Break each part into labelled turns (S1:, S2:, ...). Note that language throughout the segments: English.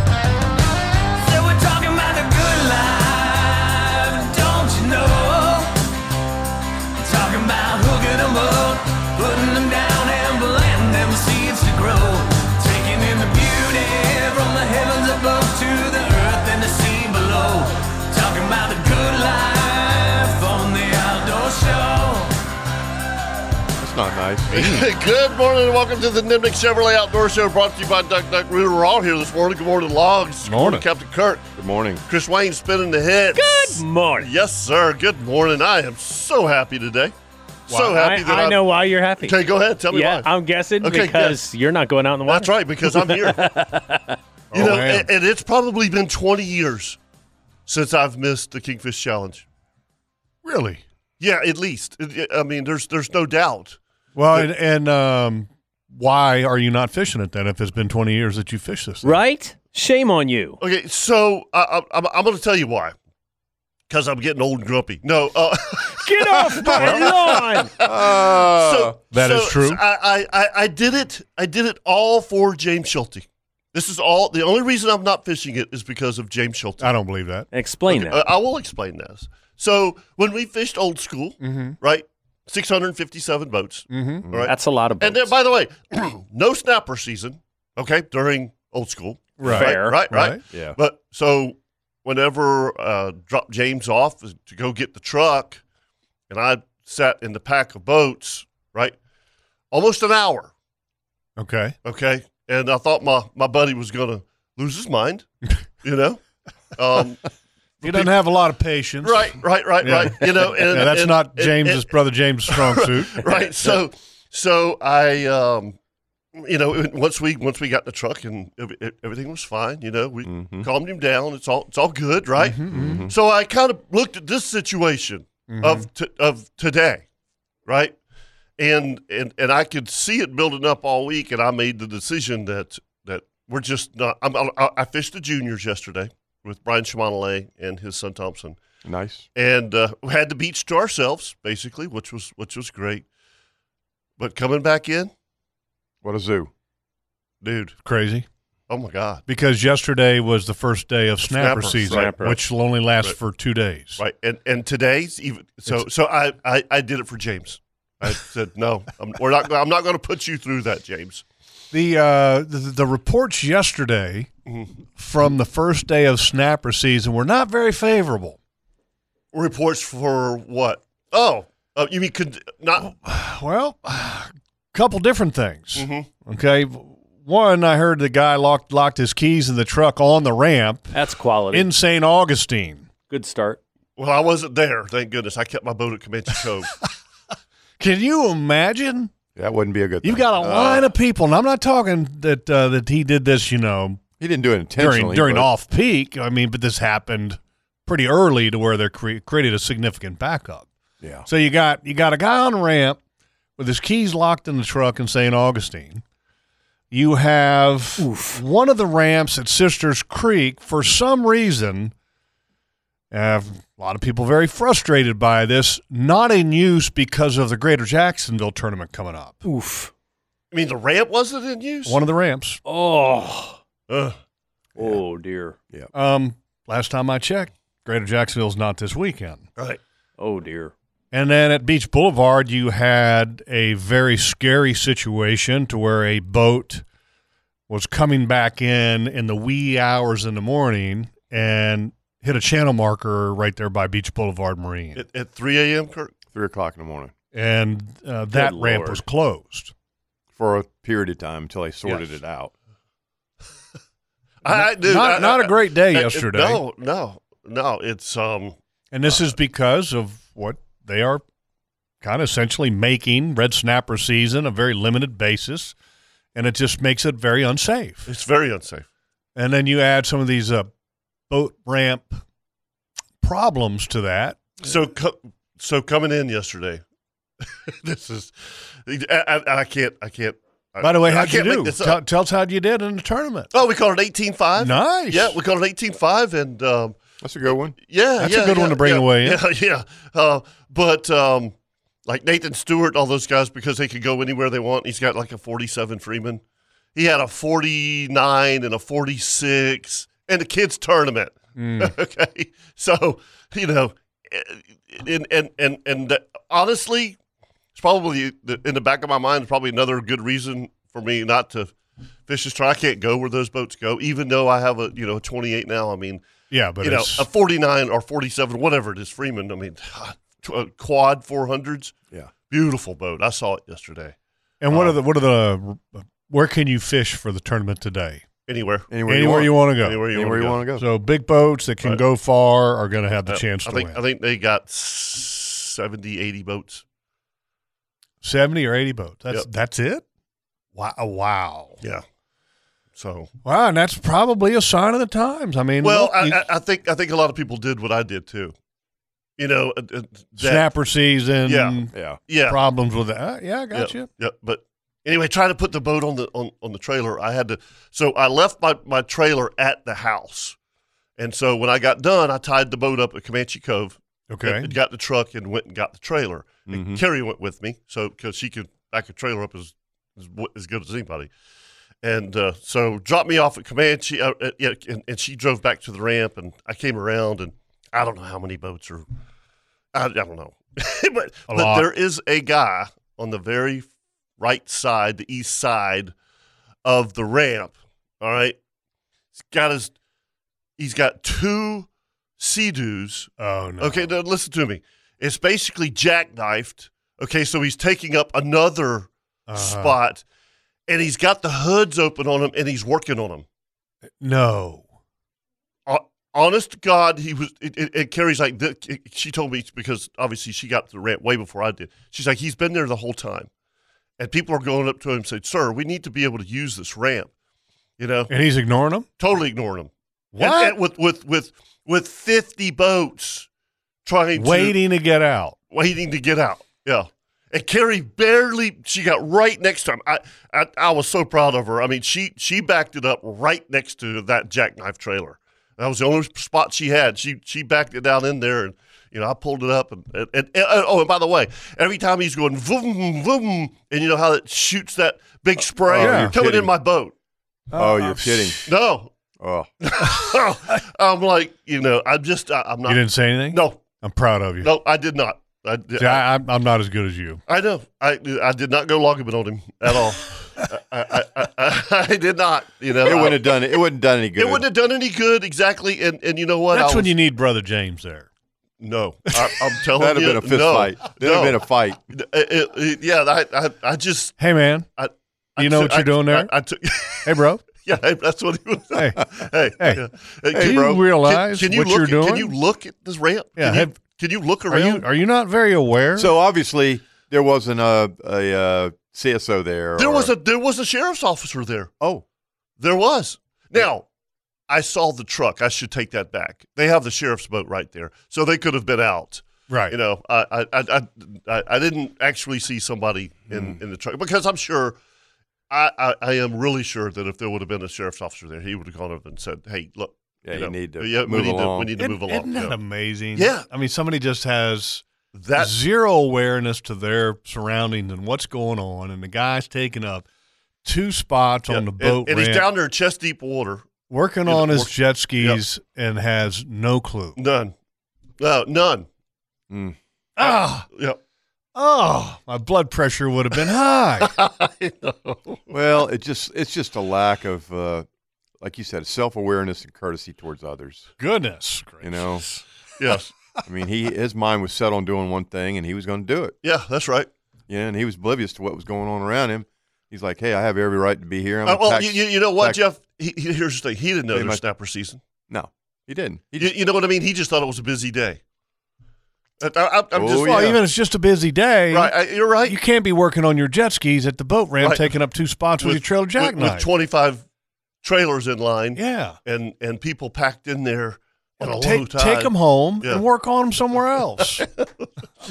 S1: So we're talking about the good life, don't you know? Talking about hooking 'em up, putting them down and planting them seeds to grow. Taking in the beauty from the heavens above to the earth and the sea below. Talking about the good life on the outdoor show.
S2: That's not nice.
S3: Good morning and welcome to the Nimnik Chevrolet Outdoor Show brought to you by Duck Duck Rooter. We're all here this morning. Good morning, Logs. Good
S2: Morning.
S3: Captain Kirk.
S2: Good morning.
S3: Chris Wayne spinning the head. Good morning. Yes, sir. Good morning. I am so happy today. So happy
S4: I,
S3: that
S4: I
S3: I'm-
S4: know why you're happy.
S3: Okay, go ahead. Tell me
S4: yeah,
S3: why.
S4: I'm guessing
S3: Okay,
S4: because you're not going out in the water.
S3: That's right, because I'm here. you
S2: Oh,
S3: know,
S2: man.
S3: and, and it's probably been 20 years since I've missed the Kingfish Challenge.
S2: Really?
S3: Yeah, at least. It- it- I mean, there's there's no doubt.
S2: Well, and, and um, why are you not fishing it then? If it's been twenty years that you fish this, thing?
S4: Right? Shame on you.
S3: Okay, so I, I, I'm, I'm going to tell you why. Because I'm getting old and grumpy. No. Uh,
S4: Get off my lawn!
S2: Uh,
S3: so
S2: that
S3: so-
S2: is true.
S3: so I, I, I, I did it. I did it all for James Schulte. This is all. The only reason I'm not fishing it is because of James Schulte.
S2: I don't believe that.
S4: Explain
S3: Okay,
S4: that.
S3: I I will explain this. So when we fished old school, right, 657 boats,
S2: Mm-hmm.
S3: all right?
S4: That's a lot of boats.
S3: and then, by the way, no snapper season, okay, during old school.
S2: Right.
S4: Fair.
S3: Right, right, right.
S2: Yeah.
S3: But so whenever uh, dropped James off to go get the truck, and I sat in the pack of boats, right, almost an hour,
S2: Okay.
S3: okay, and I thought my my buddy was gonna lose his mind, you know. Um,
S2: He doesn't have a lot of patience.
S3: right, right, right,
S2: Yeah.
S3: right. You know, and
S2: Yeah, that's
S3: and-
S2: not
S3: and-
S2: James's
S3: and-
S2: brother James' strong suit.
S3: right. So, so I, um, you know, it- once we once we got in the truck and ev- ev- everything was fine. You know, we calmed him down. It's all it's all good, right? So I kind of looked at this situation of t- of today, right? And and and I could see it building up all week, and I made the decision that that we're just not. I'm, I, I fished the juniors yesterday with Brian Chamonix and his son Thompson
S5: Nice.
S3: and uh, we had the beach to ourselves basically, which was which was great. But coming back in,
S5: What a zoo.
S3: dude,
S2: Crazy.
S3: oh my god,
S2: Because yesterday was the first day of snapper,
S3: Snapper,
S2: season,
S3: right.
S2: which will only last
S3: Right.
S2: for two days.
S3: right? And and today's even so so I, I I did it for James. I said no, I'm, we're not. I'm not going to put you through that, James.
S2: The, uh, the the reports yesterday Mm-hmm. from the first day of snapper season were not very favorable.
S3: Reports for what? Oh, uh, you mean could not?
S2: Well, a couple different things.
S5: Mm-hmm.
S2: Okay. One, I heard the guy locked locked his keys in the truck on the ramp
S4: That's quality.
S2: in St. Augustine.
S4: Good start.
S3: Well, I wasn't there. Thank goodness. I kept my boat at Comanche Cove.
S2: Can you imagine?
S5: That wouldn't be a good.
S2: You've
S5: thing.
S2: got a
S5: Uh,
S2: line of people, and I'm not talking that uh, that he did this, you know,
S5: He didn't do it
S2: during
S5: intentionally.
S2: during
S5: but
S2: off peak. I mean, but this happened pretty early to where they cre- created a significant backup.
S5: Yeah.
S2: So you got you got a guy on the ramp with his keys locked in the truck in St. Augustine. You have one of the ramps at Sisters Creek for some reason. Uh, a lot of people very frustrated by this. Not in use because of the Greater Jacksonville tournament coming up.
S4: Oof.
S3: I mean, the ramp wasn't in use.
S2: One of the ramps.
S4: Oh.
S3: Ugh.
S4: Oh, dear.
S2: Um, last time I checked, Greater Jacksonville's not this weekend.
S3: right.
S4: Oh dear.
S2: And then at Beach Boulevard, you had a very scary situation to where a boat was coming back in in the wee hours in the morning and hit a channel marker right there by Beach Boulevard Marine.
S3: At, at 3 a.m., Kurt?
S5: Three o'clock in the morning
S2: and uh, that
S4: Good
S2: ramp
S4: Lord.
S2: was closed.
S5: for a period of time until they sorted
S2: Yes.
S5: it out.
S3: I, I, dude,
S2: not,
S3: I-
S2: not a
S3: I-
S2: great day
S3: I-
S2: yesterday.
S3: No, no, no. It's um,
S2: And this is because of what they are kind of essentially making red snapper season a very limited basis, and it just makes it very unsafe.
S3: it's very unsafe.
S2: And then you add some of these uh, boat ramp problems to that.
S3: So, co- so coming in yesterday, this is, I, I, I can't, I can't. I-
S2: By the way,
S3: I
S2: how'd you
S3: can't make
S2: do?
S3: this
S2: Tell,
S3: up.
S2: tell us how you did in the tournament.
S3: Oh, we called it eighteen five.
S2: Nice.
S3: Yeah, we called it eighteen five, and um,
S5: That's a good one.
S3: yeah,
S2: That's a
S3: yeah,
S2: good one
S3: yeah,
S2: to bring
S3: yeah,
S2: away, yeah.
S3: Yeah, yeah. Uh, but um, like Nathan Stewart, all those guys, because they could go anywhere they want. He's got like a forty-seven Freeman. He had a forty-nine and a forty-six, and a kids tournament. okay, so you know, eh, and and and and uh, honestly, it's probably the, in the back of my mind. Probably another good reason for me not to fish this tournament. I can't go where those boats go, even though I have a you know a twenty-eight now. I mean,
S2: Yeah, but
S3: you know,
S2: it's,
S3: a forty-nine or forty-seven, whatever it is, Freeman. I mean, tw- uh, quad four hundreds,
S5: Yeah.
S3: beautiful boat. I saw it yesterday.
S2: and
S3: Uh,
S2: what are the what are the where can you fish for the tournament today?
S3: Anywhere,
S5: Anywhere,
S2: Anywhere you want to go.
S3: anywhere you
S5: Anywhere you
S3: want
S5: want to go.
S2: So big boats that can
S3: Right.
S2: go far are going to have the
S3: to go.
S2: chance
S3: Uh, I
S2: to
S3: think
S2: win.
S3: I think they got 70, 80 boats.
S2: Seventy or eighty boats. That's
S3: Yep.
S2: that's it. Wow! oh, Wow!
S3: Yeah. So
S2: Wow! And that's probably a sign of the times. I mean,
S3: Well,
S2: look,
S3: I,
S2: you-
S3: I, I think I think a lot of people did what I did too. You know, uh, uh, that-
S2: snapper season.
S3: Yeah.
S5: yeah.
S3: yeah,
S2: Problems with that. Uh, yeah, I got you.
S3: yeah. But anyway, trying to put the boat on the on, on the trailer, I had to. So I left my my trailer at the house, and so when I got done, I tied the boat up at Comanche Cove.
S2: Okay.
S3: and got the truck and went and got the trailer. And Carrie went with me, so because she could back a trailer up as as, w- as good as anybody. And uh, so dropped me off at Comanche, uh, uh, yeah, and, and she drove back to the ramp, and I came around, and I don't know how many boats are, I, I don't know, but
S2: A
S3: but
S2: lot.
S3: there is a guy on the very right side, the east side of the ramp. All right, he's got his, he's got two sea-doos
S2: Oh no.
S3: Okay, now listen to me. It's basically jackknifed. Okay, so he's taking up another
S2: Uh-huh.
S3: spot, and he's got the hoods open on him, and he's working on him.
S2: No.
S3: Ho- honest to God, he was. It, it, it carries like this. she told me because obviously she got to the ramp way before I did. She's like, he's been there the whole time, and people are going up to him and saying, "Sir, we need to be able to use this ramp." You know,
S2: And he's ignoring them.
S3: totally ignoring him. And-
S2: What?
S3: and with with with with fifty boats trying to
S2: Waiting to get out.
S3: waiting to get out. Yeah. And Carrie barely she got right next to him. I, I I was so proud of her. I mean, she she backed it up right next to that jackknife trailer. That was the only spot she had. She she backed it down in there, and you know I pulled it up. And, and, and, and- oh, and by the way, every time he's going vroom vroom, and you know how it shoots that big spray
S5: Oh,
S2: Uh, you're
S3: coming in
S5: kidding.
S3: my boat.
S2: Uh,
S5: Oh, you're kidding.
S3: No,
S5: Oh,
S3: I'm like you know I'm just I, I'm
S2: You
S3: not.
S2: didn't say anything.
S3: No,
S2: I'm proud of you.
S3: no, I did not. I,
S2: See, I, I'm, I'm not as good as you.
S3: I know. I I did not go logabit on him at all. I, I, I, I, I did not. You know,
S5: it
S3: I-
S5: wouldn't have done it. It wouldn't have done any good.
S3: it wouldn't have done any good exactly. And and you know what?
S2: That's
S3: I
S2: when
S3: was-
S2: you need brother James there.
S3: no. I, I'm telling
S5: That'd
S3: you,
S5: have been a fist
S3: no,
S5: fight. That'd
S3: no.
S5: have been a fight.
S3: It- it- it- yeah, I, I I just
S2: Hey man,
S3: I.
S2: You
S3: I
S2: know what
S3: took-
S2: you're
S3: I-
S2: doing there?
S3: I, I took.
S2: hey bro.
S3: Yeah, hey, that's what he was.
S2: Hey.
S3: hey,
S2: Hey.
S3: yeah.
S2: Do you realize what
S3: look
S2: you're
S3: at, Can
S2: doing?
S3: you look at this ramp?
S2: Yeah,
S3: Can, you,
S2: have-
S3: can you look
S2: Are
S3: around?
S2: you are you not very aware?
S5: So obviously there wasn't a a, uh CSO there.
S3: there
S5: or-
S3: was a there was a sheriff's officer there.
S5: oh
S3: There was. Now, I saw the truck. I should take that back. They have the sheriff's boat right there, so they could have been out.
S2: right.
S3: You know, I I I, I, I didn't actually see somebody in,
S5: Hmm.
S3: in the truck because I'm sure. I, I, I am really sure that if there would have been a sheriff's officer there, he would have gone up and said, "Hey, look,
S5: yeah. You,
S3: know,
S5: need to
S3: yeah,
S5: move
S3: we need
S5: along.
S3: to we need to move
S2: Isn't-
S3: along."
S2: Isn't that
S3: yeah.
S2: amazing?
S3: Yeah.
S2: I mean, somebody just has
S3: That
S2: zero awareness to their surroundings and what's going on, and the guy's taking up two spots
S3: yeah,
S2: on the
S3: and-
S2: boat
S3: and, he's
S2: ramp,
S3: down there chest deep water.
S2: working
S3: Yeah,
S2: on his
S3: work-
S2: jet skis and has no clue.
S3: None, no, none.
S5: Mm.
S2: Ah,
S3: Yep.
S2: oh, my blood pressure would have been high.
S3: I know.
S5: Well, it just it's just a lack of, uh, like you said, self awareness and courtesy towards others.
S2: Goodness,
S5: You know,
S3: Yes.
S5: I mean, he his mind was set on doing one thing, and he was going to do it.
S3: Yeah, that's right.
S5: Yeah, and he was oblivious to what was going on around him. He's like, "Hey, I have every right to be here." I'm
S3: Uh,
S5: a
S3: well,
S5: tax-
S3: you, you you know what,
S5: tax-
S3: Jeff? He, he- here's the thing. He didn't know
S5: Hey,
S3: there
S5: my-
S3: was snapper season.
S5: No, he didn't. He
S3: You,
S5: just,
S3: you know what I mean? He just thought it was a busy day. I, am
S5: Oh,
S3: just
S2: Well,
S5: yeah.
S2: even if it's just a busy day,
S3: right. I, you're right.
S2: you can't be working on your jet skis at the boat ramp,
S3: Right.
S2: taking up two spots with, your trailer
S3: with,
S2: jackknife.
S3: 25 trailers in line
S2: yeah.
S3: and and people packed in there at a low
S2: take,
S3: tide.
S2: take them home
S3: Yeah.
S2: and work on them somewhere else. I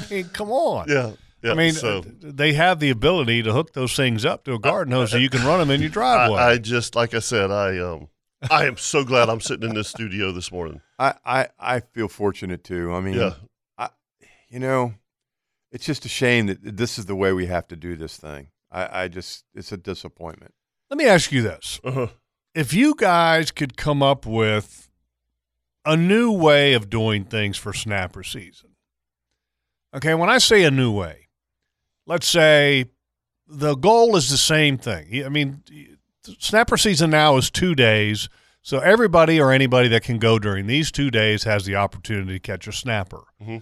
S2: mean, come on.
S3: Yeah. yeah.
S2: I mean,
S3: so
S2: uh, they have the ability to hook those things up to a garden hose so you can run them in your
S3: I,
S2: driveway.
S3: I just like I said, I um, I am so glad I'm sitting in this studio this morning.
S5: I, I I feel fortunate too. I mean,
S3: Yeah.
S5: I, you know, it's just a shame that this is the way we have to do this thing. I, I just it's a disappointment.
S2: Let me ask you this.
S3: Uh-huh.
S2: If you guys could come up with a new way of doing things for snapper season, okay, when I say a new way, let's say the goal is the same thing. I mean, snapper season now is two days, so everybody or anybody that can go during these two days has the opportunity to catch a snapper.
S3: Mhm.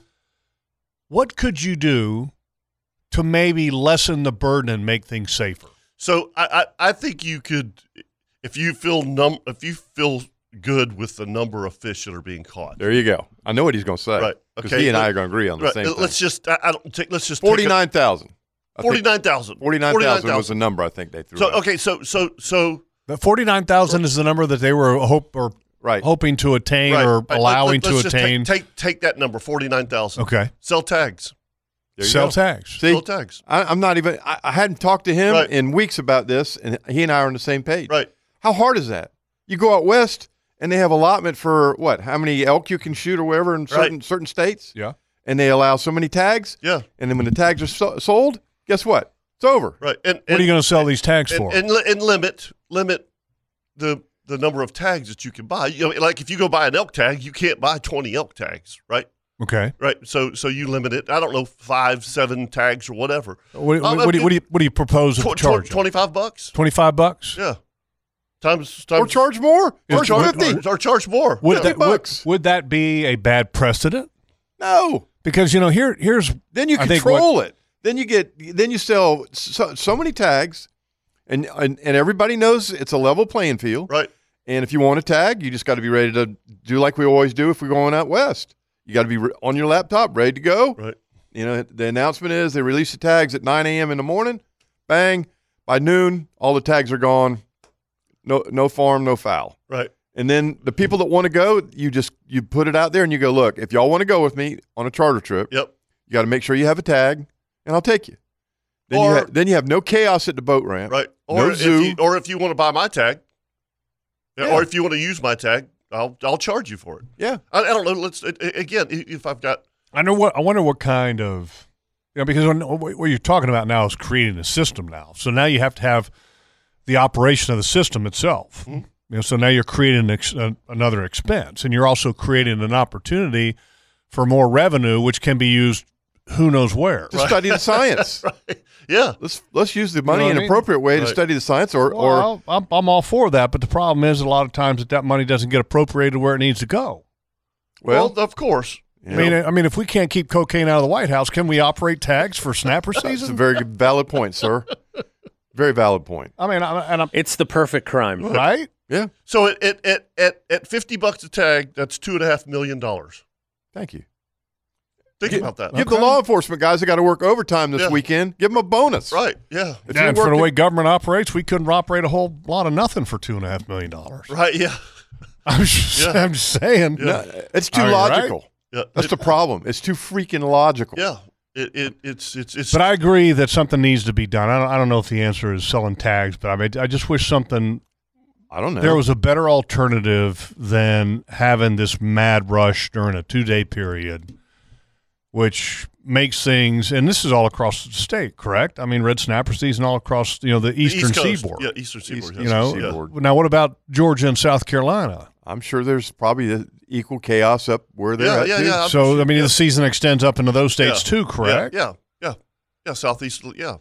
S2: What could you do to maybe lessen the burden and make things safer?
S3: So I, I I think you could if you feel num if you feel good with the number of fish that are being caught.
S5: There you go. I know what he's going to say.
S3: Right.
S5: 'Cause
S3: Okay.
S5: He and I
S3: Let-
S5: are going to agree on the
S3: Right.
S5: same thing.
S3: Let's just I, I don't take. Let's just take a-
S5: Forty nine thousand.
S3: 49,000.
S5: Forty nine thousand was the number I think they threw.
S3: So
S5: out.
S3: okay, so so so
S2: But forty nine thousand is the number that they were hope or
S5: Right.
S2: hoping to attain
S3: right,
S2: or
S3: right, let-
S2: allowing
S3: let- let's
S2: to
S3: just
S2: attain.
S3: Take, take take that number, 49,000.
S2: okay,
S3: Sell tags.
S5: There you
S2: sell
S5: go.
S2: tags.
S5: See,
S3: Sell tags.
S5: I, I'm not even. I, I hadn't talked to him
S3: Right.
S5: in weeks about this, and he and I are on the same page.
S3: Right.
S5: How hard is that? You go out west, and they have allotment for what? How many elk you can shoot or whatever in certain certain states,
S2: Yeah,
S5: and they allow so many tags.
S3: Yeah.
S5: And then when the tags are so- sold, guess what? It's over.
S3: Right. Uh, And, and
S2: what are you going to sell these tags
S3: and,
S2: for?
S3: and, li- and limit limit the the number of tags that you can buy. You know, like if you go buy an elk tag, you can't buy 20 elk tags, right?
S2: okay,
S3: Right. So so you limit it. I don't know 5 7 tags or whatever.
S2: what,
S3: Um,
S2: what, do you, what do you what do you propose
S3: Tw-
S2: to
S3: tw-
S2: charge?
S3: 25 bucks?
S2: Twenty five bucks.
S3: Yeah. Times times
S5: Or charge more.
S2: Is-
S5: Or
S3: or
S5: charge fifty.
S3: or charge more.
S2: Would
S3: Yeah.
S2: that would,
S5: bucks.
S2: would that be a bad precedent?
S5: No.
S2: Because you know here here's
S5: Then you
S2: I think
S5: control it. Then you get. Then you sell so, so many tags, and, and and everybody knows it's a level playing field.
S3: right.
S5: And if you want a tag, you just got to be ready to do like we always do if we're going out west. You got to be re- on your laptop, ready to go.
S3: Right.
S5: You know, the announcement is they release the tags at 9 a.m. in the morning. Bang. By noon, all the tags are gone. No, no farm, no foul.
S3: Right.
S5: And then the people that want to go, you just you put it out there and you go, look, if y'all want to go with me on a charter trip,
S3: Yep.
S5: you got to make sure you have a tag, and I'll take you. Then,
S3: Or-
S5: you ha- then you have no chaos at the boat ramp.
S3: Right. Or
S5: No
S3: if
S5: zoo.
S3: You, or if you want to buy my tag,
S5: Yeah.
S3: or if you want to use my tag, I'll I'll charge you for it.
S5: Yeah.
S3: I, I don't know. Let's a- a- again, i- if I've got
S2: I know what I wonder what kind of you know because when, what what you're talking about now is creating a system now. So now you have to have the operation of the system itself. You know, so now you're creating an ex, an another expense, and you're also creating an opportunity for more revenue, which can be used who knows where.
S5: To study the science.
S3: yeah,
S5: Let's let's use the money
S2: what I
S5: in an
S2: mean?
S5: appropriate way to
S3: Right.
S5: study the science, or
S2: Well,
S5: or
S2: I'll- I'm, I'm all for that, but the problem is a lot of times that that money doesn't get appropriated where it needs to go.
S5: well,
S3: well, of course.
S5: you
S2: I mean,
S5: know,
S2: I mean, if we can't keep cocaine out of the White House, can we operate tags for snapper
S5: that's a
S2: season?
S5: very good- valid point, sir. Very valid point.
S2: I mean, I, and I'm
S4: It's the perfect crime.
S2: right.
S5: Yeah,
S3: So at at, at at at fifty bucks a tag, that's two and a half million dollars.
S5: thank you.
S3: Think
S5: Gi-
S3: about that.
S5: Give the
S2: Okay.
S5: law enforcement guys that got to work overtime this
S3: Yeah.
S5: weekend. Give them a bonus.
S3: Right. Yeah.
S5: If
S2: Yeah,
S5: you
S2: and for
S5: worked
S2: the
S5: it-
S2: way government operates, we couldn't operate a whole lot of nothing for two and a half million dollars.
S3: Right. Yeah.
S2: I'm just,
S3: Yeah.
S2: I'm just saying.
S5: No, it's too
S2: All right.
S5: logical.
S3: Yeah.
S5: That's
S3: It-
S5: the problem. It's too freaking logical.
S3: yeah. It, it it's it's it's
S2: But I agree that something needs to be done. I don't, I don't know if the answer is selling tags, but I mean, I just wish something
S5: I don't know.
S2: there was a better alternative than having this mad rush during a two day period, which makes things. And this is all across the state, correct? I mean, red snapper season all across you know the
S3: the East
S2: eastern
S3: Coast.
S2: seaboard.
S3: Yeah, Eastern Seaboard.
S5: East-
S3: yes,
S2: you know,
S3: yeah.
S5: Seaboard.
S2: now what about Georgia and South Carolina?
S5: I'm sure there's probably equal chaos up where they're
S3: Yeah,
S5: at
S3: yeah,
S5: too.
S3: yeah. I'm
S2: so I mean, the season extends up into those states
S3: Yeah.
S2: too, correct?
S3: Yeah, yeah, yeah, yeah. Southeast, yeah.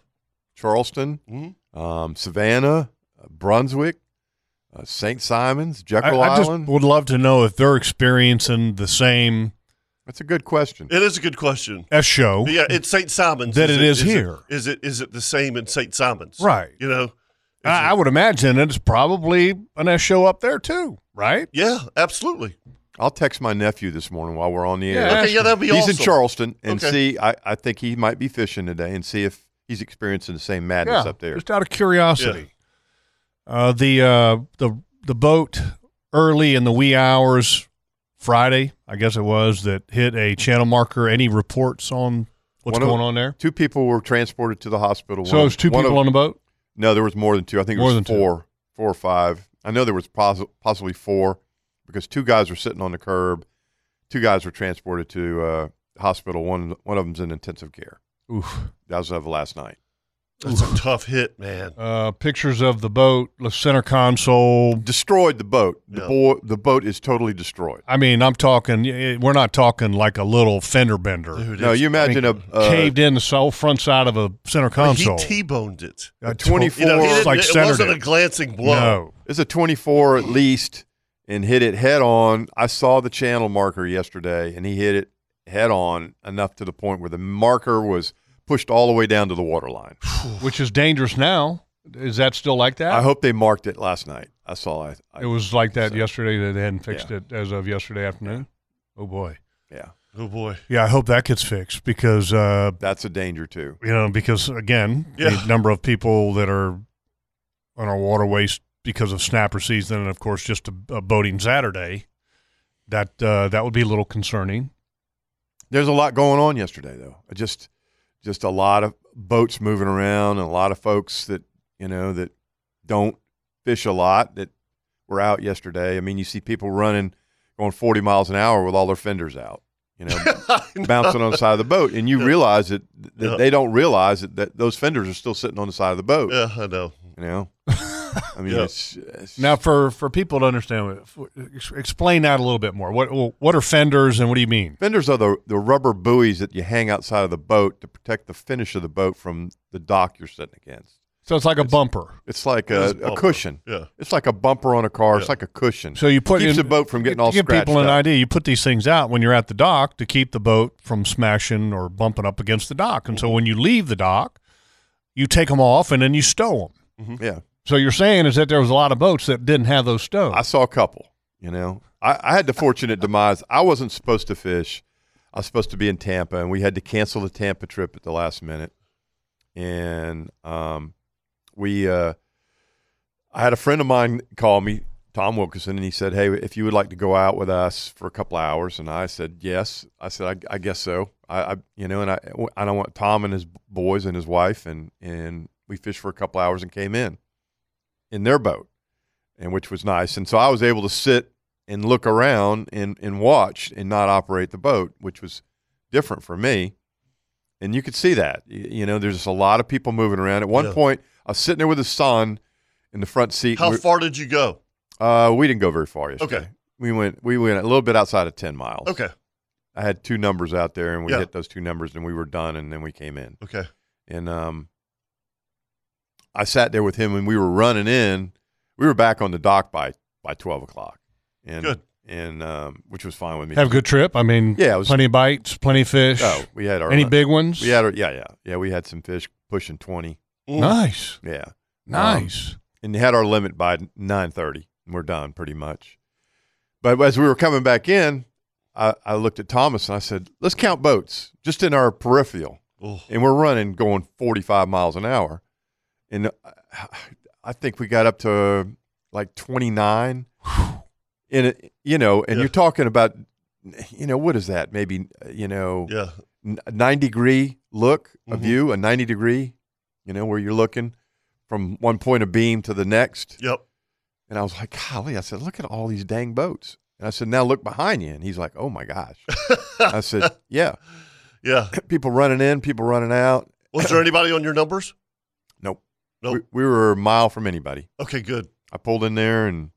S5: Charleston,
S3: Mhm.
S5: um, Savannah, uh, Brunswick, uh, St. Simons, Jekyll
S2: I, I just
S5: Island.
S2: would love to know if they're experiencing the same
S5: That's a good question.
S3: It is a good question.
S2: F show.
S3: But yeah, it's St. Simon's.
S2: That it is here.
S3: Is it is it the same in St. Simon's?
S2: Right.
S3: You know.
S2: I, I would imagine it's probably an S show up there too, right?
S3: Yeah, absolutely.
S5: I'll text my nephew this morning while we're on the air.
S2: Yeah.
S3: Okay, yeah, that'd be
S5: he's
S3: awesome.
S5: in Charleston, and
S3: Okay.
S5: see, I, I think he might be fishing today, and see if he's experiencing the same madness up there.
S2: Just out of curiosity. Uh, the uh, the the boat early in the wee hours Friday, I guess it was, that hit a channel marker. Any reports on what's
S5: One of-
S2: going on there?
S5: Two people were transported to the hospital.
S2: So
S5: One-
S2: it was two
S5: one
S2: people
S5: of-
S2: on the boat.
S5: No, there was more than two. I think it
S2: More
S5: was
S2: than two.
S5: four, four or five. I know there was pos- possibly four because two guys were sitting on the curb. Two guys were transported to uh, hospital. One one of them's in intensive care.
S2: Oof.
S5: That was of last night.
S3: That's a tough hit, man.
S2: Uh, pictures of the boat, the center console.
S5: Destroyed the boat. The
S3: Yeah.
S5: boy, the boat is totally destroyed.
S2: I mean, I'm talking. eh, We're not talking like a little fender bender.
S3: Dude,
S5: No,
S3: it's-
S5: you imagine a, uh, a
S2: caved in the sole front side of a center
S3: he
S2: console.
S3: T-boned it.
S2: A to-
S5: 24
S3: You know, he
S5: It's
S3: didn't,
S2: like
S3: it
S2: centered
S3: wasn't
S2: it.
S3: a glancing blow.
S2: No.
S5: it's a 24 at least and hit it head on. I saw the channel marker yesterday and he hit it head on enough to the point where the marker was pushed all the way down to the water line.
S2: which is dangerous now. Is that still like that?
S5: I hope they marked it last night. I saw it. I,
S2: it was like that
S5: so-
S2: yesterday. That they hadn't fixed
S5: Yeah.
S2: it as of yesterday afternoon. Oh boy.
S5: yeah,
S3: Oh boy.
S2: Yeah, I hope that gets fixed because uh,
S5: that's a danger too.
S2: you know because again
S3: Yeah.
S2: the number of people that are on our waterways because of snapper season and of course just a, a boating Saturday that uh, that would be a little concerning.
S5: There's a lot going on yesterday though. I Just, just a lot of boats moving around and a lot of folks that you know that don't fish a lot that were out yesterday. I mean, you see people running, going 40 miles an hour with all their fenders out. You know, bouncing on the side of the boat, and you realize that, that
S3: Yeah.
S5: they don't realize that, that those fenders are still sitting on the side of the boat.
S3: yeah, I know.
S5: You know, I mean,
S3: Yeah.
S5: it's, it's
S2: Now for for people to understand, for- ex- explain that a little bit more. What what are fenders and what do you mean?
S5: Fenders are the, the rubber buoys that you hang outside of the boat to protect the finish of the boat from the dock you're sitting against.
S2: So it's like a bumper.
S5: It's like
S3: It is
S5: a, a
S3: bumper.
S5: cushion.
S3: Yeah.
S5: It's like a bumper on a car. It's
S3: Yeah.
S5: like a cushion.
S2: So you put
S5: Keeps
S2: in,
S5: the boat from getting all
S2: to give
S5: scratched
S2: people an
S5: up.
S2: idea. You put these things out when you're at the dock to keep the boat from smashing or bumping up against the dock. And
S5: Mm-hmm.
S2: so when you leave the dock, you take them off and then you stow them.
S5: Mm-hmm. yeah,
S2: So you're saying is that there was a lot of boats that didn't have those stowed.
S5: I saw a couple. You know, I, I had the fortunate demise. I wasn't supposed to fish. I was supposed to be in Tampa, and we had to cancel the Tampa trip at the last minute. And um, we, uh, I had a friend of mine call me, Tom Wilkinson, and he said, "Hey, if you would like to go out with us for a couple hours," and I said, "Yes." I said, "I, I guess so." I, I, you know, and I, I don't want Tom and his boys and his wife, and and we fished for a couple hours and came in, in their boat and which was nice. And so I was able to sit and look around and, and watch and not operate the boat, which was different for me. And you could see that. Y- You know, there's just a lot of people moving around. At one
S3: Yeah.
S5: point, I was sitting there with his son in the front seat.
S3: How
S5: We-
S3: far did you go?
S5: Uh, we didn't go very far yesterday.
S3: Okay.
S5: We went we went a little bit outside of ten miles.
S3: Okay.
S5: I had two numbers out there, and we
S3: Yeah.
S5: hit those two numbers, and we were done, and then we came in
S3: Okay.
S5: and um, I sat there with him, and we were running in. We were back on the dock by by twelve o'clock, and
S3: Good.
S5: and um, which was fine with me.
S2: have a good trip. I mean,
S5: Yeah, it was-
S2: plenty of bites, plenty of fish.
S5: oh, we had our
S2: Any big ones?
S5: We had our yeah yeah yeah we had some fish pushing twenty
S3: Mm.
S2: Nice,
S5: yeah Um,
S2: nice.
S5: and had our limit by nine thirty and we're done pretty much. But as we were coming back in, I, I looked at Thomas and I said, "Let's count boats just in our peripheral."
S3: Oh,
S5: and we're running going 45 miles an hour and uh, i think we got up to like 29 and it, you know and
S3: Yeah.
S5: you're talking about you know what is that maybe uh, you know
S3: yeah.
S5: n- a 90 degree look
S3: Mhm.
S5: of you a 90 degree you know where you're looking from one point of beam to the next
S3: Yep.
S5: and i was like golly i said look at all these dang boats and i said now look behind you and he's like oh my gosh i said yeah
S3: Yeah.
S5: people running in people running out
S3: Was there anybody on your numbers?
S5: Nope.
S3: Nope.
S5: We, we were a mile from anybody.
S3: Okay, good.
S5: I pulled in there and,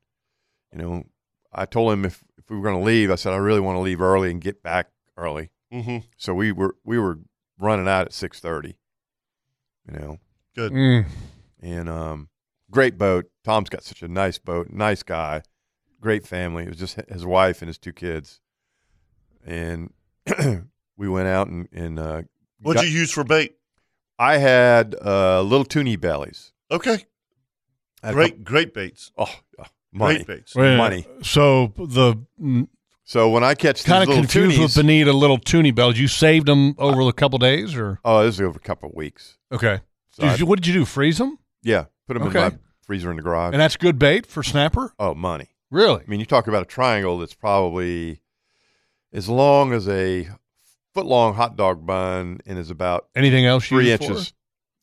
S5: you know, I told him if, if we were going to leave, I said I really want to leave early and get back early.
S3: Mm-hmm.
S5: So we were we were running out at six thirty, you know,
S3: Good.
S2: Mm.
S5: and um, great boat. Tom's got such a nice boat, nice guy, great family. It was just his wife and his two kids, and we went out and and uh,
S3: What'd
S5: got-
S3: you use for bait?
S5: I had uh, little toonie bellies.
S3: Okay.
S5: I had a
S3: Great, great baits.
S5: couple- oh, oh, money.
S3: Great baits.
S2: Wait,
S5: Money.
S2: So the mm,
S5: So when I catch these
S2: kind of
S5: little
S2: confused
S5: toonies,
S2: with Benita Little Toonie Bells. You saved them over a couple days, or
S5: oh, this is over a couple of weeks.
S2: okay?
S5: So I-
S2: Did you, what did you do? Freeze them,
S5: yeah, put them in
S2: Okay.
S5: my freezer in the garage.
S2: and that's good bait for snapper.
S5: oh, money.
S2: Really?
S5: I mean, you talk about a triangle that's probably as long as a foot long hot dog bun and is about
S2: Anything else? you
S5: three
S2: use it for?
S5: inches.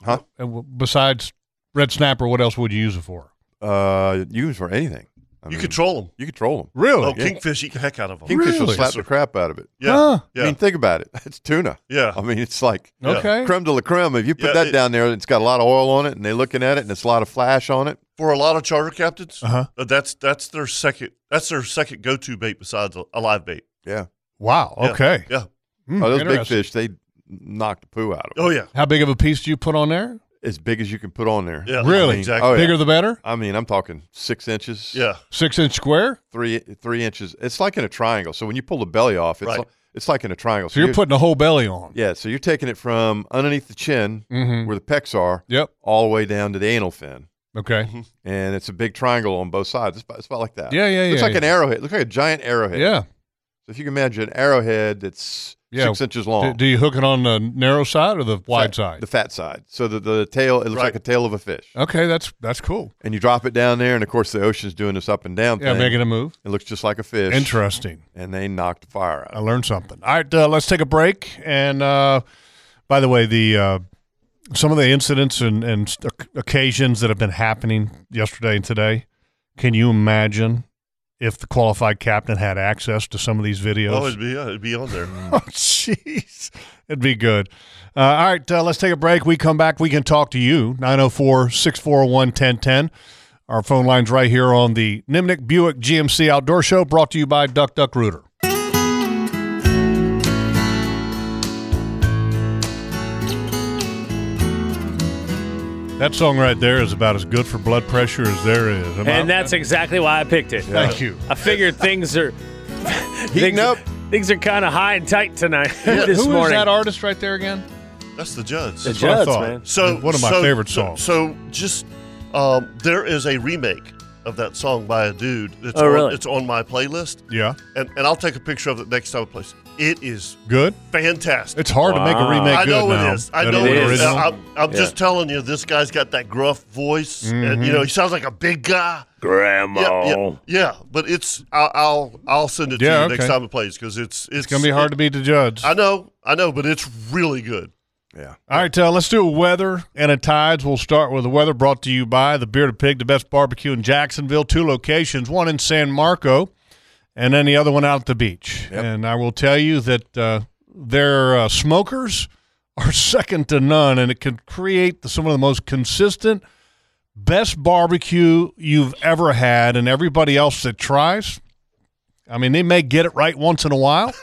S2: And w- besides red snapper, what else would you use it for?
S5: Uh, you use for anything. I
S3: you
S5: mean,
S3: control them.
S5: you control them.
S2: Really?
S3: Oh,
S5: yeah.
S3: kingfish eat the heck out of them.
S5: Kingfish will
S2: Really?
S5: slap
S3: Yes, sir.
S5: the crap out of it.
S3: yeah.
S2: Huh.
S3: Yeah.
S5: I mean, think about it. It's tuna.
S3: yeah.
S5: I mean, it's like
S3: Yeah.
S2: Okay.
S5: creme de la creme. If you put
S3: Yeah,
S5: that
S3: it-
S5: down there, it's got a lot of oil on it, and they're looking at it, and it's a lot of flash on it.
S3: For a lot of charter captains,
S2: Uh-huh.
S3: uh, that's that's their second that's their second go to bait besides a, a live bait. Oh,
S5: Yeah.
S2: Wow.
S3: Yeah.
S2: Okay.
S3: Yeah.
S2: Mm,
S5: oh, those big
S2: interesting.
S5: fish, they knock the poo out of them.
S3: Oh yeah.
S2: How big of a piece do you put on there?
S5: As big as you can put on there.
S3: Yeah.
S2: Really?
S3: Exactly.
S5: Oh, yeah.
S2: Bigger the better.
S5: I mean, I'm talking six inches.
S3: Yeah.
S2: Six inch square.
S5: three three inches. It's like in a triangle. So when you pull the belly off, it's
S3: Right.
S5: li- it's like in a triangle.
S2: So you're putting a whole belly on.
S5: yeah. So you're taking it from underneath the chin
S2: Mm-hmm.
S5: where the pecs are
S2: Yep.
S5: all the way down to the anal fin,
S2: Okay.
S3: Mm-hmm.
S5: and it's a big triangle on both sides. It's about, it's about like that.
S2: Yeah. Yeah. Yeah.
S5: looks like
S2: yeah.
S5: an arrowhead. It looks like a giant arrowhead.
S2: Yeah.
S5: So if you can imagine an arrowhead that's
S2: Yeah.
S5: six inches
S2: Do,
S5: long,
S2: do you hook it on the narrow side or the wide
S5: fat-
S2: side?
S5: the fat side. So the, the tail, it looks
S3: Right.
S5: like a tail of a fish,
S2: okay, that's that's cool.
S5: and you drop it down there, and of course the ocean's doing this up and down
S2: Yeah,
S5: thing.
S2: making a move.
S5: it looks just like a fish.
S2: Interesting.
S5: And they knocked the fire out.
S2: I learned something. All right, uh, let's take a break. And uh, by the way, the uh, some of the incidents and, and st- occasions that have been happening yesterday and today. Can you imagine if the qualified captain had access to some of these videos?
S3: Oh, it'd be yeah, it'd be on there.
S2: Oh, jeez. It'd be good. Uh, all right, uh, let's take a break. We come back. We can talk to you. 904 641 1010. Our phone line's right here on the Nimnik Buick GMC Outdoor Show, brought to you by Duck Duck Rooter. That song right there is about as good for blood pressure as there is. Am I-
S4: And that's exactly why I picked it.
S2: Thank you.
S4: I figured things are
S5: Heating
S4: things,
S5: up.
S4: Things are kind of high and tight tonight. this
S2: Who is
S4: morning,
S2: that artist right there again?
S3: That's the judge.
S4: the
S2: That's what I
S4: Judds,
S2: thought.
S4: man.
S3: So
S2: One of my
S3: so-
S2: favorite
S3: so-
S2: songs.
S3: So, just um, there is a remake of that song by a dude. It's
S4: Oh,
S3: on,
S4: really?
S3: It's on my playlist,
S2: Yeah.
S3: and, and I'll take a picture of it next time I play. it. It is
S2: Good.
S3: fantastic.
S2: It's hard to make a
S4: Wow.
S2: remake
S3: I
S2: good
S3: know
S2: now
S3: it is. I
S2: than
S3: know
S2: an
S3: it is.
S2: original.
S3: I'm, I'm
S4: Yeah.
S3: just telling you, this guy's got that gruff voice, and
S2: Mm-hmm.
S3: you know he sounds like a big guy.
S4: Grandma.
S3: Yeah, yeah, yeah, but it's I'll I'll, I'll send it
S2: Yeah,
S3: to you next
S2: okay.
S3: time it plays because it's, it's
S2: It's gonna be hard to beat the judge.
S3: I know, I know, but it's really good.
S5: Yeah.
S2: All right, uh, let's do a weather and a tides. We'll start with the weather brought to you by the Bearded Pig, the best barbecue in Jacksonville. Two locations, one in San Marco, and then the other one out at the beach. And I will tell you that uh, their uh, smokers are second to none, and it can create the, some of the most consistent, best barbecue you've ever had. And everybody else that tries, I mean, they may get it right once in a while.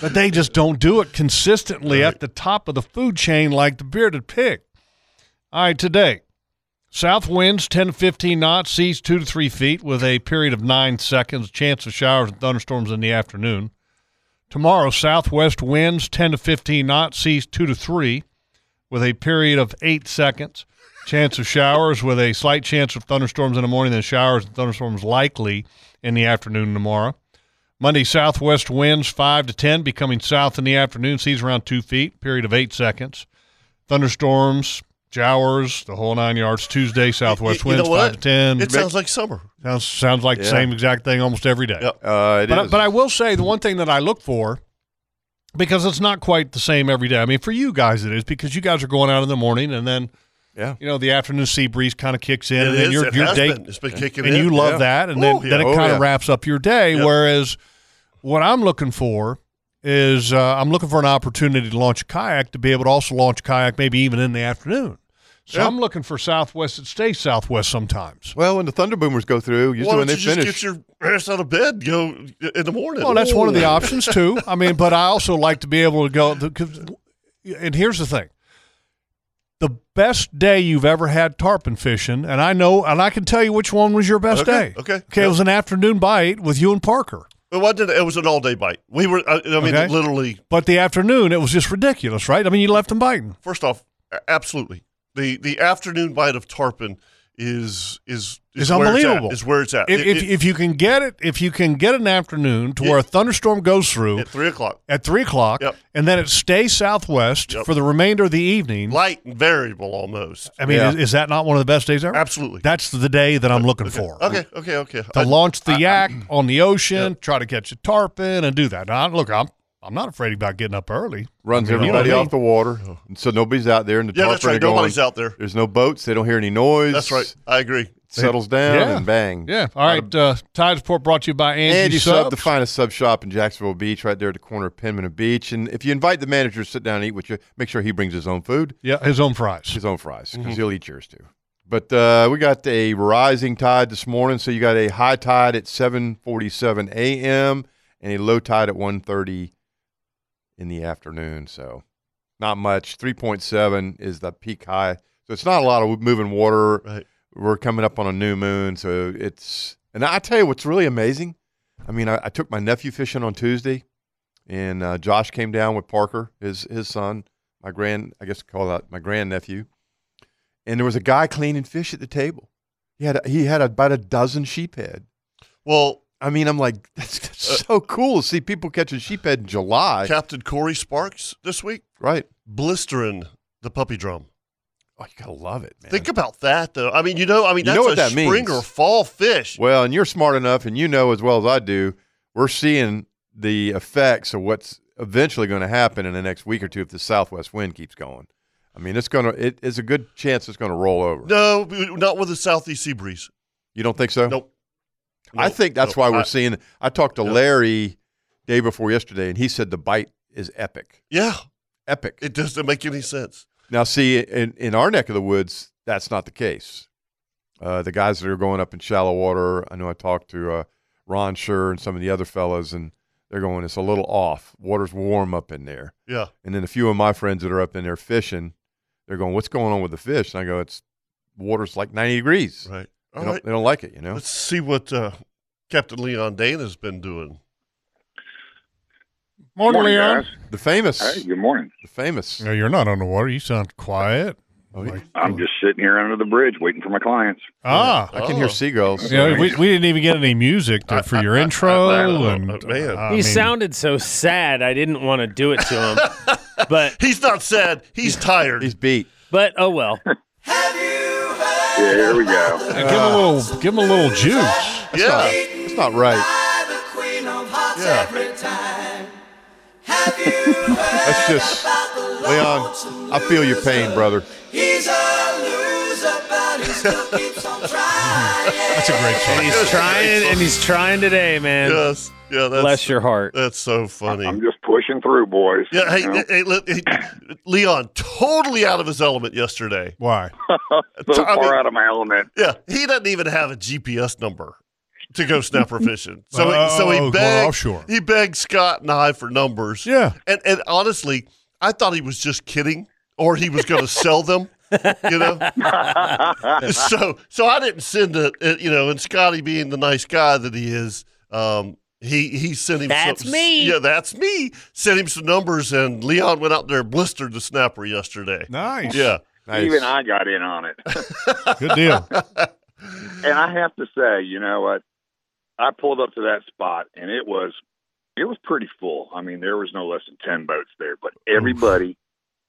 S2: But they just don't do it consistently at the top of the food chain like the bearded pig. All right, today, south winds 10 to 15 knots, seas 2 to 3 feet with a period of 9 seconds, chance of showers and thunderstorms in the afternoon. Tomorrow, southwest winds 10 to 15 knots, seas 2 to 3 with a period of 8 seconds, chance of showers with a slight chance of thunderstorms in the morning, then showers and thunderstorms likely in the afternoon tomorrow. Monday, southwest winds 5 to 10, becoming south in the afternoon, seas around 2 feet, period of 8 seconds. Thunderstorms, showers, the whole nine yards. Tuesday, southwest
S3: You know
S2: winds 5
S3: what?
S2: to 10.
S3: It sounds like summer.
S2: sounds, sounds like the
S5: Yeah.
S2: same exact thing almost every day.
S3: Yep.
S5: Uh, it
S2: But, I-
S5: is.
S2: but I will say the one thing that I look for, because it's not quite the same every day. I mean, for you guys, it is because you guys are going out in the morning and then,
S5: Yeah.
S2: you know, the afternoon sea breeze kind of kicks in
S3: It
S2: and then
S3: is.
S2: your,
S3: It
S2: your
S3: has
S2: day
S3: been. It's been kicking
S2: and
S3: in.
S2: you love
S5: Yeah.
S2: that, and then,
S5: Oh, yeah.
S2: then it
S5: Oh,
S2: kind of
S5: yeah.
S2: wraps up your day.
S3: Yep.
S2: Whereas what I'm looking for is uh, I'm looking for an opportunity to launch a kayak to be able to also launch a kayak maybe even in the afternoon. So I'm looking for Southwest. It stays Southwest sometimes.
S5: Well, when the Thunder Boomers go through, usually
S2: Why
S5: when they
S2: don't you just get
S5: finish,
S3: your ass out of bed, go in the morning.
S2: Well, that's one of the options too. I mean, but I also like to be able to go. to- 'cause- and here's the thing: the best day you've ever had tarpon fishing, and I know, and I can tell you which one was your best
S3: Okay,
S2: day.
S3: okay.
S2: okay, it was an afternoon bite with you and Parker.
S3: It wasn't. It was an all-day bite. We were. I, I mean,
S2: Okay.
S3: literally.
S2: But the afternoon, it was just ridiculous, right? I mean, you left them biting.
S3: First off, a- absolutely. The the afternoon bite of tarpon is is
S2: It's
S3: where at,
S2: unbelievable.
S3: Is where it's at.
S2: If,
S3: It-
S2: if,
S3: it-
S2: if you can get it, if you can get an afternoon to where a thunderstorm goes through
S3: at three o'clock.
S2: at three o'clock,
S3: Yep.
S2: and then it stays southwest
S3: Yep.
S2: for the remainder of the evening.
S3: Light and variable almost.
S2: I mean, is, is that not one of the best days ever?
S3: Absolutely.
S2: That's the day that
S5: Uh,
S2: I'm looking for.
S3: okay, okay, okay.
S2: To launch the yak
S5: mm.
S2: on the ocean, try to catch a tarpon, and do that. Now, look, I'm I'm not afraid about getting up early.
S5: runs
S2: I mean, you know
S5: everybody
S2: what I mean?
S5: off the water, so nobody's out there in the
S3: Yeah, that's
S5: tarpon are
S3: right. Nobody's
S5: going-
S3: out there.
S5: There's no boats. They don't hear any noise.
S3: That's right. I agree.
S5: settles down
S2: Yeah.
S5: and bang.
S2: Yeah. All right. Uh, Tides Report brought to you by Angie,
S5: Andy Sub,
S2: Sub.
S5: the finest sub shop in Jacksonville Beach, right there at the corner of Penman and Beach. And if you invite the manager to sit down and eat with you, make sure he brings his own food,
S2: yeah, his own fries.
S5: his own fries, because
S2: Mhm.
S5: he'll eat yours too. But uh, we got a rising tide this morning, so you got a high tide at 7:47 a.m. and a low tide at 1:30 in the afternoon. So not much. 3.7 is the peak high, so it's not a lot of moving water. We're coming up on a new moon, so it's. And I tell you what's really amazing. I mean, I, I took my nephew fishing on Tuesday, and uh, Josh came down with Parker, his his son, my grand, I guess call that my grandnephew, and there was a guy cleaning fish at the table. He had he had about a dozen sheephead.
S3: Well, uh,
S5: I mean, I'm like, that's, that's so cool to see people catching sheephead in July.
S3: Captain Corey Sparks this week,
S5: right?
S3: Blistering the puppy drum.
S5: Oh, you gotta love it, man.
S3: Think about that, though. I mean, you know, I mean,
S5: You
S3: that's
S5: know
S3: a
S5: what that
S3: spring
S5: means.
S3: or fall fish.
S5: Well, and you're smart enough, and you know as well as I do, we're seeing the effects of what's eventually going to happen in the next week or two if the southwest wind keeps going. I mean, it's going to, it is a good chance it's going to roll over.
S3: No, not with a southeast sea breeze.
S5: You don't think so?
S3: Nope.
S5: I think that's
S3: No,
S5: why we're
S3: I-
S5: seeing, I talked to Larry day before yesterday, and he said the bite is epic.
S3: Yeah.
S5: Epic.
S3: It doesn't make any sense.
S5: Now, see, in, in our neck of the woods, that's not the case. Uh, the guys that are going up in shallow water, I know I talked to uh, Ron Schur and some of the other fellows, and they're going, it's a little off. Water's warm up in there.
S3: Yeah.
S5: And then a few of my friends that are up in there fishing, they're going, what's going on with the fish? And I go, it's water's like 90 degrees.
S3: Right.
S5: They,
S3: All
S5: don't,
S3: right.
S5: they don't like it, you know?
S3: Let's see what uh, Captain Leon Dane has been doing.
S2: Morning, Morning, Leon.
S5: The famous.
S6: Hey, good morning.
S5: The famous.
S2: No, you're not underwater. You sound quiet.
S6: I'm just sitting here under the bridge waiting for my clients.
S2: Ah,
S5: I can hear seagulls.
S2: You know, we, we didn't even get any music to, for your intro. and uh, I
S4: he
S2: mean,
S4: sounded so sad. I didn't want to do it to him, but
S3: he's not sad. He's tired.
S5: He's beat.
S4: But oh well.
S6: Yeah, here we go.
S2: give him a little, give him a little juice.
S5: That's not- that's not right. That's just, Leon, I feel your pain, brother.
S1: He's a loser, but he still keeps on trying.
S2: That's a great
S4: And
S2: song.
S4: he's trying, and he's trying today, man.
S3: Yes. Yeah. That's,
S4: Bless your heart.
S3: That's so funny.
S6: I'm just pushing through, boys.
S3: yeah. Hey,
S6: you know?
S3: hey, hey, Le- hey, Leon, totally out of his element yesterday.
S2: Why?
S6: so
S3: I
S6: far
S3: mean-
S6: out of my element.
S3: Yeah. He doesn't even have a GPS number to go snapper fishing. So, he- so
S2: Oh,
S3: he
S2: going
S3: begged,
S2: offshore.
S3: he begged Scott and I for numbers.
S2: Yeah.
S3: And and honestly, I thought he was just kidding, or he was going to sell them. You know, so so I didn't send a a- you know, and Scotty being the nice guy that he is, um, he he sent him.
S4: That's
S3: some,
S4: me.
S3: Yeah, that's me. Sent him some numbers, and Leon went out there and blistered the snapper yesterday.
S2: Nice.
S3: Yeah,
S5: Nice.
S6: Even I got in on it.
S2: Good deal.
S6: and I have to say, you know what? I pulled up to that spot and it was it was pretty full. I mean, there was no less than ten boats there, but everybody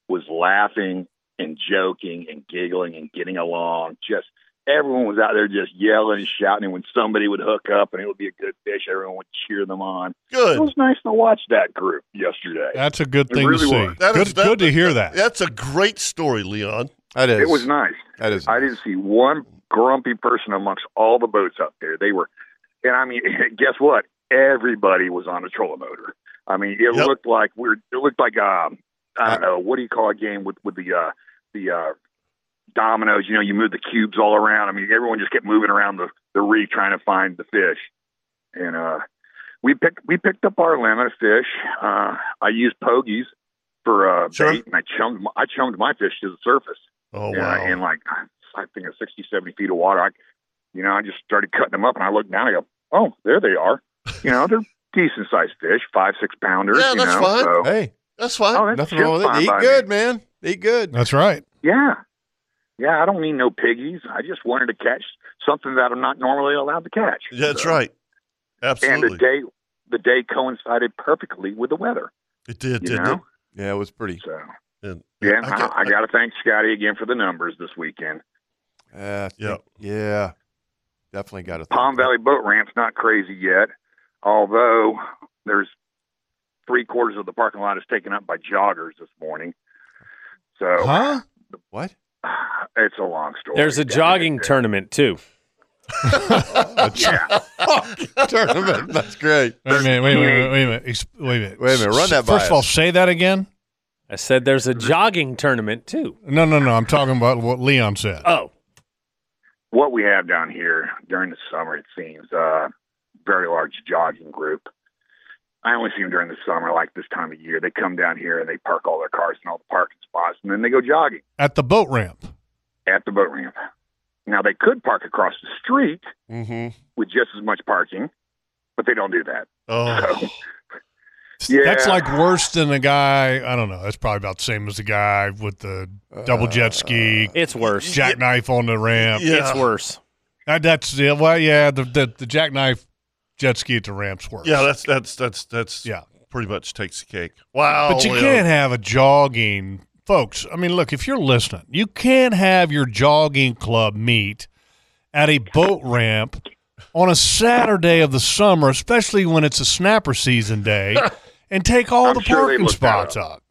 S6: was laughing and joking and giggling and getting along. Just everyone was out there just yelling and shouting. And when somebody would hook up and it would be a good fish, everyone would cheer them on. It
S3: good.
S6: was nice to watch that group yesterday.
S2: That's a good
S6: It
S2: thing
S6: really
S2: to see.
S6: was.
S3: That
S2: good,
S3: is- that-
S2: good to hear that.
S3: That's a great story, Leon.
S5: That is.
S6: It was nice.
S5: That is.
S6: I didn't see one grumpy person amongst all the boats up there. They were, and I mean, guess what? Everybody was on a trolling motor. I mean, it
S3: Yep.
S6: looked like we're. It looked like um, I don't know what do you call a game with with the uh, the uh, dominoes. You know, you move the cubes all around. I mean, everyone just kept moving around the, the reef trying to find the fish. And uh, we picked we picked up our limit of fish. Uh, I used pogies for uh,
S3: Sure.
S6: bait, and I chunked my, I chunked my fish to the surface.
S3: Oh,
S6: and, I-
S3: wow.
S6: and like I think it's 60, 70 feet of water. I, you know, I just started cutting them up, and I looked down. I go, oh, there they are. You know, they're decent sized fish, five six pounders.
S3: Yeah,
S6: you
S3: that's
S6: know,
S3: fine.
S6: so-
S5: Hey,
S3: That's fine.
S6: Oh, that's
S5: nothing
S6: just
S5: wrong with it.
S6: fine by
S5: Eat
S6: me.
S5: good, man. Eat good.
S2: That's right.
S6: Yeah. Yeah, I don't need no piggies. I just wanted to catch something that I'm not normally allowed to catch.
S3: Yeah, that's
S6: So-
S3: right.
S6: And the
S3: Absolutely.
S6: day the day coincided perfectly with the weather.
S3: It did,
S6: You
S3: didn't
S6: know?
S5: Yeah, it was pretty.
S6: So
S3: it? And,
S6: yeah, uh-huh. I,
S3: got-
S6: I, gotta thank Scotty again for the numbers this weekend.
S5: Uh,
S3: Yeah.
S5: yeah, yeah, definitely got a
S6: Palm Valley boat ramp's not crazy yet, although there's three quarters of the parking lot is taken up by joggers this morning. So
S2: Huh?
S5: What?
S6: it's a long story.
S4: There's a jogging tournament too.
S5: Tournament. That's great.
S2: Wait a minute. Wait a minute. Wait a minute. Ex- Wait a minute.
S5: Wait a minute, run that by
S2: First of all,
S5: us.
S2: say that again.
S4: I said there's a jogging tournament too.
S2: No, no, no. I'm talking about what Leon said.
S4: Oh,
S6: what we have down here during the summer, it seems, uh, very large jogging group. I only see them during the summer, like this time of year. They come down here and they park all their cars in all the parking spots, and then they go jogging
S2: At the boat ramp.
S6: at the boat ramp. Now they could park across the street
S3: Mm-hmm.
S6: with just as much parking, but they don't do that.
S3: Oh,
S6: Yeah,
S2: That's like worse than the guy. I don't know. That's probably about the same as the guy with the double
S5: Uh,
S2: jet
S3: Uh,
S2: ski,
S4: it's worse.
S2: jackknife on the ramp.
S3: yeah.
S4: It's worse.
S2: That, that's the well, yeah. The, the the jackknife jet ski at the ramps works.
S3: yeah. That's that's that's that's
S2: yeah.
S3: Pretty much takes the cake. Wow.
S6: Oh,
S2: But you
S3: Leo.
S2: can't have a jogging, folks. I mean, look, if you're listening, you can't have your jogging club meet at a boat ramp on a Saturday of the summer, especially when it's a snapper season day, and take all
S6: I'm
S2: the
S6: sure they
S2: parking
S6: looked that
S2: spots up.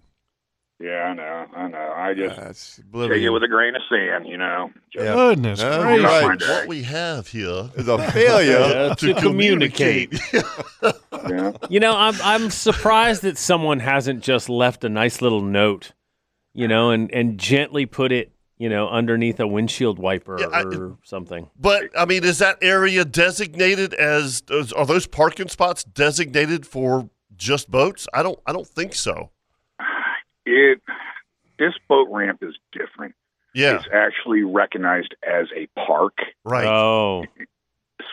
S6: yeah, I know, I know. I just
S5: That's
S6: take it
S5: oblivion.
S6: with a grain of sand, you know. Just-
S5: Yeah.
S2: Goodness
S5: No,
S2: gracious.
S5: you're
S6: Find
S5: right.
S3: What we have here
S5: It's a failure.
S4: Uh, to communicate.
S6: yeah.
S4: You know, I'm I'm surprised that someone hasn't just left a nice little note, you know, and and gently put it, you know, underneath a windshield wiper
S3: Yeah, I-
S4: or something.
S3: But I mean, is that area designated as those- are those parking spots designated for just boats? I don't I don't think so.
S6: It this boat ramp is different.
S3: Yeah,
S6: It's actually recognized as a park,
S3: right.
S4: Oh,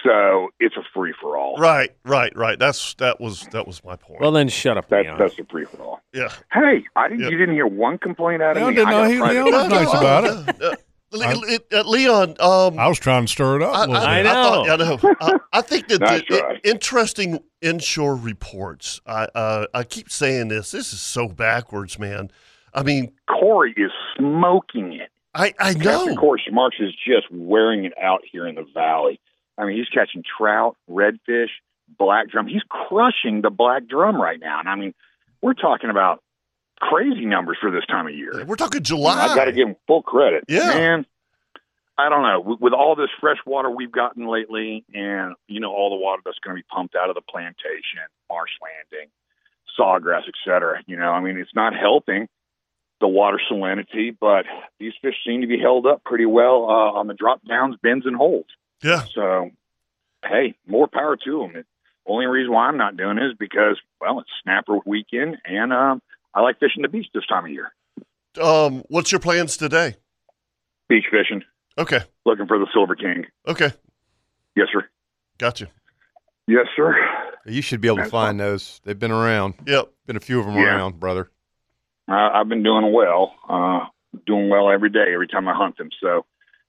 S6: so it's a free for all.
S3: Right, right, right. That's that was that was my point.
S4: well then, shut up,
S6: That's
S4: Leon.
S6: that's a free for all.
S3: yeah.
S6: Hey, I didn't.
S3: Yeah.
S6: You didn't hear one complaint out of
S2: No,
S6: me.
S2: didn't
S6: I got
S2: I hear
S6: private-
S2: Leon? That's nice about it.
S3: Uh, Le- Le- uh, Leon, um,
S2: I was trying to stir it up a little
S4: I
S2: bit.
S4: know.
S3: I, thought- I know. I, I think that
S6: Nice
S3: the,
S6: try.
S3: interesting inshore reports. I uh, I keep saying this. This is so backwards, man. I mean,
S6: Corey is smoking it.
S3: I I
S6: Captain
S3: know.
S6: Corey Marks is just wearing it out here in the valley. I mean, he's catching trout, redfish, black drum. He's crushing the black drum right now, and I mean, we're talking about crazy numbers for this time of year.
S3: We're talking
S6: I got to
S3: July.
S6: give him full credit.
S3: Yeah.
S6: Man, I don't know. With, with all this fresh water we've gotten lately and, you know, all the water that's going to be pumped out of the plantation, marsh landing, sawgrass, et cetera, you know, I mean, it's not helping the water salinity, but these fish seem to be held up pretty well uh, on the drop downs, bends, and holds.
S3: Yeah,
S6: So, hey, more power to them. The only reason why I'm not doing it is because, well, it's snapper weekend and um, I like fishing the beach this time of year.
S3: Um, what's your plans today?
S6: Beach fishing.
S3: Okay,
S6: looking for the Silver King.
S3: okay,
S6: Yes, sir.
S3: got you.
S6: Yes, sir.
S5: You should be able to
S6: That's fine.
S5: find those. They've been around.
S3: Yep.
S5: Been a few of them
S6: Yeah.
S5: around, brother.
S6: I, I've been doing well, uh, doing well every day, every time I hunt them. So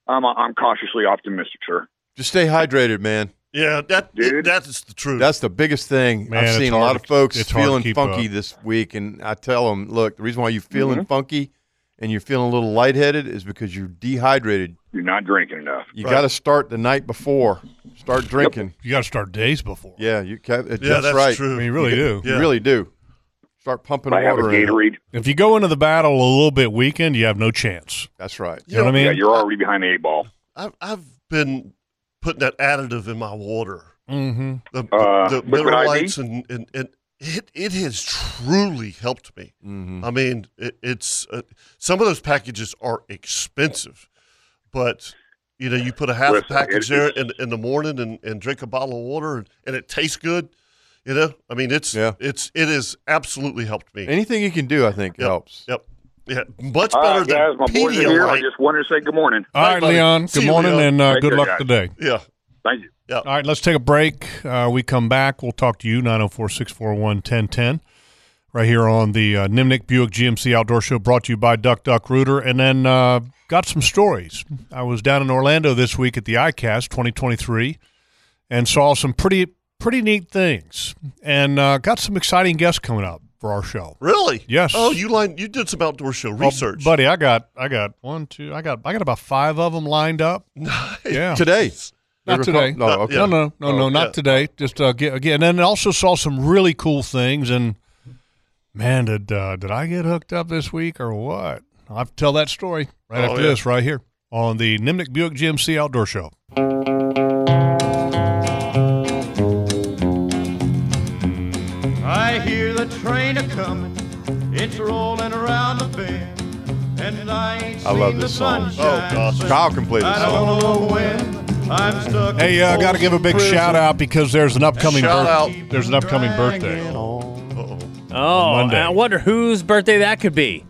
S6: I'm, I'm cautiously optimistic, sir.
S5: Just stay hydrated, man.
S3: Yeah, that
S6: Dude.
S3: that is the truth.
S5: That's the biggest thing.
S2: Man,
S5: I've
S2: it's
S5: seen a
S2: hard
S5: lot of
S2: to-
S5: folks
S2: it's hard to
S5: feeling
S2: keep
S5: funky
S2: up.
S5: this week, and I tell them, look, the reason why you're
S6: Mm-hmm.
S5: feeling funky and you're feeling a little lightheaded is because you're dehydrated.
S6: You're not drinking enough.
S5: You
S3: Right.
S5: got to start the night before. Start drinking.
S2: You got to start days before.
S5: Yeah, you. Ca- that's,
S3: yeah, that's
S5: right.
S2: I
S3: true.
S2: mean, you really do.
S5: You
S3: Yeah.
S5: really do. Start pumping
S6: I have a
S5: water in.
S6: Gatorade.
S2: If you go into the battle a little bit weakened, you have no chance.
S5: That's right.
S2: You know what I mean?
S6: Yeah, you're already behind the eight ball.
S3: I've, I've been putting that additive in my water,
S2: mm-hmm.
S3: the,
S6: Uh,
S3: the
S6: liquid IV?
S3: mineralites, and, and, and it, it has truly helped me.
S5: Mm-hmm.
S3: I mean, it, it's uh, some of those packages are expensive. but you know, you put a half
S6: Listen,
S3: package
S6: it-
S3: there in, in the morning and, and drink a bottle of water and, and it tastes good. You know, I mean, it's
S5: Yeah.
S3: it's it has absolutely helped me.
S5: Anything you can do, I think,
S3: Yep.
S5: helps.
S3: Yep. Yeah, much
S6: All
S3: better
S6: right, guys,
S3: than
S6: my boys are here. I
S3: Pedialyte.
S6: just wanted to say good morning.
S2: All
S3: Bye,
S2: right,
S3: buddy.
S2: Leon.
S3: See
S2: Good
S3: you,
S2: morning,
S3: Leon.
S2: and uh,
S6: Take
S2: good
S6: care,
S2: luck
S6: guys.
S2: today.
S3: Yeah.
S6: Thank you.
S2: All right, let's take a break. Uh, we come back. We'll talk to you, 904 641 1010, right here on the uh, Nimnik Buick GMC Outdoor Show, brought to you by Duck Duck Rooter. And then uh, got some stories. I was down in Orlando this week at the ICAST 2023 and saw some pretty, pretty neat things and uh, got some exciting guests coming up for our show.
S3: Really?
S2: Yes.
S3: Oh, you lined, you did some outdoor show
S2: Well,
S3: research.
S2: buddy. I got, I got one, two, I got, I got about five of them lined up. Yeah,
S5: Today.
S2: Not
S5: They were
S2: today.
S5: call- No, okay.
S2: No,
S3: yeah.
S2: no, no, no, not
S3: oh, yeah.
S2: today. Just uh, get, again, and also saw some really cool things. And man, did uh, did I get hooked up this week or what? I'll have to tell that story right
S3: Oh,
S2: after
S3: yeah.
S2: this, right here on the Nimnik Buick GMC Outdoor Show.
S7: I hear the train a coming, it's rolling around the bend, and I ain't
S5: I love
S7: seen
S5: this
S7: the
S5: song.
S7: sunshine
S3: Oh, gosh.
S7: since
S5: Kyle can play this
S7: I
S5: song.
S7: don't know when I'm stuck.
S2: Hey, uh, got to give a big shout out because there's an upcoming
S3: Shout out.
S2: birthday. There's an upcoming birthday.
S3: Uh-oh.
S4: Oh,
S2: Monday.
S4: I wonder whose birthday that could be.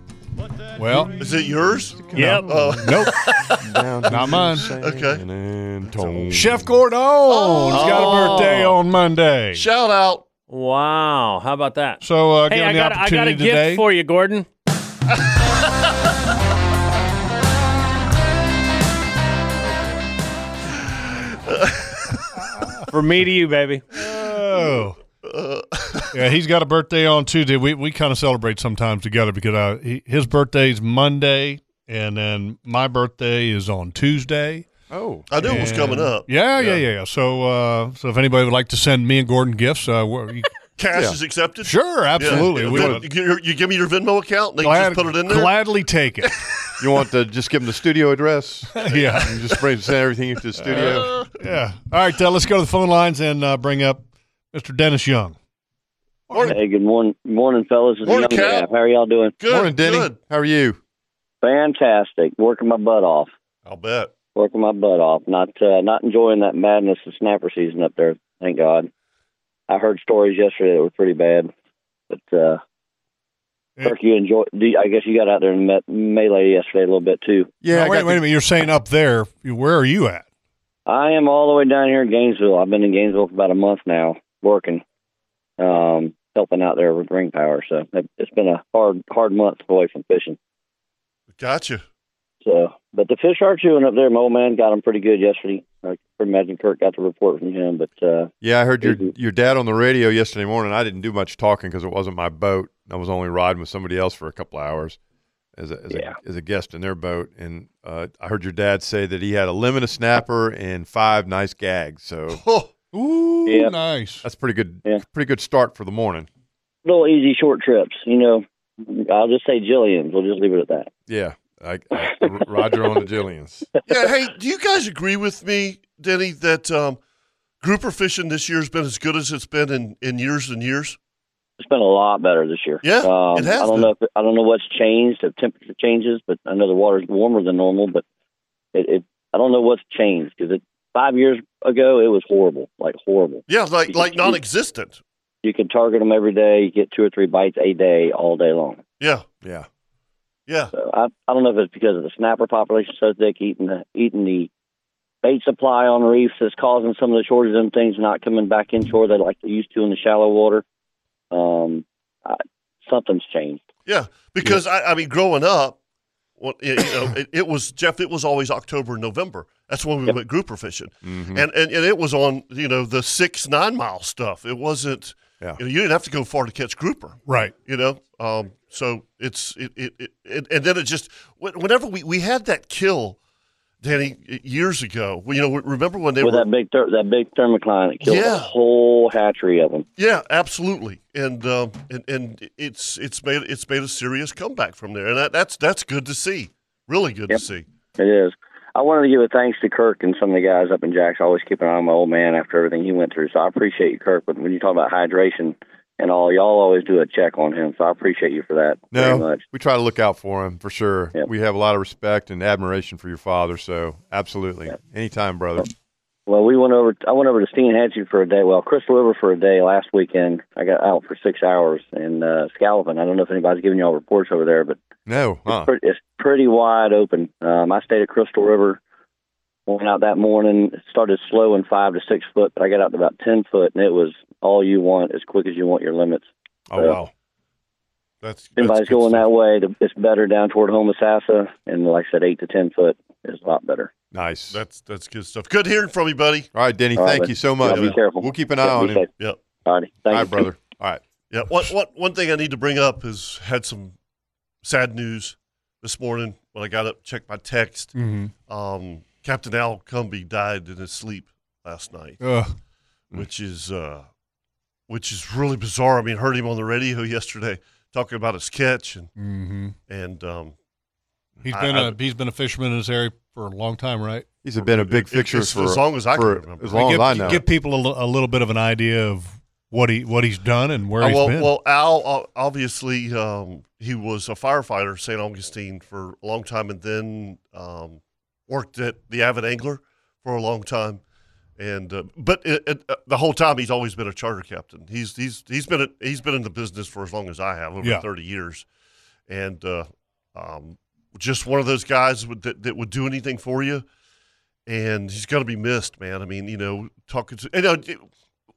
S2: Well,
S3: Is it yours?
S4: Yep.
S3: Oh,
S2: nope.
S5: Down to
S2: Not mine.
S5: San
S3: Okay.
S5: Antonio.
S2: Chef Gordon's got a birthday on Monday.
S3: shout out.
S4: Wow. How about that?
S2: So uh,
S4: Hey,
S2: give
S4: I
S2: him the
S4: got, a- I got a
S2: opportunity
S4: gift
S2: today.
S4: for you, Gordon. for me to you, baby.
S2: Oh.
S3: Uh,
S2: yeah, he's got a birthday on Tuesday. We we kind of celebrate sometimes together because uh, he, his birthday's Monday, and then my birthday is on Tuesday.
S5: Oh.
S3: I knew it was
S2: And-
S3: coming up.
S2: Yeah, yeah, yeah. yeah. So, uh, so if anybody would like to send me and Gordon gifts, uh, we're- you,
S3: Cash
S5: Yeah.
S3: is accepted.
S2: sure,
S3: Yeah.
S2: absolutely, we
S3: Then
S2: would.
S3: you, you- you give me your Venmo account. They
S2: Glad-
S3: just put it in there.
S2: Gladly take it.
S5: You want to just give him the studio address?
S2: yeah,
S5: You just bring, send everything to the studio?
S2: yeah. All right, uh, let's go to the phone lines and uh, bring up Mr. Dennis Young.
S3: Morning.
S8: Hey, good morning, morning, fellas. It's the
S3: Morning,
S8: young
S3: Cal.
S8: Staff. How are y'all doing?
S3: Good.
S5: Morning, Denny.
S3: Good.
S5: How are you?
S8: Fantastic. Working my butt off.
S3: I'll bet.
S8: Working my butt off. Not uh, not enjoying that madness of snapper season up there. Thank God. I heard stories yesterday that were pretty bad, but uh,
S2: Yeah.
S8: Kirk, you enjoy. do you- I guess you got out there and met melee yesterday a little bit too.
S5: Yeah.
S2: Now,
S5: I
S2: wait,
S5: got
S2: wait
S5: the-
S2: a minute. You're saying up there? you- Where are you at?
S8: I am all the way down here in Gainesville. I've been in Gainesville for about a month now, working, um, helping out there with Ring Power. So it- it's been a hard hard month away from fishing.
S3: Gotcha.
S8: So, but the fish are chewing up there. My old man got them pretty good yesterday. I can imagine Kirk got the report from him, but uh,
S5: Yeah, I heard your
S8: Mhm.
S5: your dad on the radio yesterday morning. I didn't do much talking because it wasn't my boat. I was only riding with somebody else for a couple hours as a, as,
S8: Yeah.
S5: a, as a guest in their boat. And uh, I heard your dad say that he had a limit of snapper and five nice gags. So
S3: Oh,
S2: Ooh,
S8: Yeah.
S2: nice.
S5: that's pretty good.
S8: Yeah.
S5: Pretty good start for the morning.
S8: little easy short trips. You know, I'll just say Jillian's. We'll just leave it at that.
S5: Yeah, I, I, Roger on the Jillians.
S3: yeah. Hey, do you guys agree with me, Denny, that um, grouper fishing this year has been as good as it's been in, in years and years?
S8: It's been a lot better this year.
S3: Yeah,
S8: um,
S3: it has
S8: I don't
S3: been.
S8: know. If, I don't know what's changed. If temperature changes, but I know the water's warmer than normal. But it, it I don't know what's changed because it five years ago it was horrible, like horrible.
S3: Yeah, like like non-existent.
S8: You could target them every day. You get two or three bites a day, all day long.
S3: Yeah,
S5: Yeah,
S3: yeah,
S8: So I, I don't know if it's because of the snapper population so thick, eating the eating the bait supply on reefs that's causing some of the shortage of them things not coming back inshore they like they used to in the shallow water. Um, I, something's changed.
S3: yeah. Because I, I mean, growing up, well, you know, it, it was Jeff. It was always October and November. That's when we went grouper fishing,
S5: Mm-hmm.
S3: and, and and it was on you know the six nine mile stuff. It wasn't.
S5: Yeah.
S3: You, know, you didn't have to go far to catch grouper.
S2: Right.
S3: you know um so it's it it, it, it and then it just wh- whenever we we had that kill danny years ago well, you know remember when they
S8: With
S3: were
S8: that big ther- that big thermocline, it killed
S3: Yeah.
S8: a whole hatchery of them.
S3: yeah absolutely and um and and it's it's made it's made a serious comeback from there and that, that's that's good to see really good
S8: Yep.
S3: to see
S8: It is. I wanted to give a thanks to Kirk and some of the guys up in Jacks. I always keep an eye on my old man after everything he went through. So I appreciate you, Kirk. But when you talk about hydration, and all. Y'all always do a check on him, so I appreciate you for that very
S5: No,
S8: much.
S5: we try to look out for him for sure. We have a lot of respect and admiration for your father. So absolutely, anytime, brother.
S8: Well, we went over. I went over to Steen Hatchie for a day. Well, Crystal River for a day last weekend. I got out for six hours in uh, Scalloping. I don't know if anybody's giving y'all reports over there, but
S5: No, huh?
S8: pretty, it's pretty wide open. Um, I stayed at Crystal River, went out that morning, It started slow in five to six foot, but I got out to about 10 foot, and it was all you want, as quick as you want your limits.
S5: Oh, wow.
S3: That's
S8: If anybody's going that way, the- it's better down toward Homosassa, and like I said, eight to 10 foot is a lot better.
S5: Nice.
S3: That's that's good stuff. Good hearing from you, buddy.
S5: All right, Denny.
S8: All right,
S5: thank
S8: man.
S5: you so much.
S8: Y'all be careful.
S5: We'll keep an eye
S8: Yeah, be
S5: on him.
S8: safe.
S3: Yep.
S8: All righty.
S5: All
S8: Thank
S5: right,
S8: you.
S5: brother. All right.
S3: Yeah. What what one thing I need to bring up is had some sad news this morning when I got up checked my text.
S2: Mhm.
S3: Um, Captain Al Cumby died in his sleep last night,
S2: Ugh.
S3: which is uh, which is really bizarre. I mean, heard him on the radio yesterday talking about his catch and
S2: Mhm.
S3: and um,
S2: He's
S3: I-
S2: been
S3: I-
S2: a he's been a fisherman in this area for a long time, right?
S5: He's been a big
S3: It-
S5: fixture
S3: it's
S5: for
S3: as long as I can
S5: for-
S3: remember.
S5: As long
S2: give,
S5: as I know.
S2: give people a, li- a little bit of an idea of what he what he's done and where
S3: Uh,
S2: he's
S3: well,
S2: been.
S3: well, Al o- obviously um, he was a firefighter in St. Augustine for a long time, and then um, worked at the Avid Angler for a long time. And uh, but it, it, uh, the whole time he's always been a charter captain. He's he's he's been a, he's been in the business for as long as I have, over
S2: Yeah.
S3: thirty years, and uh, um, just one of those guys would, that that would do anything for you. And he's going to be missed, man. I mean, you know, talking to uh, you know, it-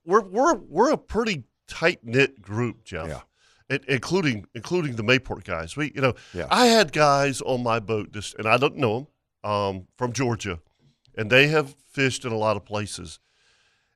S3: we're we're we're a pretty tight knit group, Jeff.
S5: Yeah.
S3: It, including including the Mayport guys. We you know
S5: Yeah.
S3: I had guys on my boat this and I don't know them um, from Georgia, and they have fished in a lot of places,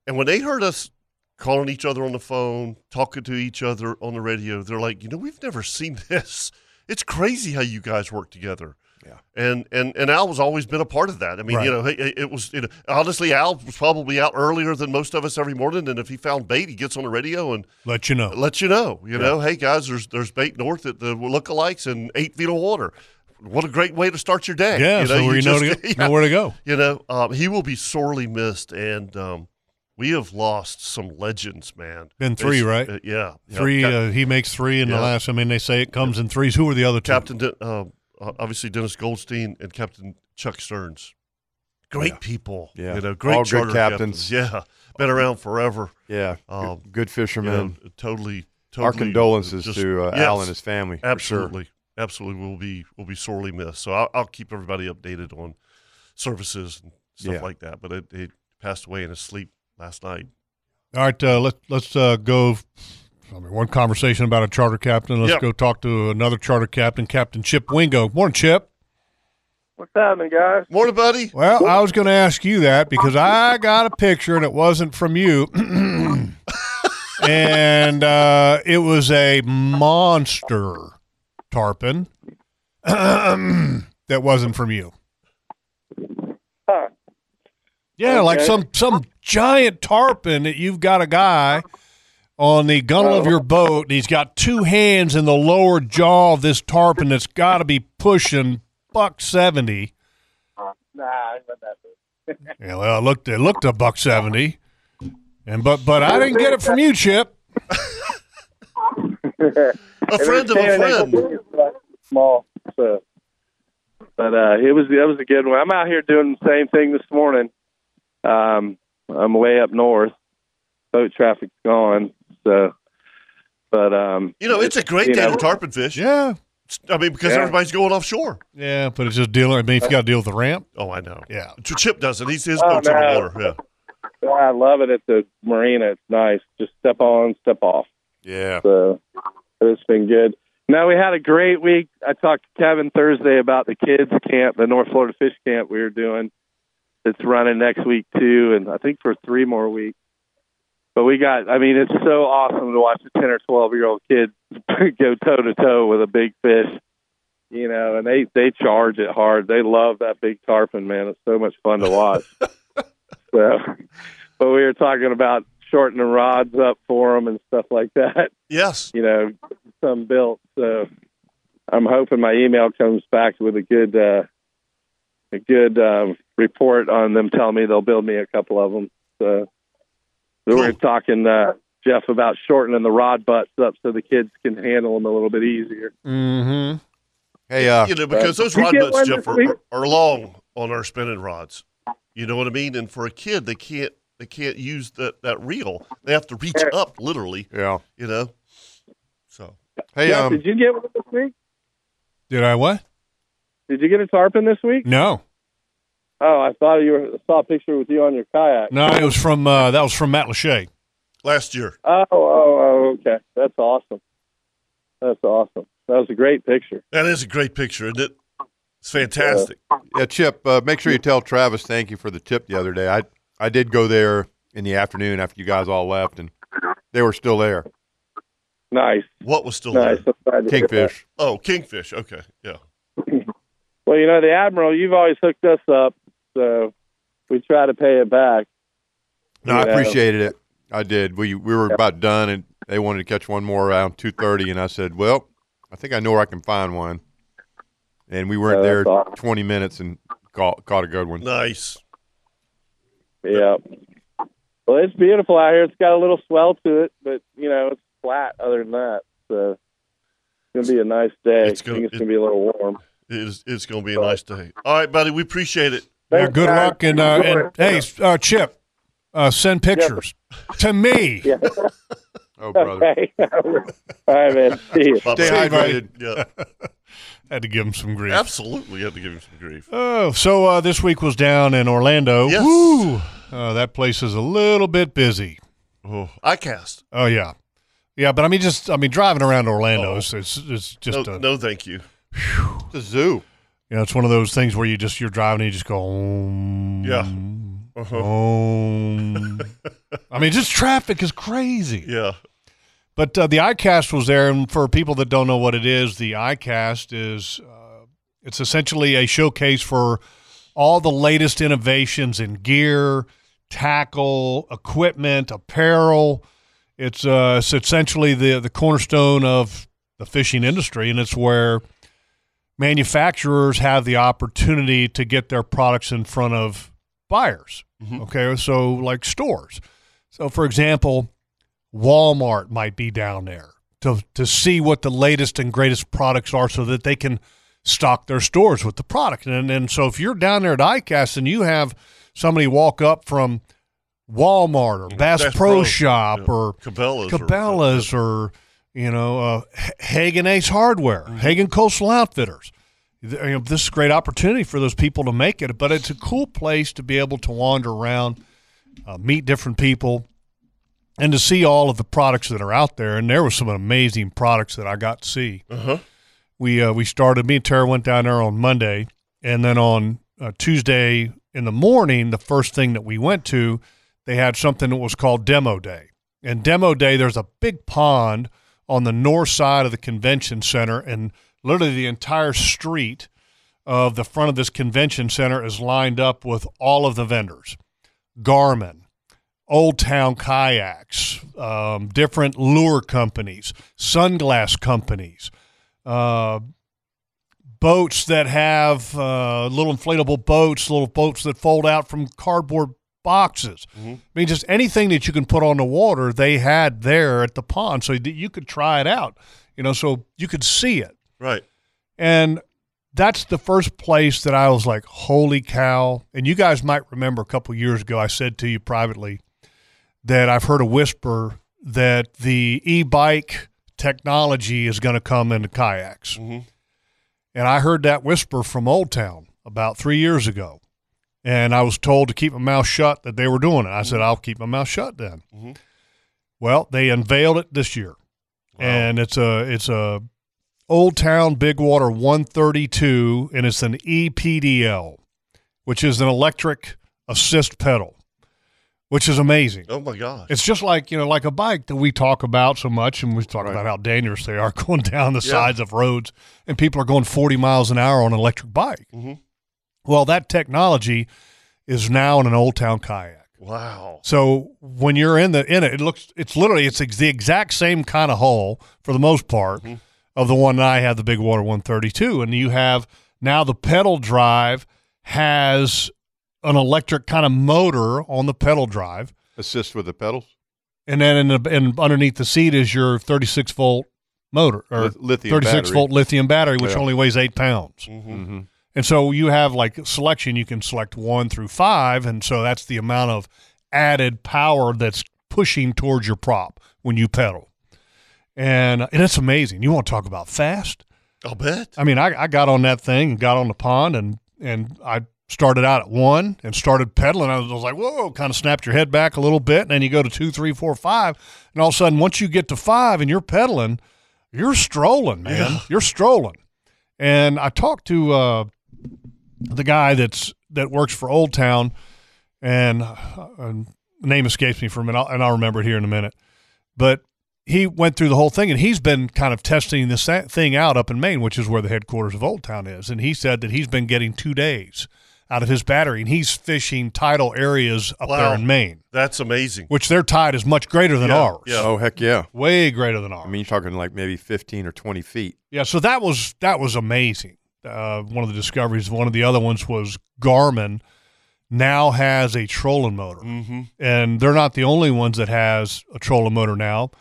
S3: and when they heard us calling each other on the phone, talking to each other on the radio, they're like, you know, we've never seen this. It's crazy how you guys work together.
S5: Yeah.
S3: And and and Al has always been a part of that. I mean,
S2: Right.
S3: you know, it, it was you know, honestly Al was probably out earlier than most of us every morning. And if he found bait, he gets on the radio and
S2: Let you know.
S3: let you know. You know, hey guys, there's there's bait north at the lookalikes and eight feet of water. What a great way to start your day.
S2: Yeah, so you know,
S3: just-
S2: to go,
S3: yeah.
S2: know where to go.
S3: You know, um, he will be sorely missed, and um, we have lost some legends, man.
S2: Been three, right?
S3: uh, yeah, yeah.
S2: Three.
S3: Cap-
S2: uh, he makes three in
S3: Yeah.
S2: the last. I mean, they say it comes in threes. Who are the other two?
S3: Captain, De- um, uh, obviously Dennis Goldstein and Captain Chuck Stearns. Great people,
S5: Yeah.
S3: You know, great
S5: All good
S3: charter
S5: captains.
S3: Yeah, been around forever.
S5: yeah, good-
S3: Um,
S5: good,
S3: You know,
S5: fisherman.
S3: totally, totally.
S5: Our condolences
S3: just-
S5: to uh,
S3: yes.
S5: Al and his family. for sure.
S3: Absolutely, absolutely, will be will be sorely missed. So I'll, I'll keep everybody updated on services and stuff
S5: Yeah.
S3: like that. But it, it passed away in his sleep last night.
S2: All right, uh, let, let's uh, go. I mean, one conversation about a charter captain. Let's
S3: Yep.
S2: go talk to another charter captain, Captain Chip Wingo. Morning, Chip.
S9: What's happening, guys?
S3: Morning, buddy.
S2: Well, I was going to ask you that because I got a picture and it wasn't from you. and uh, it was a monster tarpon that wasn't from you.
S9: Huh.
S2: Yeah, like
S9: Okay.
S2: some some giant tarpon that you've got a guy on the gunnel of your boat and he's got two hands in the lower jaw of this tarpon that's got to be pushing buck 70.
S9: Nah, it's not that big.
S2: Yeah, well, it looked it looked a buck seventy, and but but I didn't get it from you, Chip.
S3: A friend of a friend.
S9: Small. So. But uh, it was that was a good one. I'm out here doing the same thing this morning. Um, I'm way up north. Boat traffic's gone. So, but um,
S3: You know, it's a great
S9: you
S3: day
S9: know.
S3: to tarpon fish.
S2: Yeah,
S3: I mean, because
S9: Yeah.
S3: everybody's going offshore.
S2: yeah, but it's just dealing. I mean, if you got to deal with the ramp,
S3: Oh, I know.
S2: yeah,
S3: Ch- Chip doesn't. He's his
S9: Oh,
S3: boat's on the
S9: no.
S3: water. Yeah.
S9: I love it at the marina. It's nice. Just step on, step off.
S5: Yeah.
S9: So it's been good. No, we had a great week. I talked to Kevin Thursday about the kids camp, the North Florida Fish Camp we were doing. It's running next week too, and I think for three more weeks. But we got, I mean, it's so awesome to watch a 10 or 12 year old kid go toe to toe with a big fish, you know, and they, they charge it hard. They love that big tarpon, man. It's so much fun to watch. so, but we were talking about shortening the rods up for them and stuff like that
S3: Yes.
S9: you know, some built. So I'm hoping my email comes back with a good, uh, a good um, report on them telling me they'll build me a couple of them. So, so we're talking uh, Jeff about shortening the rod butts up so the kids can handle them a little bit easier.
S2: Mm-hmm.
S5: Hey, uh,
S3: you know, because those
S9: You
S3: rod
S9: get
S3: nuts,
S9: one
S3: Jeff,
S9: this
S3: are,
S9: week?
S3: are- are long on our spinning rods. You know what I mean? And for a kid, they can't they can't use that that reel. They have to reach up literally.
S5: yeah.
S3: You know. So
S5: Hey,
S9: Jeff,
S5: um,
S9: did you get one this week?
S2: Did I what?
S9: Did you get a tarpon this week?
S2: No,
S9: Oh, I thought you were, saw a picture with you on your kayak.
S2: no, it was from uh, that was from Matt Lachey.
S3: last year,
S9: Oh, oh, oh, okay. That's awesome. That's awesome. That was a great picture.
S3: that is a great picture, isn't it? It's fantastic.
S5: yeah, Chip, uh, make sure you tell Travis thank you for the tip the other day. I I did go there in the afternoon after you guys all left, and they were still there.
S9: Nice,
S3: What was still
S9: nice.
S3: there?
S9: I'm glad to hear that.
S5: Kingfish.
S3: Oh, kingfish. Okay, yeah.
S9: Well, you know, the Admiral, you've always hooked us up, so we try to pay it back.
S5: No, I
S9: Yeah.
S5: appreciated it. I did. We we were about done, and they wanted to catch one more around two thirty, and I said, "Well, I think I know where I can find one." And we weren't
S9: Oh,
S5: there
S9: that's awesome.
S5: twenty minutes and caught caught a good one.
S3: Nice.
S9: Yeah. Well, it's beautiful out here. It's got a little swell to it, but you know, it's flat other than that. So uh, it's gonna be a nice day.
S3: It's gonna-
S9: I think it's gonna be a little warm.
S3: It is, it's going to be a nice day. All right, buddy. We appreciate it.
S2: Yeah,
S9: Thanks,
S2: good
S9: guys.
S2: luck and, uh, and hey, uh, Chip, uh, send pictures to me.
S9: Yeah.
S5: Oh, brother.
S9: Okay. All right, man. See you.
S3: Bye-bye.
S5: Stay hydrated.
S3: Yeah,
S2: Had to give him some grief.
S3: absolutely. You have to give him some grief.
S2: Oh, so uh, this week was down in Orlando.
S3: Yes.
S2: Woo! Uh, that place is a little bit busy.
S3: Oh, I cast.
S2: Oh yeah, yeah. But I mean, just I mean, driving around Orlando is it's, it's
S3: No,
S2: just a,
S3: no, thank you.
S5: The zoo.
S2: you know it's one of those things where you just you're driving and you just go. "Om,
S3: Yeah. Uh-huh.
S2: om." I mean, just traffic is crazy.
S3: Yeah.
S2: But uh, the iCast was there, and for people that don't know what it is, the iCast is uh, it's essentially a showcase for all the latest innovations in gear, tackle, equipment, apparel. It's uh, it's essentially the the cornerstone of the fishing industry, and it's where manufacturers have the opportunity to get their products in front of buyers. Okay, so like stores. So, for example. Walmart might be down there to to see what the latest and greatest products are so that they can stock their stores with the product. And and so if you're down there at ICAST and you have somebody walk up from Walmart or Bass,
S3: Bass
S2: Pro,
S3: Pro,
S2: Shop
S3: yeah.
S2: or
S3: Cabela's. or-
S2: Cabela's or you know uh, H- Hagen Ace Hardware,
S3: Mm-hmm.
S2: Hagen Coastal Outfitters. Th- you know, this is a great opportunity for those people to make it, but it's a cool place to be able to wander around, uh, meet different people, and to see all of the products that are out there. And there were some amazing products that I got to see.
S3: Uh-huh.
S2: We uh, we started. Me and Tara went down there on Monday, and then on uh, Tuesday in the morning, the first thing that we went to, they had something that was called Demo Day. And Demo Day, there's a big pond on the north side of the convention center, and literally the entire street of the front of this convention center is lined up with all of the vendors, Garmin. Old Town kayaks, um, different lure companies, sunglass companies, uh, boats that have uh, little inflatable boats, little boats that fold out from cardboard boxes.
S3: Mm-hmm.
S2: I mean, just anything that you can put on the water, they had there at the pond, so that you could try it out. You know, so you could see it,
S3: Right.
S2: and that's the first place that I was like, "Holy cow!" And you guys might remember a couple years ago, I said to you privately that I've heard a whisper that the e-bike technology is going to come into kayaks. And I heard that whisper from Old Town about three years ago. And I was told to keep my mouth shut that they were doing it. I said, I'll keep my mouth shut then.
S3: Mhm.
S2: Well, they unveiled it this year. And it's a it's a Old Town Big Water 132 and it's an E EPDL, which is an electric assist pedal, which is amazing.
S3: Oh my gosh.
S2: It's just like you know, like a bike that we talk about so much, and we talk about how dangerous they are going down the
S3: Yeah.
S2: sides of roads, and people are going forty miles an hour on an electric bike.
S3: Mhm.
S2: Well, that technology is now in an old town kayak.
S3: wow.
S2: So when you're in the in it, it looks it's literally it's ex- the exact same kind of hull for the most part
S5: Mm-hmm.
S2: of the one that I have, the Big Water 132, and you have now the pedal drive has an electric kind of motor on the pedal drive
S5: Assist with the pedals.
S2: and then in the, and underneath the seat is your 36 volt motor or
S5: Lith- lithium
S2: 36
S5: battery.
S2: volt lithium battery, which
S5: Yeah. Mm-hmm.
S2: only weighs eight pounds. And so you have like selection, you can select one through five. And so that's the amount of added power that's pushing towards your prop when you pedal. And, and it's amazing. You want to talk about fast?
S3: I'll bet.
S2: I mean, I, I got on that thing and got on the pond and, and I started out at one and started pedaling. I was, I was like, whoa, kind of snapped your head back a little bit. And then you go to two, three, four, five. And all of a sudden, once you get to five and you're pedaling, you're strolling, man. You're strolling. And I talked to uh, the guy that's that works for Old Town, and uh, uh, the name escapes me for a minute, I'll- and I'll remember it here in a minute. But he went through the whole thing, and he's been kind of testing this sa- thing out up in Maine, which is where the headquarters of Old Town is. And he said that he's been getting two days out of his battery, and he's fishing tidal areas up
S3: Wow.
S2: there in Maine,
S3: That's amazing.
S2: which their tide is much greater than
S3: Yeah,
S2: ours.
S3: yeah.
S5: Oh heck yeah!
S2: Way greater than ours.
S5: I mean, you're talking like maybe 15 or 20 feet.
S2: Yeah, so that was that was amazing. Uh, one of the discoveries. One of the other ones was Garmin now has a trolling motor, mm-hmm. and they're not the only ones that has a trolling motor now,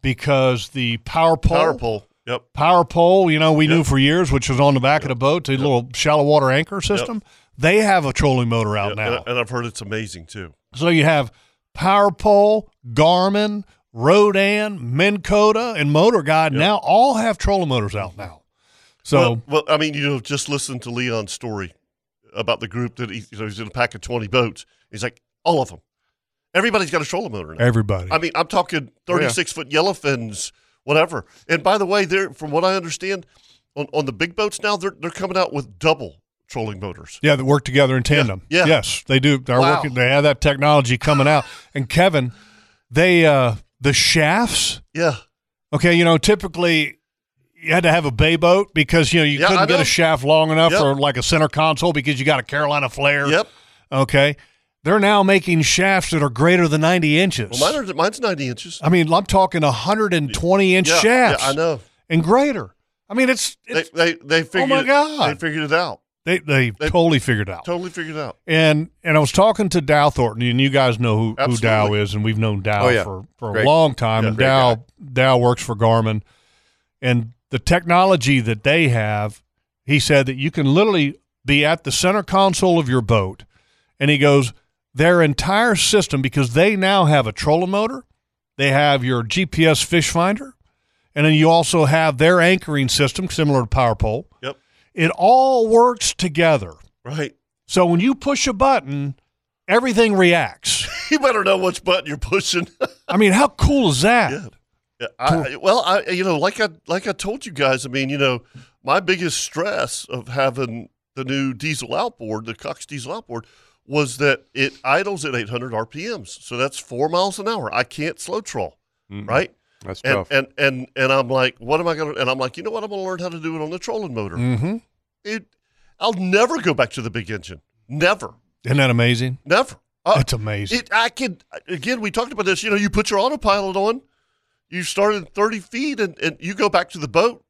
S2: because the power pole,
S3: Power pole. Yep.
S2: power pole, you know, we knew for years, which was on the back of the boat, the little shallow water anchor system. They have a trolling motor out now.
S3: And, and I've heard it's amazing too.
S2: So you have Power Pole, Garmin, Rodan, Minn Kota, and Motor Guide now all have trolling motors out now. So
S3: well, well, I mean, you know, just listen to Leon's story about the group that he, you know, he's in a pack of twenty boats. He's like, all of them. Everybody's got a stroller motor now.
S2: everybody. Oh,
S3: I mean, I'm talking 36 foot yellowfins, whatever. And by the way, they're from what I understand, on, on the big boats now, they're they're coming out with double trolling motors.
S2: yeah, that work together in tandem.
S3: yeah.
S2: Yes, they do. They're
S3: Wow.
S2: working. They have that technology coming out. And Kevin, they uh the shafts.
S3: Yeah,
S2: Okay, you know, typically you had to have a bay boat because you know you
S3: Yeah, I
S2: couldn't get
S3: know.
S2: a shaft long enough
S3: Yep.
S2: for like a center console because you got a Carolina flare.
S3: yep.
S2: Okay, they're now making shafts that are greater than ninety inches.
S3: Well, mine are, mine's 90 inches.
S2: I mean, I'm talking 120 inch
S3: Yeah,
S2: shafts
S3: Yeah, I know.
S2: and greater. I mean, it's,
S3: They
S2: it's Oh,
S3: they they figured.
S2: my
S3: it-
S2: God.
S3: They figured it out.
S2: they, they, totally figured out.
S3: Totally figured it out.
S2: And and I was talking to Dow Thornton, and you guys know who, who
S3: Absolutely.
S2: Dow is, and we've known Dow
S5: Oh, yeah.
S2: for, for a
S5: Great.
S2: long time.
S5: Yeah,
S2: and
S5: great
S2: Dow
S5: guy.
S2: Dow works for Garmin, and the technology that they have, he said that you can literally be at the center console of your boat, and he goes their entire system because they now have a trolling motor, they have your GPS fish finder, and then you also have their anchoring system similar to Power Pole.
S3: Yep.
S2: It all works together.
S3: Right.
S2: So when you push a button, everything reacts.
S3: You better know which button you're pushing.
S2: I mean, how cool is that?
S3: Yeah. Yeah, I, well, I you know, like I like I told you guys, I mean, you know, my biggest stress of having the new diesel outboard, the Cox diesel outboard, was that it idles at 800 RPMs, so that's four miles an hour. I can't slow troll, right?
S5: Mm-hmm. That's
S3: And,
S5: tough.
S3: and and and I'm like, what am I gonna? And I'm like, you know what? I'm gonna learn how to do it on the trolling motor.
S2: Mm-hmm.
S3: It, I'll never go back to the big engine. Never,
S2: Isn't that amazing?
S3: never. I-
S2: That's amazing.
S3: it, I can again. We talked about this. You know, you put your autopilot on. You start at thirty feet, and, and you go back to the boat,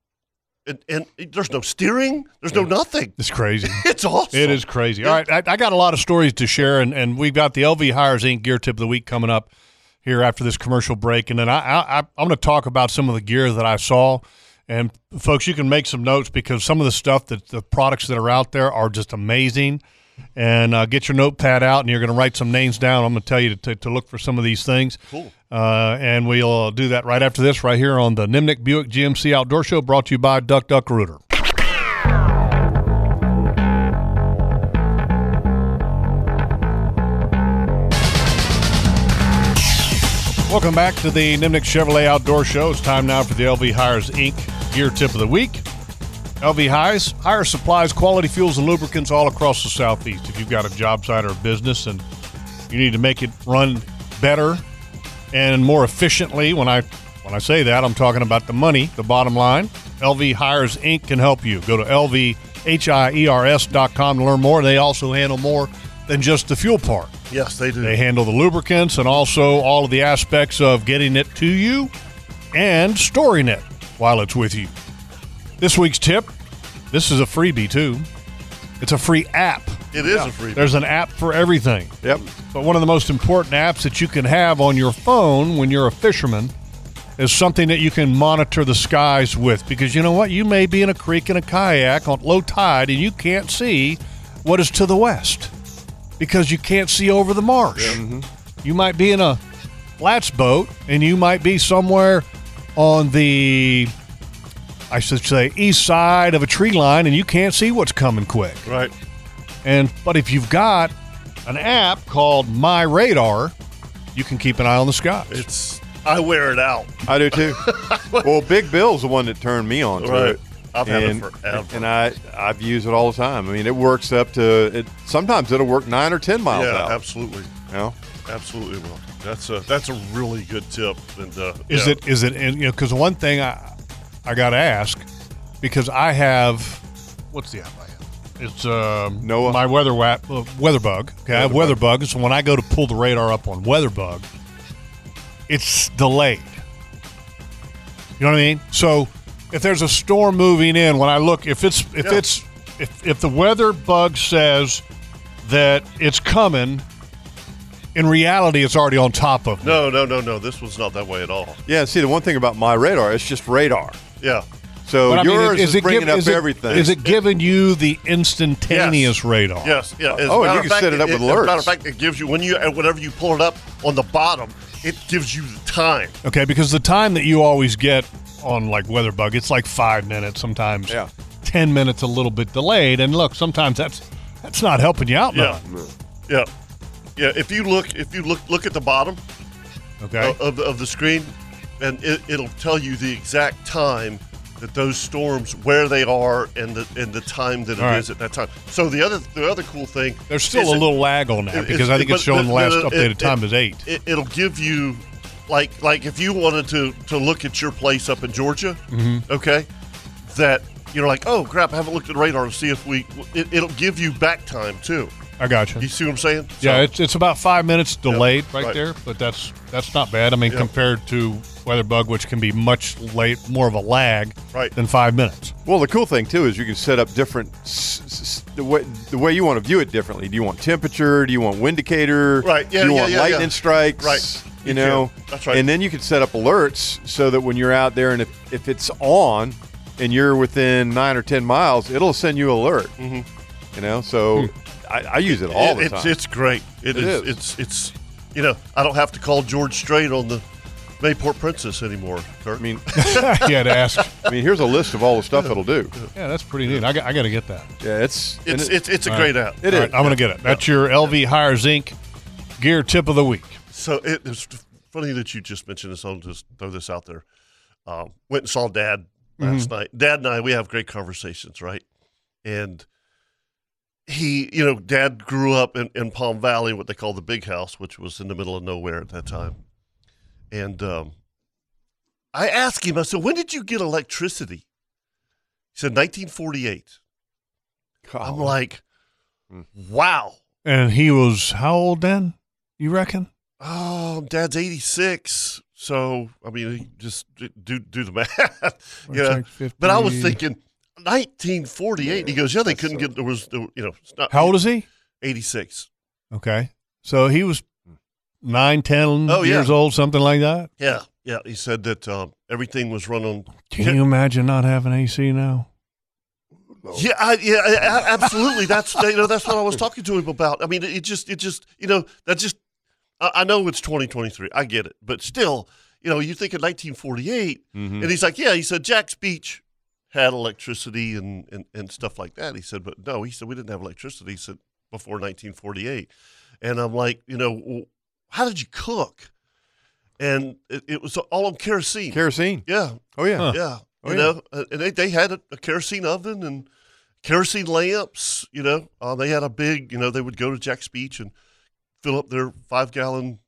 S3: and and it- there's no steering. There's no nothing.
S2: it's crazy.
S3: It's awesome.
S2: It is crazy. All right, I, I got a lot of stories to share, and, and we've got the LV Hires Inc. Gear Tip of the Week coming up here after this commercial break, and then I, I, I I'm going to talk about some of the gear that I saw, and folks, you can make some notes because some of the stuff that the products that are out there are just amazing, and uh, get your notepad out, and you're going to write some names down. I'm going to tell you to, to, to look for some of these things. Cool. Uh, and we'll do that right after this, right here on the Nimnik Buick GMC Outdoor Show, brought to you by Duck Duck Rooter. Welcome back to the Nimnik Chevrolet Outdoor Show. It's time now for the LV Hires Inc. Gear Tip of the Week. LV Hires, hire supplies, quality fuels, and lubricants all across the Southeast. If you've got a job site or a business and you need to make it run better and more efficiently, when I when I say that, I'm talking about the money, the bottom line. LV Hires Inc. can help you. Go to E lvhiers.com to learn more. They also handle more than just the fuel part.
S3: Yes, they do.
S2: They handle the lubricants and also all of the aspects of getting it to you and storing it while it's with you. This week's tip this is a freebie, too. It's a free app
S3: It is a freebie.
S2: There's an app for everything.
S5: Yep.
S2: But one of the most important apps that you can have on your phone when you're a fisherman is something that you can monitor the skies with because you know what? You may be in a creek in a kayak on low tide and you can't see what is to the west because you can't see over the marsh.
S3: mm-hmm.
S2: You might be in a flats boat and you might be somewhere on the I should say east side of a tree line and you can't see what's coming quick.
S3: Right.
S2: And but if you've got an app called My Radar, you can keep an eye on the sky.
S3: It's I wear it out.
S5: I do too. well, Big Bill's the one that turned me on to
S3: Right.
S5: it.
S3: I've had it
S5: And-
S3: forever.
S5: and I I've used it all the time. I mean, it works up to it. Sometimes it'll work nine or ten miles
S3: yeah,
S5: out.
S3: absolutely,
S5: you know?
S3: absolutely will. That's a that's a really good tip. And uh,
S2: Is
S3: yeah.
S2: it is it and you know because one thing I I got to ask because I have what's the app I have? It's um,
S5: Noah.
S2: my weather wap, uh, weatherbug. Okay, I have weatherbug. So when I go to pull the radar up on weatherbug, it's delayed. You know what I mean? So if there's a storm moving in, when I look, if it's if
S3: Yeah.
S2: it's if, if the weather bug says that it's coming, in reality, it's already on top of me.
S3: No, no, no, no. This was not that way at all.
S5: Yeah. See, the one thing about my radar, it's just radar.
S3: Yeah,
S5: So
S2: But I mean,
S5: yours
S2: is
S5: is,
S2: it
S5: bringing
S2: give-
S5: up
S2: is it-
S5: everything.
S2: Is it giving you the instantaneous
S3: Yes.
S2: radar?
S3: yes, yeah. As a
S5: Oh,
S3: matter
S5: and you
S3: of
S5: can
S3: fact,
S5: set it up with
S3: As a matter
S5: alerts.
S3: of fact, it gives you when you whenever you pull it up on the bottom, it gives you the time.
S2: Okay, because the time that you always get on like WeatherBug, it's like five minutes, sometimes
S5: Yeah.
S2: ten minutes, a little bit delayed. And look, sometimes that's that's not helping you out.
S3: Yeah, yeah, yeah. If you look, if you look, look at the bottom
S2: none. Okay.
S3: of, of of the screen, and it, it'll tell you the exact time that those storms, where they are, and the and the time that it is
S2: All right.
S3: at that time. So the other the other cool thing
S2: There's still
S3: is
S2: a
S3: it-
S2: little lag on that
S3: It-
S2: because I think it's
S3: but-
S2: showing the
S3: but-
S2: last
S3: but
S2: updated
S3: it-
S2: time
S3: it-
S2: is eight.
S3: It, it'll give you, like, like if you wanted to to look at your place up in Georgia,
S2: Mm-hmm.
S3: okay, that you're like, oh crap, I haven't looked at radar to see if we. It, it'll give you back time too.
S2: I got you.
S3: You see what I'm saying?
S2: yeah,
S3: So-
S2: it's, it's about five minutes delayed right,
S3: right.
S2: there, but that's that's not bad. I mean,
S3: Yeah.
S2: compared to WeatherBug, which can be much late, more of a lag
S3: Right.
S2: than five minutes.
S5: Well, the cool thing too is you can set up different s- s- s- the way the way you want to view it differently. Do you want temperature? Do you want windicator?
S3: Right, yeah,
S5: Do you
S3: yeah,
S5: want
S3: yeah,
S5: lightning
S3: yeah.
S5: strikes?
S3: Right,
S5: You,
S3: you
S5: know.
S3: can. That's right.
S5: And then you can set up alerts so that when you're out there and if, if it's on and you're within nine or ten miles, it'll send you an alert. Mm-hmm. You know. So I, I use it all
S3: It-
S5: the
S3: Hmm. it's,
S5: time.
S3: It's great.
S5: It
S3: it is.
S5: is.
S3: It's it's. You know, I don't have to call George Strait on the Mayport Princess anymore. Kurt.
S5: I mean,
S2: yeah, to ask.
S5: I mean, here's a list of all the stuff it'll do.
S2: Yeah, that's pretty neat. I got, I got to get that.
S5: Yeah, it's and
S3: it's
S5: it-
S3: it's it's a great app.
S5: It
S2: All
S5: is.
S2: right, I'm going to get it. That's your LV Higher Zinc gear tip of the week.
S3: So it, it's funny that you just mentioned this. I'll just throw this out there. Um, went and saw Dad last night. Dad and I, we have great conversations, right? And he, you know, Dad grew up in, in Palm Valley, what they call the Big House, which was in the middle of nowhere at that time. And um, I asked him, I said, when did you get electricity? He said, 1948. I'm like, wow.
S2: And he was how old then? You reckon?
S3: Oh, Dad's eighty six. So I mean, he just d- do do the math. yeah,
S2: Check 50.
S3: but I was thinking. 1948. he goes, yeah, they couldn't get there was, there, were- you know, it's not
S2: How old is he?
S3: 86.
S2: Okay, so he was nine, ten
S3: Oh, yeah.
S2: years old, something like that.
S3: Yeah, yeah. He said that um, everything was run on.
S2: Can you imagine not having AC now?
S3: Yeah, I, yeah, I, I- absolutely. That's you know, that's what I was talking to him about. I mean, it just, it just, you know, that just. I, I know it's 2023. I get it, but still, you know, you think of 1948, And he's like, yeah. He said Jack's Beach had electricity and, and, and stuff like that. He said, but no, he said we didn't have electricity. He said before 1948. And I'm like, you know, w- how did you cook? And it, it was all on kerosene.
S5: kerosene.
S3: yeah,
S5: Oh yeah.
S3: yeah.
S5: Oh,
S3: you
S5: yeah.
S3: know, uh, and they, they had a, a kerosene oven and kerosene lamps. You know, uh, they had a big. You know, they would go to Jack's Beach and fill up their five gallon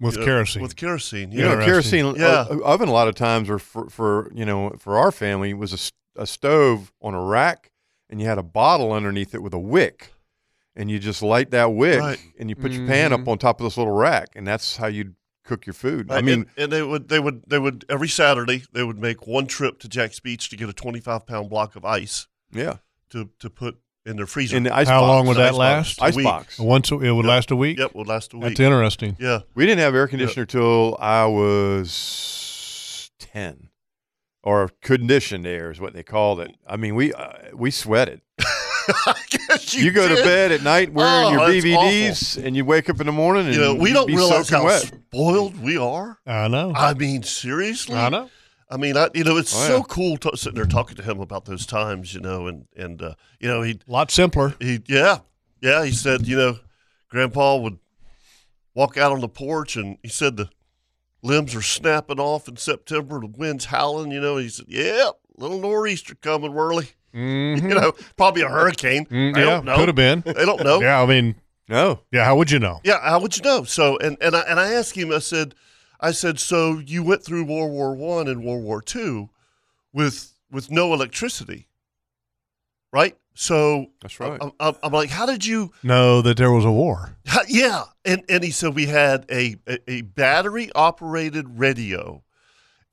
S2: With kerosene.
S3: with kerosene.
S5: You know,
S3: Yeah,
S2: Interesting.
S5: kerosene
S3: Yeah.
S5: o- oven a lot of times, or for, for you know, for our family was a s- a, stove on a rack, and you had a bottle underneath it with a wick, and you just light that wick,
S3: Right. Mm-hmm.
S5: and you put your pan up on top of this little rack, and that's how you'd cook your food. I
S3: Right,
S5: mean,
S3: and, and they would they would they would every Saturday they would make one trip to Jack's Beach to get a twenty five pound block of ice
S5: yeah,
S3: to to put in the freezer.
S5: In the ice
S2: How
S5: box.
S2: long would that
S3: Icebox.
S2: last?
S3: A week.
S5: Icebox.
S2: Once a, it would last a week.
S3: Yep, would last a week.
S2: That's interesting.
S3: Yeah.
S5: We didn't have air conditioner till I was ten, or conditioned air is what they called it. I mean, we uh, we sweated.
S3: I guess
S5: You, go to
S3: did.
S5: bed at night
S3: Oh,
S5: wearing your
S3: that's
S5: BVDs, and you wake up in the morning, and
S3: You know, we
S5: you'd
S3: don't
S5: be
S3: realize
S5: soaking
S3: how
S5: wet.
S3: spoiled we are.
S2: I know.
S3: I mean, seriously.
S2: I know.
S3: I mean, I, you know, it's
S5: Oh,
S3: so
S5: yeah.
S3: cool to, sitting there talking to him about those times, you know, and and uh, you know, he
S2: A lot simpler.
S3: he yeah yeah he said you know, Grandpa would walk out on the porch and he said the limbs are snapping off in September, the wind's howling, you know. He said, "Yep, little nor'easter coming, Whirly."
S2: Mm-hmm.
S3: You know, probably a hurricane.
S2: Mm,
S3: I
S2: yeah,
S3: don't know.
S2: could have been.
S3: I don't know.
S2: Yeah, I mean,
S5: No,
S2: yeah. How would you know?
S3: Yeah, how would you know? So and and I and I asked him. I said, I said, so you went through World War One and World War Two with with no electricity, right? So
S5: That's right.
S3: I'm, I'm, I'm like, how did you?
S2: Know that there was a war.
S3: how- yeah, and and he said we had a a, a battery operated radio.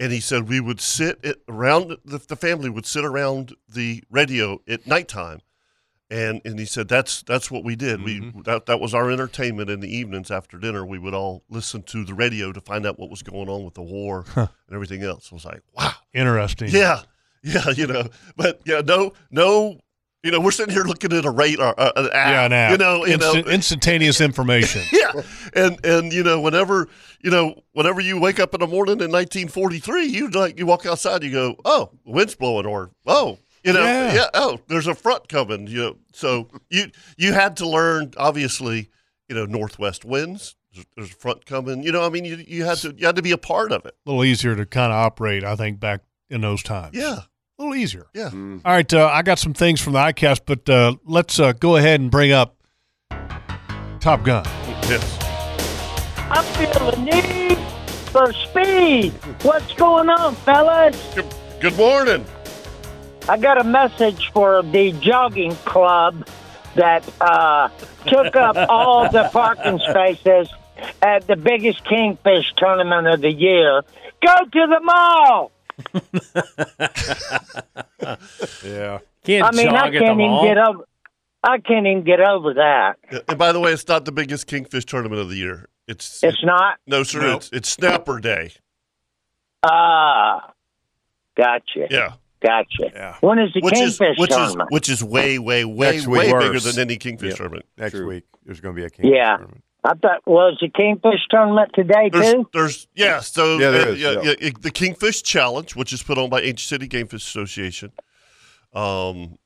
S3: And he said we would sit at, around the, the family would sit around the radio at nighttime, and and he said that's that's what we did. We that that was our entertainment in the evenings after dinner. We would all listen to the radio to find out what was going on with the war and everything else. I was like, wow,
S2: Interesting.
S3: yeah, yeah, you know, but yeah, no, no, you know, we're sitting here looking at a radar, uh, an app,
S2: Yeah. Now
S3: you know, you know,
S2: Instant- instantaneous information.
S3: yeah, and and you know, whenever you know, whenever you wake up in the morning in 1943, you like you walk outside, you go, oh, the wind's blowing, or oh, you know,
S2: Yeah.
S3: yeah, oh, there's a front coming, you know. So you you had to learn, obviously, you know, northwest winds. There's, there's a front coming, you know. I mean, you, you had to you had to be a part of it.
S2: a little easier to kind of operate, I think, back in those times.
S3: Yeah,
S2: A little easier.
S3: yeah.
S2: All right, uh, I got some things from the ICAST, but uh, let's uh, go ahead and bring up Top Gun.
S3: Yes.
S10: I feel the need for speed. What's going on, fellas?
S3: Good, good morning.
S10: I got a message for the jogging club that uh, took up all the parking spaces at the biggest kingfish tournament of the year. Go to the mall.
S5: yeah.
S4: Can't
S10: I mean,
S4: jog
S10: I
S4: at the
S10: can't even
S4: mall.
S10: get over. I can't even get over that.
S3: Yeah, And by the way, it's not the biggest kingfish tournament of the year. It's,
S10: It's not.
S3: no, sir. It's, it's snapper day.
S10: Ah, gotcha.
S3: Yeah.
S10: Gotcha.
S5: Yeah.
S10: When is the
S3: which is
S10: kingfish
S3: which is
S10: tournament?
S3: which is way way way
S5: Next week.
S3: way
S5: Worse.
S3: bigger than any kingfish tournament.
S5: Next week there's going to be a king.
S10: Yeah. I thought was the Kingfish tournament today
S3: There's,
S10: too.
S3: there's yeah, so
S5: Yeah, there
S3: uh,
S5: is,
S3: yeah,
S5: yeah.
S3: yeah, it- the Kingfish Challenge, which is put on by Ancient City Gamefish Association. Um,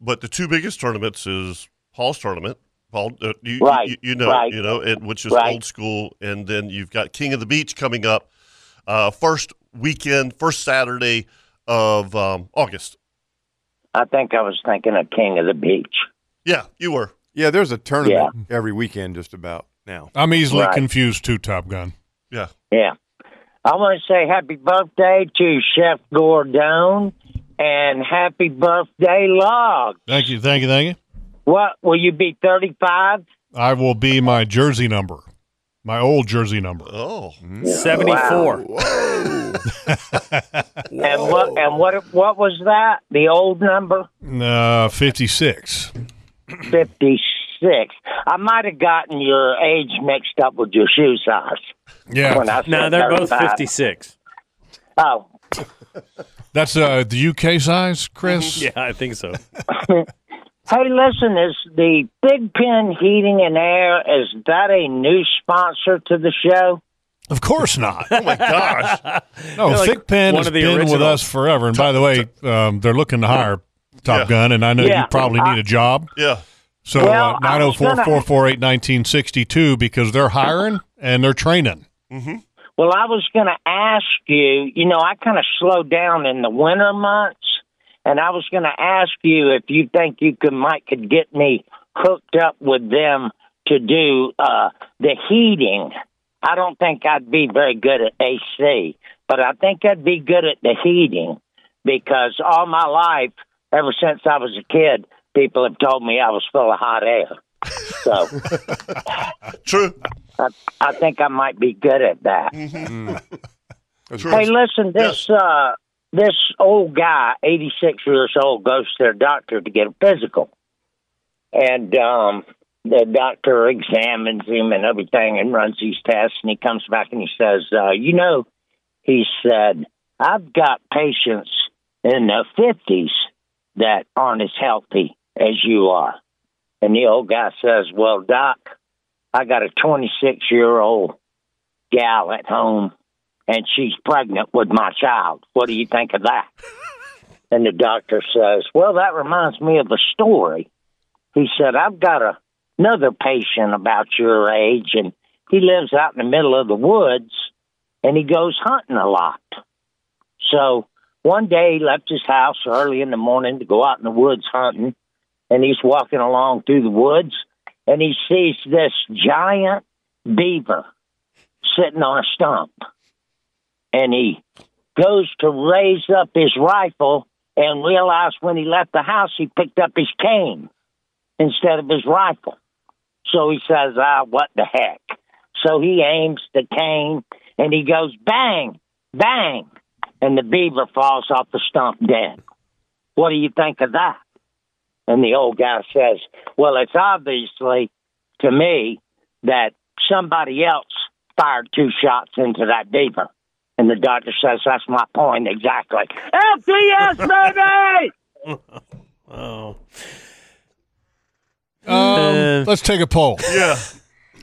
S3: but the two biggest tournaments is Hall's tournament. Paul, uh, you,
S10: Right,
S3: you, you know,
S10: right.
S3: you know, and which is
S10: Right.
S3: old school, and then you've got King of the Beach coming up uh, first weekend, first Saturday of um, August.
S10: I think I was thinking of King of the Beach.
S3: Yeah, you were.
S5: Yeah, there's a tournament every weekend just about now.
S2: I'm easily
S10: Right.
S2: confused too, Top Gun.
S3: Yeah,
S10: Yeah. I want to say happy birthday to Chef Gordon and happy birthday, Log.
S2: Thank you, thank you, thank you.
S10: What will you be 35?
S2: I will be my jersey number, my old jersey number.
S3: Oh,
S2: Mm-hmm.
S4: 74.
S10: And what and what what was that? The old number
S2: Uh, 56.
S10: 56. I might have gotten your age mixed up with your shoe size. when
S2: Yeah,
S10: I said
S4: No, they're both
S10: 35.
S4: 56.
S10: Oh,
S2: that's uh, the UK size, Chris.
S4: Yeah, I think so.
S10: Hey, listen, is the Big Pen Heating and Air, is that a new sponsor to the show?
S2: Of course not.
S3: oh my gosh.
S2: No,
S4: like
S2: Thick Pen
S4: one
S2: has
S4: of the
S2: been with
S4: original-
S2: us forever. And by the way, um, they're looking to hire Top
S3: Yeah.
S2: Gun, and I know
S10: Yeah.
S2: you probably need a job.
S3: Yeah.
S2: So
S10: Well,
S2: uh,
S10: I was gonna-
S2: 904-448-1962 because they're hiring and they're training.
S10: Well, I was going to ask you, you know, I kind of slowed down in the winter months, and I was going to ask you if you think you could, might could get me hooked up with them to do uh, the heating. I don't think I'd be very good at AC, but I think I'd be good at the heating because all my life, ever since I was a kid, people have told me I was full of hot air. So
S3: True.
S10: I, I think I might be good at that.
S5: True.
S10: Hey, listen, this uh, this old guy, eighty six years old, goes to their doctor to get a physical, and um, the doctor examines him and everything and runs these tests, and he comes back and he says, uh, "You know," he said, "I've got patients in their fifties that aren't as healthy as you are." And the old guy says, "Well, doc, I got a 26 year old gal at home, and she's pregnant with my child. What do you think of that?" And the doctor says, Well, that reminds me of a story. He said, I've got a, another patient about your age, and he lives out in the middle of the woods, and he goes hunting a lot. So one day he left his house early in the morning to go out in the woods hunting, and he's walking along through the woods, and he sees this giant beaver sitting on a stump. And he goes to raise up his rifle and realized when he left the house he picked up his cane instead of his rifle. So he says, Ah, what the heck? So he aims the cane and he goes bang, bang, and the beaver falls off the stump dead. What do you think of that? And the old guy says, Well, it's obviously to me that somebody else fired two shots into that beaver. And the doctor says, That's my point exactly. FBS, baby!
S4: Oh.
S2: Um, let's take a poll. Yeah.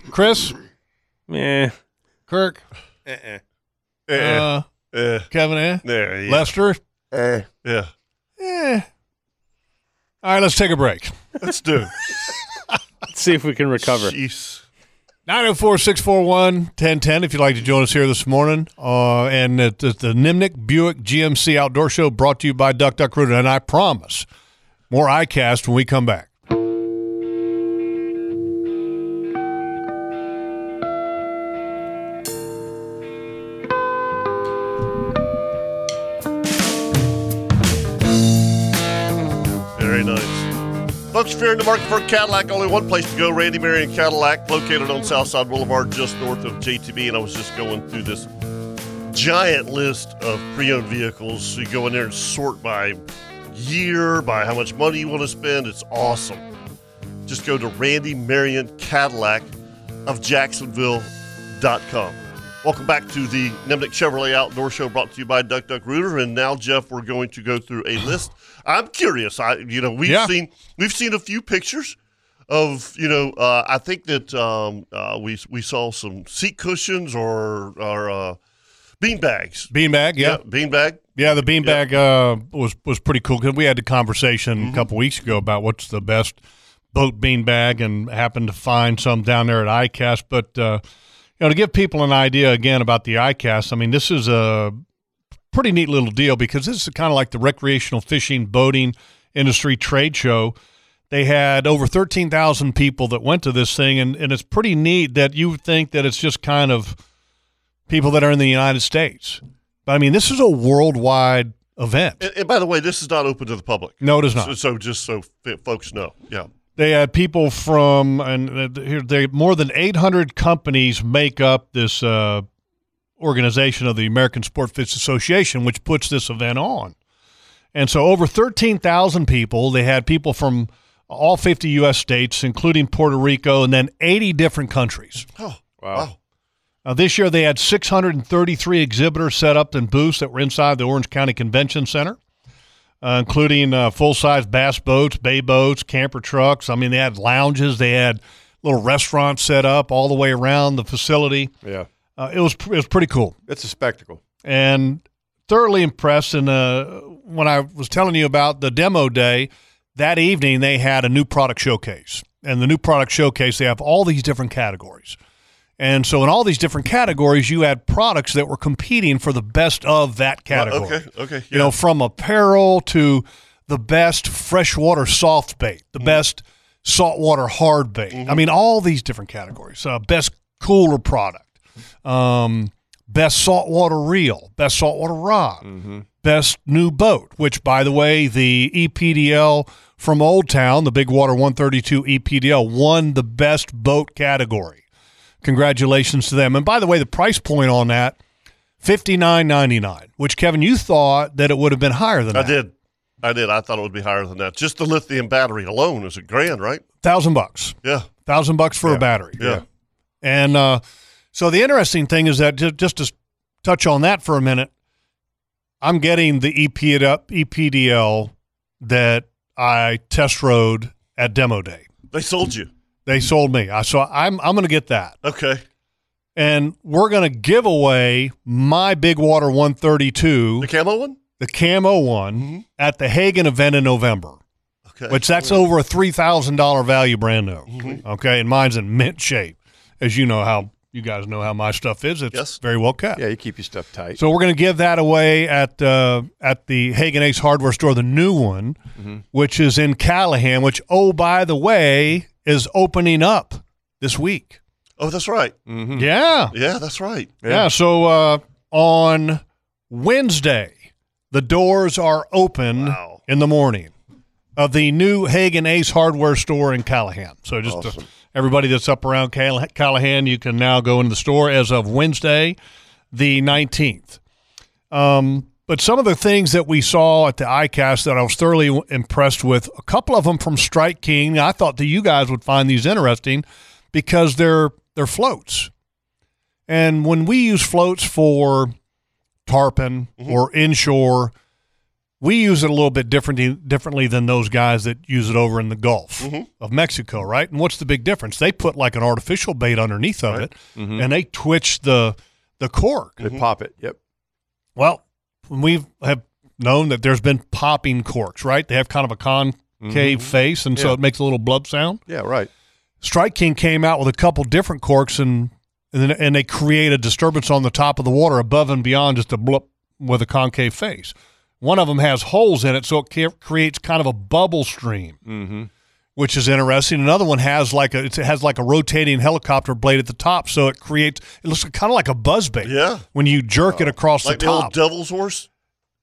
S2: Chris?
S4: Yeah.
S2: Kirk?
S5: Uh-uh.
S4: Uh-uh.
S2: Uh, Kevin? Eh?
S3: Eh. There, yeah.
S2: Lester?
S5: Eh.
S3: Yeah.
S2: Eh. All right, let's take a break.
S3: Let's do it.
S4: Let's see if we can recover.
S3: Jeez.
S2: 904 641 1010 if you'd like to join us here this morning. Uh, and it's it's the Nimnik Buick GMC Outdoor Show brought to you by Duck Duck Rooter. And I promise more iCast when we come back.
S3: Very nice. Folks, if you're in the market for a Cadillac, only one place to go, Randy Marion Cadillac, located on Southside Boulevard, just north of JTB. And I was just going through this giant list of pre-owned vehicles. So you go in there and sort by year, by how much money you want to spend. It's awesome. Just go to Randy Marion Cadillac of Jacksonville.com. Welcome back to the Nemnick Chevrolet Outdoor Show brought to you by Duck Duck Rooter. And now, Jeff, we're going to go through a list. I'm curious. I you know, we've
S2: Yeah.
S3: seen we've seen a few pictures of, you know, uh, I think that um, uh, we we saw some seat cushions or or uh, bean bags.
S2: Beanbag, yeah.
S3: bean bag.
S2: Yeah, the beanbag uh, was was pretty cool because we had a conversation a couple weeks ago about what's the best boat beanbag, and happened to find some down there at ICAST. But uh, you know, to give people an idea again about the ICAST, I mean, this is a pretty neat little deal because this is kind of like the recreational fishing boating industry trade show. They had over thirteen thousand people that went to this thing, and and it's pretty neat that you would think that it's just kind of people that are in the United States. But I mean, this is a worldwide event.
S3: And, and by the way, this is not open to the public.
S2: No, it is not.
S3: So, so just so f- folks know. Yeah.
S2: They had people from and uh, here they more than 800 companies make up this uh, organization of the American Sport Fish Association, which puts this event on. And so over 13,000 people. They had people from all 50 U.S. states, including Puerto Rico, and then 80 different countries.
S3: Oh,
S5: Wow.
S2: Now, this year they had 633 exhibitors set up in booths that were inside the Orange County Convention Center, uh, including uh, full size bass boats, bay boats, camper trucks. I mean, they had lounges, they had little restaurants set up all the way around the facility.
S5: Yeah.
S2: Uh, it was it was pretty cool
S5: It's a spectacle.
S2: and thoroughly impressed. And uh, when I was telling you about the demo day that evening, they had a new product showcase. And the new product showcase, they have all these different categories. And so, in all these different categories, you had products that were competing for the best of that category.
S3: Okay. Okay.
S2: You know, from apparel to the best freshwater soft bait, the best saltwater hard bait. I mean, all these different categories. Uh, best cooler product, um, best saltwater reel, best saltwater rod,
S3: Mm-hmm.
S2: best new boat, which, by the way, the E EPDL from Old Town, the Big Water E 132 EPDL, won the best boat category. Congratulations to them. And by the way, the price point on that. Fifty nine ninety nine, which Kevin, you thought that it would have been higher than
S3: I
S2: that.
S3: did. I did. I thought it would be higher than that. Just the lithium battery alone is a grand, right?
S2: Thousand bucks.
S3: Yeah.
S2: Thousand bucks for a battery.
S3: Yeah.
S2: And uh, so the interesting thing is that just, just to s- touch on that for a minute, I'm getting the EP it up E EPDL that I test rode at demo day.
S3: They sold you.
S2: They sold me. I so I'm I'm going to get that.
S3: Okay.
S2: And we're going to give away my Big Water 132, the
S3: camo one, Mm-hmm.
S2: the camo one at the Hagen event in November.
S3: Okay.
S2: Which that's over a three thousand dollar value brand new.
S3: Mhm.
S2: Okay, and mine's in mint shape, as you know how you guys know how my stuff is. It's very well kept.
S5: Yeah, you keep your stuff tight.
S2: So we're going to give that away at uh, at the Hagen Ace Hardware Store, the new one,
S5: Mhm.
S2: which is in Callahan. Which, oh by the way, is opening up this week.
S3: Oh, that's right.
S2: Yeah,
S3: Yeah, that's right.
S2: yeah. so uh, on Wednesday, the doors are open in the morning of the new Hagen Ace Hardware Store in Callahan. So just to- everybody that's up around Call- Callahan, you can now go into the store as of Wednesday, the nineteenth. Um, but some of the things that we saw at the ICAST that I was thoroughly w- impressed with, a couple of them from Strike King, I thought that you guys would find these interesting because they're they're floats. And when we use floats for tarpon
S5: Mm-hmm.
S2: or inshore, we use it a little bit differently differently than those guys that use it over in the Gulf
S5: Mm-hmm.
S2: of Mexico, right? And what's the big difference? They put like an artificial bait underneath of it,
S5: Mhm.
S2: and they twitch the the cork.
S5: They pop it. Yep.
S2: Well, we have known that there's been popping corks, right? They have kind of a concave
S5: Mhm.
S2: face, and so
S5: Yeah.
S2: it makes a little blub sound.
S5: Yeah, right.
S2: Strike King came out with a couple different corks, and and, then, and they create a disturbance on the top of the water above and beyond just a blub with a concave face. One of them has holes in it, so it ca- creates kind of a bubble stream, which is interesting. Another one has like a it's- it has like a rotating helicopter blade at the top, so it creates it looks kind of like a buzzbait. Yeah, when you jerk it across
S3: Like
S2: the
S3: the old
S2: top.
S3: devil's horse.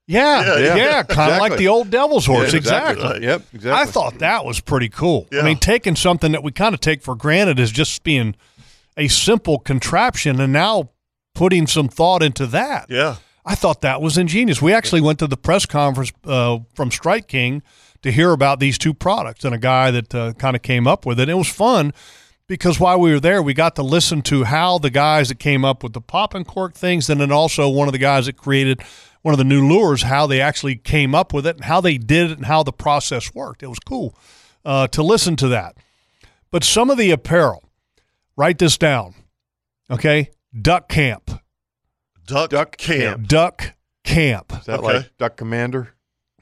S2: Yeah,
S3: Yeah,
S2: yeah,
S3: yeah.
S2: kind of like
S3: Exactly.
S2: the old Devil's
S3: Yeah,
S2: Horse.
S3: exactly.
S2: exactly.
S3: Right. Yep, exactly.
S2: I thought that was pretty cool. I mean, taking something that we kind of take for granted as just being a simple contraption, and now putting some thought into that.
S3: Yeah.
S2: I thought that was ingenious. We actually went to the press conference uh, from Strike King to hear about these two products and a guy that uh, kind of came up with it. It was fun because while we were there, we got to listen to how the guys that came up with the pop and cork things, and then also one of the guys that created one of the new lures, how they actually came up with it and how they did it and how the process worked. It was cool uh, to listen to that. But some of the apparel, write this down, okay? Duck Camp.
S3: Duck, duck camp.
S2: Duck Camp.
S5: Is that
S3: Okay.
S5: like Duck Commander?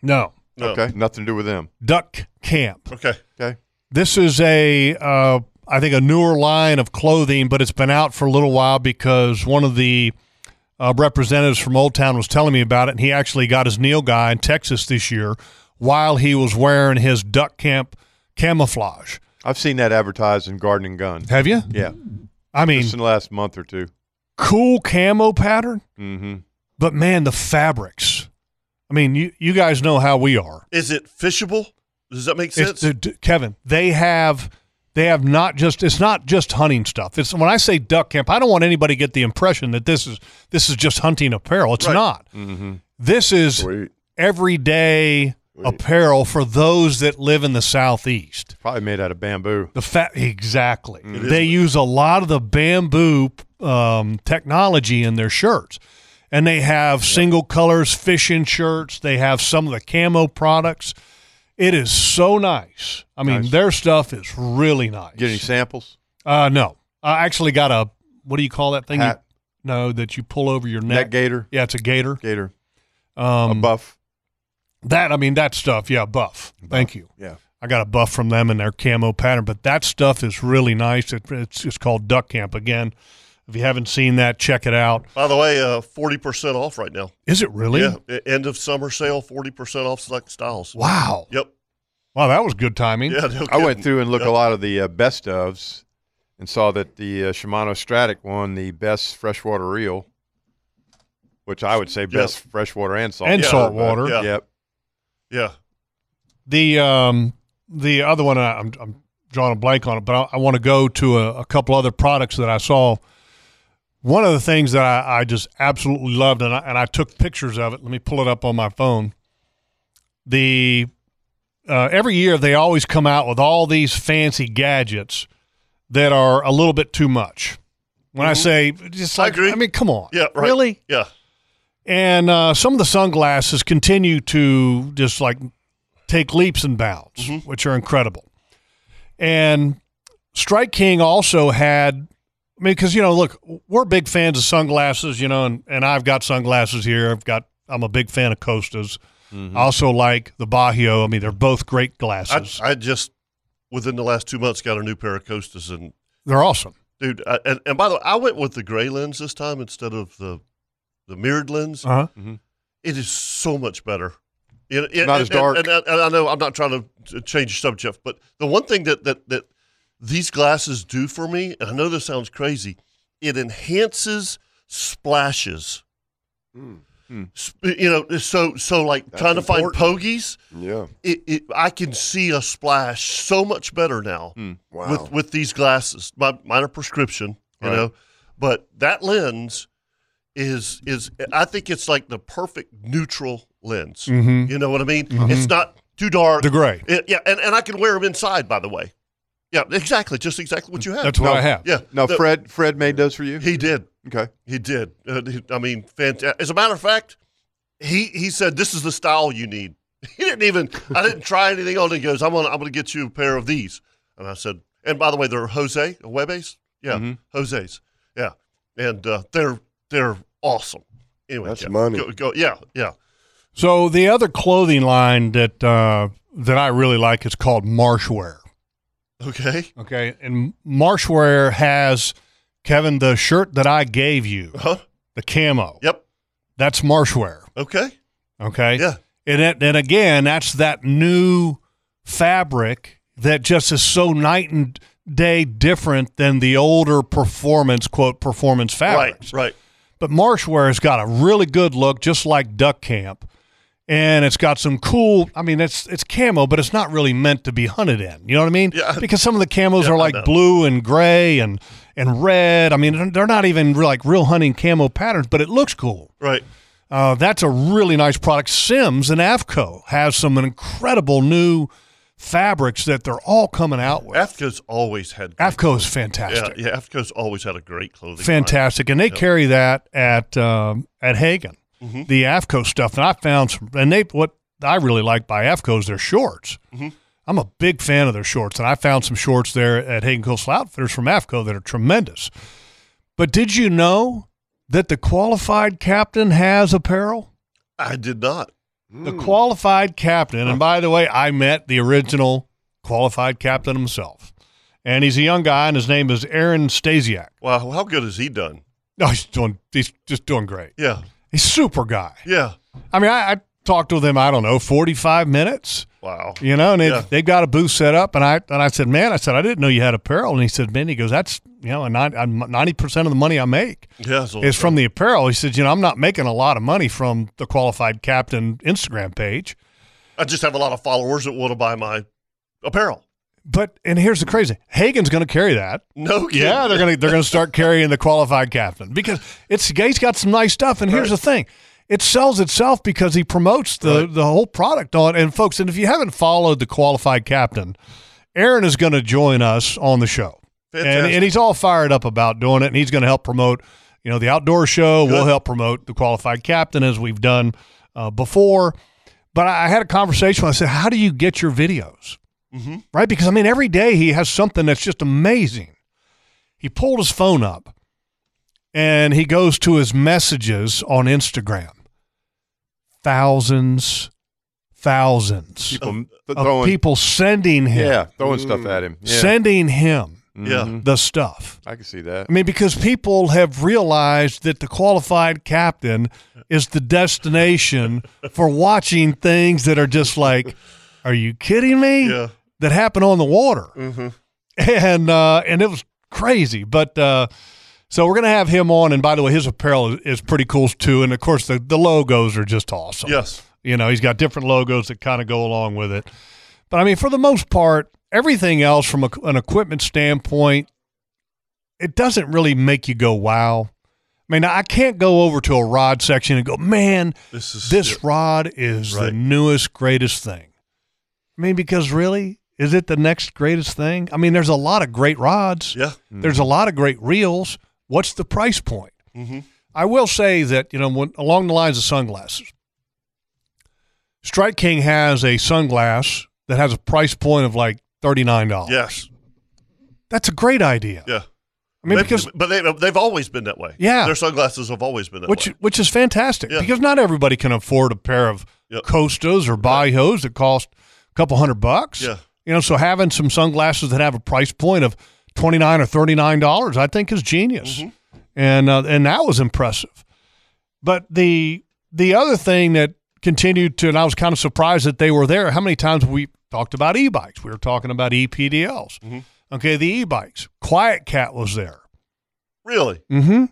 S2: No.
S5: Okay. Nothing to do with them.
S2: Duck Camp.
S3: Okay.
S5: Okay.
S2: This is a, uh, I think, a newer line of clothing, but it's been out for a little while because one of the uh, representatives from Old Town was telling me about it, and he actually got his Neil guy in Texas this year while he was wearing his Duck Camp camouflage.
S5: I've seen that advertised in Garden and Gun.
S2: Have you?
S5: Yeah.
S2: I mean,
S5: Just in the last month or 2
S2: cool camo pattern,
S5: Mm-hmm.
S2: but man, the fabrics. I mean, you, you guys know how we are.
S3: Is it fishable? Does that make sense?
S2: It's the- d- Kevin, they have they have not just it's not just hunting stuff. It's when I say duck camp, I don't want anybody to get the impression that this is this is just hunting apparel. It's not.
S5: Mm-hmm.
S2: This is everyday apparel for those that live in the southeast.
S5: Probably made out of bamboo. Mm-hmm.
S2: The fat exactly.
S5: It is.
S2: They use a lot of the bamboo um, technology in their shirts. And they have single colors fishing shirts. They have some of the camo products. It is so nice. I mean, their stuff is really nice.
S5: Get any samples?
S2: Uh, no, I actually got a what do you call that thing? you-
S5: Hat.
S2: no, that you pull over your neck.
S5: Net gator?
S2: Yeah, it's a gator.
S5: Gator.
S2: Um,
S5: a buff.
S2: That I mean that stuff. Yeah, buff. Thank you.
S5: Yeah.
S2: I got a buff from them in their camo pattern, but that stuff is really nice. It, it's it's called Duck Camp again. If you haven't seen that, check it out.
S3: By the way, uh, forty percent off right now.
S2: Is it really?
S3: Yeah. e- End of summer sale, forty percent off select styles.
S2: Wow.
S3: Yep.
S2: Wow, that was good timing.
S3: Yeah, no
S5: I went
S3: kidding.
S5: through and looked
S3: Yep.
S5: a lot of the uh, best ofs and saw that the uh, Shimano Stratic won the best freshwater reel, which I would say best freshwater and saltwater.
S2: And saltwater.
S5: but-
S2: Yeah.
S5: Yep.
S3: Yeah.
S2: The um the other one I, I'm I'm drawing a blank on it, but I, I want to go to a, a couple other products that I saw. One of the things that I, I just absolutely loved, and I, and I took pictures of it. Let me pull it up on my phone. the uh, every year they always come out with all these fancy gadgets that are a little bit too much. When I say just like, I, mean, come on,
S3: Yeah, right.
S2: really?
S3: Yeah.
S2: And uh, some of the sunglasses continue to just like take leaps and bounds,
S3: Mm-hmm.
S2: which are incredible. And Strike King also had, I mean, because you know, look, we're big fans of sunglasses, you know, and, and I've got sunglasses here. I've got, I'm a big fan of Costas.
S3: Mhm.
S2: I also like the Bajio. I mean, they're both great
S3: I,
S2: glasses.
S3: I just within the last two months got a new pair of Costas and
S2: they're awesome.
S3: dude. I, and, and by the way, I went with the gray lens this time instead of the the mirrored lens.
S2: Uh-huh.
S3: It is so much better. It, it-
S5: Mm-hmm. Not
S3: and-
S5: as dark.
S3: And, and, and I know I'm not trying to t- change the subject, but the one thing that that that these glasses do for me, and I know this sounds crazy, it enhances splashes. Hmm. Sp- You know, so so like
S5: That's
S3: trying to find
S5: important.
S3: pogies.
S5: Yeah.
S3: It, it, I can see a splash so much better now
S5: Hmm. Wow.
S3: with with these glasses. My mine are prescription, you
S5: Right.
S3: know, but that lens is is I think it's like the perfect neutral lens.
S2: Mhm.
S3: You know what I mean?
S2: Mhm.
S3: It's not Mm-hmm. too dark.
S2: The gray.
S3: It- yeah, and, and I can wear them inside. By the way, yeah, exactly, just exactly what you have.
S5: No,
S3: Yeah,
S5: No,
S3: The-
S5: Fred. Fred made those for you.
S3: He did.
S5: Okay.
S3: He did. Uh, he- I mean, fantastic. As a matter of fact, he he said this is the style you need. He didn't even. I didn't try anything on. He goes, I'm gonna I'm gonna get you a pair of these. And I said, and by the way, they're Jose Webes. Yeah,
S5: Mhm.
S3: Jose's. Yeah, and uh, they're they're awesome. Anyway,
S11: That's
S3: yeah.
S11: money.
S3: Go, go- yeah, yeah.
S2: So the other clothing line that uh, that I really like is called Marshwear.
S3: Okay.
S2: Okay, and Marshwear has Kevin the shirt that I gave you, the camo.
S3: Yep,
S2: that's Marshwear.
S3: Okay.
S2: Okay.
S3: Yeah.
S2: And it, and again, that's that new fabric that just is so night and day different than the older performance quote performance fabric.
S3: Right, right.
S2: But Marshwear has got a really good look, just like Duck Camp, and it's got some cool. I mean, it's it's camo, but it's not really meant to be hunted in. You know what I mean? Yeah. Because some of the camos
S3: Yeah, I
S2: are
S3: know.
S2: like blue and gray and and red. I mean, they're- they're not even like real hunting camo patterns, but it looks cool.
S3: Right.
S2: Uh, that's a really nice product. Sims and Avco have some incredible new fabrics that they're all coming out with.
S3: Afco's always had.
S2: Afco is fantastic.
S3: Yeah, yeah. Afco's always had a great clothing. line.
S2: fantastic, and they
S3: Yep.
S2: carry that at um, at Hagen,
S3: Mhm.
S2: the Afco stuff. And I found some, and they what I really like by Afco is their shorts.
S3: Mhm.
S2: I'm a big fan of their shorts, and I found some shorts there at Hagen Coastal Outfitters from Afco that are tremendous. But did you know that the qualified captain has apparel?
S3: I did not. Hmm.
S2: The qualified captain, and by the way, I met the original qualified captain himself. And he's a young guy, and his name is Aaron Stasiak.
S3: Wow, how good has he done?
S2: No, he's doing. He's just doing great.
S3: Yeah.
S2: He's super guy.
S3: Yeah.
S2: I mean, I, I talked with him. I don't know, forty five minutes.
S3: Wow.
S2: You know, and they've,
S3: Yeah.
S2: they've got a booth set up, and I and I said, man, I said I didn't know you had apparel, and he said, man, he goes, that's you know, ninety percent of the money I make
S3: Yeah. it's a-
S2: is from the apparel. He said, you know, I'm not making a lot of money from the qualified captain Instagram page,
S3: I just have a lot of followers that want to buy my apparel.
S2: but and here's the crazy, Hagen's going to carry that.
S3: No kidding.
S2: Yeah, they're gonna they're gonna start carrying the qualified captain because it's he's got some nice stuff. And here's the thing, it sells itself because he promotes the the whole product on. And folks, and if you haven't followed the qualified captain, Aaron is going to join us on the show, and,
S3: Fantastic.
S2: and he's all fired up about doing it. And he's going to help promote, you know, the outdoor show. We'll help promote the qualified captain as we've done uh, before. But I, I had a conversation. When I said, "How do you get your videos?"
S3: Mhm.
S2: Right? Because I mean, every day he has something that's just amazing he pulled his phone up and he goes to his messages on Instagram. Thousands, thousands
S5: People
S2: of,
S5: th-
S2: of
S5: throwing-
S2: people sending him,
S5: Yeah, throwing stuff at him. Yeah. Mm-hmm.
S2: sending him
S5: Yeah.
S2: the stuff.
S5: I can see that.
S2: I mean, because people have realized that the qualified captain is the destination for watching things that are just like, are you kidding me?
S3: Yeah.
S2: That happen on the water
S3: Mm-hmm.
S2: and uh, and it was crazy. But uh, so we're gonna have him on. And by the way, his apparel is, is pretty cool too. And of course, the the logos are just awesome.
S3: Yes.
S2: you know he's got different logos that kind of go along with it. But I mean, for the most part, everything else from a, an equipment standpoint, it doesn't really make you go wow. I I mean, I can't go over to a rod section and go, man, this, rod is the newest, greatest thing. I mean, because really, is it the next greatest thing? I mean, there's a lot of great rods.
S3: Yeah.
S2: There's a lot of great reels. What's the price point?
S3: Mm-hmm.
S2: I will say that, you know, when, along the lines of sunglasses, Strike King has a sunglass that has a price point of like $39.
S3: Yes.
S2: That's a great idea.
S3: Yeah.
S2: I mean,
S3: They-
S2: because-
S3: but they, they've always been that way.
S2: Yeah.
S3: Their sunglasses have always been that
S2: which
S3: way.
S2: which is fantastic because not everybody can afford a pair of Costas or Bayos that cost a couple hundred bucks.
S3: Yeah.
S2: You know, so having some sunglasses that have a price point of twenty nine or thirty nine dollars, I think, is genius,
S3: Mm-hmm.
S2: and uh, and that was impressive. But the the other thing that continued to, and I was kind of surprised that they were there. How many times we talked about e bikes? We were talking about E EPDLs.
S3: Mm-hmm.
S2: Okay, the e bikes. Quiet Cat was there.
S3: Really?
S2: Mm-hmm.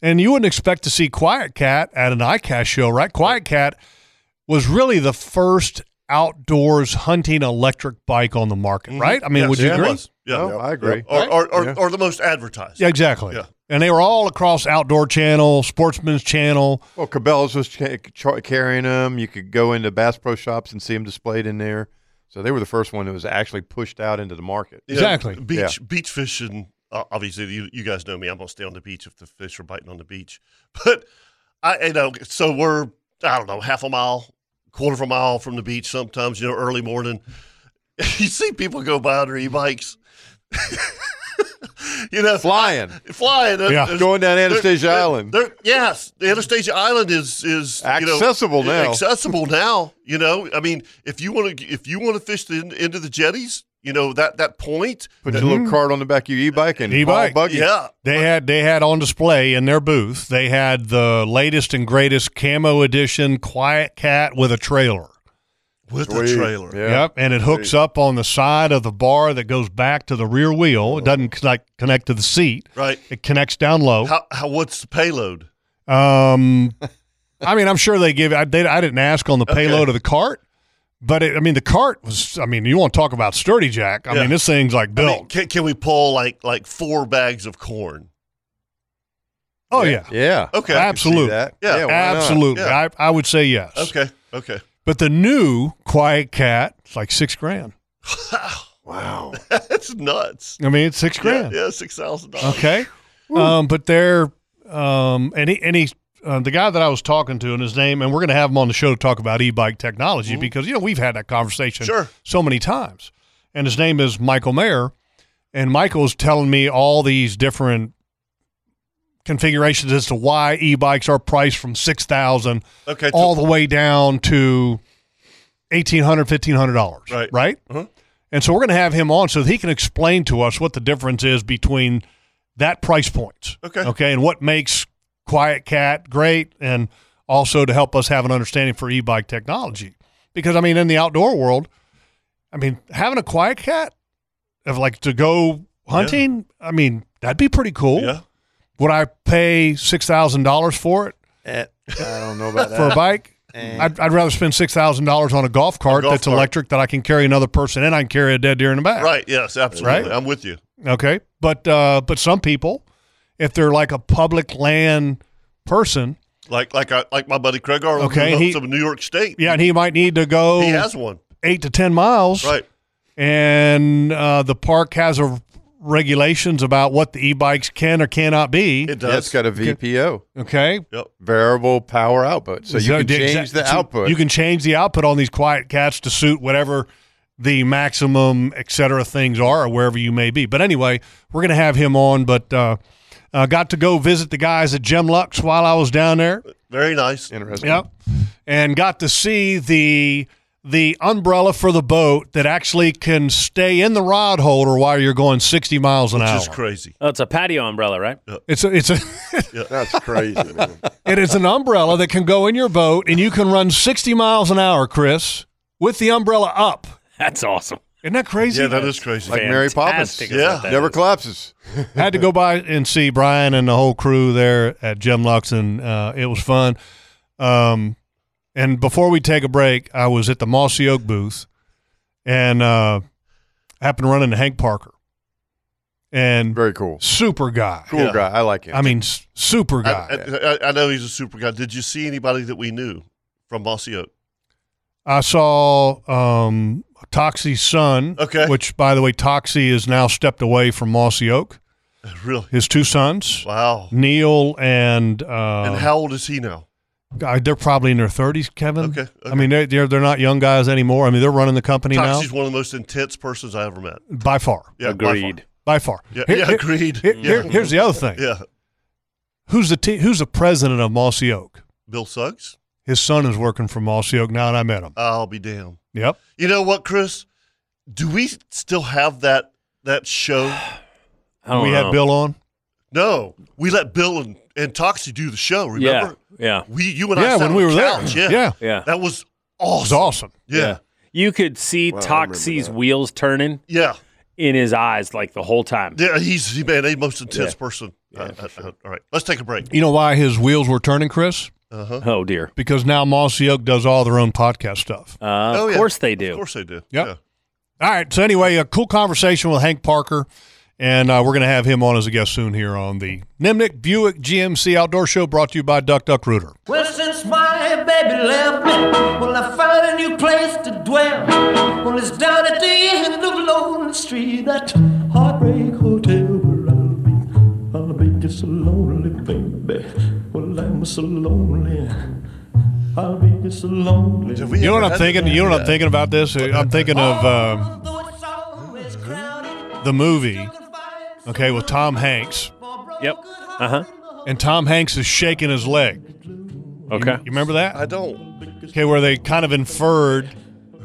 S2: And you wouldn't expect to see Quiet Cat at an ICAST show, right? Quiet Cat was really the first outdoors hunting electric bike on the market, right? I mean,
S3: Mm-hmm. Yes,
S2: would you
S3: it
S2: agree?
S3: was. Yeah.
S5: No, I agree.
S3: Or, or, or,
S5: Yeah.
S3: or the most advertised.
S2: Yeah, exactly.
S3: Yeah.
S2: And they were all across Outdoor Channel, Sportsman's Channel.
S5: Well, Oh, Cabela's was cha- cha- carrying them. You could go into Bass Pro Shops and see them displayed in there. So they were the first one that was actually pushed out into the market.
S3: You know, beach beach fishing. Uh, obviously, you, you guys know me. I'm gonna stay on the beach if the fish are biting on the beach. But I you know so we're I don't know half a mile, quarter of a mile from the beach. Sometimes you know early morning, you see people go by on their e-bikes. you know,
S5: flying,
S3: flying, uh,
S5: Yeah.
S3: there's-
S5: Going down Anastasia
S3: there-
S5: Island.
S3: there- yes, the Anastasia Island is is you know,
S5: Accessible now.
S3: Accessible now. You know, I mean, if you want to if you want to fish the, into the jetties, you know that that Mm-hmm. point.
S5: Put your little card on the back of your e-bike and
S2: E-bike.
S5: buggy.
S2: They had they had on display in their booth. They had the latest and greatest camo edition Quiet Cat with a trailer.
S3: with
S5: Sweet.
S3: a trailer.
S2: Yep, and it hooks up on the side of the bar that goes back to the rear wheel. It doesn't connect, connect to the seat.
S3: Oh. Right.
S2: It connects down low.
S3: How, how what's the payload?
S2: Um, I mean, I'm sure they give. I, they, I didn't ask on the payload of the cart, but it, I mean, the cart was. I mean, you want to talk about sturdy, Jack? I
S3: Yeah.
S2: mean, this thing's like
S3: I
S2: built.
S3: mean, can, can we pull like like four bags of corn?
S2: oh yeah,
S5: Yeah.
S3: Okay.
S2: absolutely.
S3: Yeah. Yeah, why not?
S2: absolutely.
S3: Yeah.
S2: I, I would say yes.
S3: Okay. Okay.
S2: But the new Quiet Cat, it's like six grand.
S5: Wow.
S3: That's nuts.
S2: I mean, it's six grand.
S3: Yeah, yeah six thousand dollars.
S2: Okay. Um, but they're um, and he, and he uh, the guy that I was talking to and his name, and we're going to have him on the show to talk about e-bike technology because you know we've had that conversation
S3: Mm-hmm. Sure.
S2: so many times. And his name is Michael Mayer, and Michael's telling me all these different configurations as to why e-bikes are priced from six thousand
S3: Okay, to-
S2: all the way down to eighteen hundred, fifteen hundred dollars.
S3: Right. Uh-huh.
S2: Right. And so we're going to have him on so that he can explain to us what the difference is between that price point.
S3: Okay.
S2: Okay. And what makes Quiet Cat great and also to help us have an understanding for e bike technology. Because, I mean, in the outdoor world, I mean, having a Quiet Cat of like to go hunting, I mean, that'd be pretty cool.
S3: Yeah.
S2: Would I pay $6,000 for it
S5: Eh, I don't know about that.
S2: for a bike?
S5: Eh.
S2: I'd, I'd rather spend $6,000 on a golf cart
S3: golf
S2: that's
S3: cart.
S2: electric that I can carry another person and I can carry a dead deer in the back.
S3: Right. Yes. Absolutely.
S2: Right?
S3: I'm with you.
S2: Okay, but uh, but some people, if they're like a public land person,
S3: Like like I like my buddy Craig Arlen
S2: Okay,
S3: who
S2: he-
S3: owns of New York State.
S2: yeah, and he might need to go
S3: He has one.
S2: eight to ten miles,
S3: Right.
S2: And uh, the park has a regulations about what the e-bikes can or cannot be.
S3: It
S5: Yeah,
S3: does.
S5: it's got a VPO,
S2: Okay,
S5: variable power output. So you can
S2: the exact-
S5: change the
S2: so
S5: output.
S2: You can change the output on these quiet cats to suit whatever the maximum, et cetera, things are, or wherever you may be. But anyway, we're going to have him on. But uh, uh, got to go visit the guys at Gem Lux while I was down there.
S3: Very nice.
S5: Interesting.
S2: Yep. And got to see the the umbrella for the boat that actually can stay in the rod holder while you're going 60 miles an
S3: Which
S2: hour.
S3: is crazy.
S4: Oh, it's a patio umbrella, right?
S2: It's a, it's a
S5: That's crazy, man.
S2: it is an umbrella that can go in your boat and you can run 60 miles an hour, Chris, with the umbrella up.
S4: That's awesome.
S2: Isn't that crazy?
S3: Yeah, that is crazy.
S5: Like Mary Poppins.
S4: Fantastic is
S3: Yeah.
S4: what that
S5: Never
S4: is.
S5: collapses.
S2: Had to go by and see Brian and the whole crew there at Gem Lux, and uh, it was fun. Um, and before we take a break, I was at the Mossy Oak booth and uh, happened to run into Hank Parker. and
S5: very cool,
S2: super guy,
S5: Cool guy. I like him.
S2: I mean, s- super guy.
S3: I, I, I know he's a super guy. Did you see anybody that we knew from Mossy Oak?
S2: I saw um, Toxie's son. Okay. Which, by the way, Toxie is now stepped away from Mossy Oak.
S3: Really?
S2: His two sons.
S3: Wow.
S2: Neil and. Uh,
S3: and how old is he now?
S2: God, they're probably in their thirties, Kevin.
S3: Okay,
S2: I mean, they're, they're they're not young guys anymore. I mean, they're running the company
S3: Toxie's
S2: now
S3: one of the most intense persons I ever met.
S2: by far.
S3: Yeah, by far. Agreed.
S2: By far.
S3: Yeah,
S2: Here-
S3: yeah,
S2: here-
S3: agreed.
S2: here- here-
S3: Yeah.
S2: here's the other thing.
S3: Yeah.
S2: Who's the te- who's the president of Mossy Oak?
S3: Bill Suggs?
S2: His son is working for Mossy Oak now, and I met him.
S3: I'll be damned.
S2: Yep.
S3: You know what, Chris? Do we still have that that show?
S2: we had Bill on.
S3: No, we let Bill and, and Toxie do the show. Remember?
S4: Yeah.
S3: We, you and I.
S4: Yeah,
S3: sat
S4: when
S3: on
S4: we
S3: the
S4: were there.
S3: couch. Yeah.
S4: Yeah. Yeah.
S3: That was awesome.
S2: awesome.
S3: Yeah.
S4: You could see Toxie's wheels turning.
S3: Yeah.
S4: In his eyes, like the whole time.
S3: Yeah, he's he, man, the most intense
S4: Yeah.
S3: person. I- I- I- all right, let's take a break.
S2: You know why his wheels were turning, Chris?
S3: Uh-huh.
S4: Oh dear.
S2: Because now Mossy Oak does all their own podcast stuff.
S4: Uh,
S3: Oh,
S4: of
S3: yeah.
S4: course they do.
S3: Of course they do.
S2: Yep. All right. So anyway, a cool conversation with Hank Parker, and uh, we're going to have him on as a guest soon here on the Nimnik Buick GMC Outdoor Show, brought to you by Duck Duck Rooter.
S1: Well, since my baby left me, well, I found a new place to dwell. Well, it's down at the end of Lonely Street, that heartbreak hotel where I'll be. I'll be just so lonely, baby. Well, I'm so lonely. I'll be just so lonely.
S2: You know what I'm thinking? You know what I'm thinking about this? I'm thinking of
S3: uh,
S2: um, the movie, okay, with Tom Hanks,
S4: Yep. Uh huh.
S2: and Tom Hanks is shaking his leg.
S4: Okay.
S2: You, you remember that?
S3: I don't.
S2: Okay, where they kind of inferred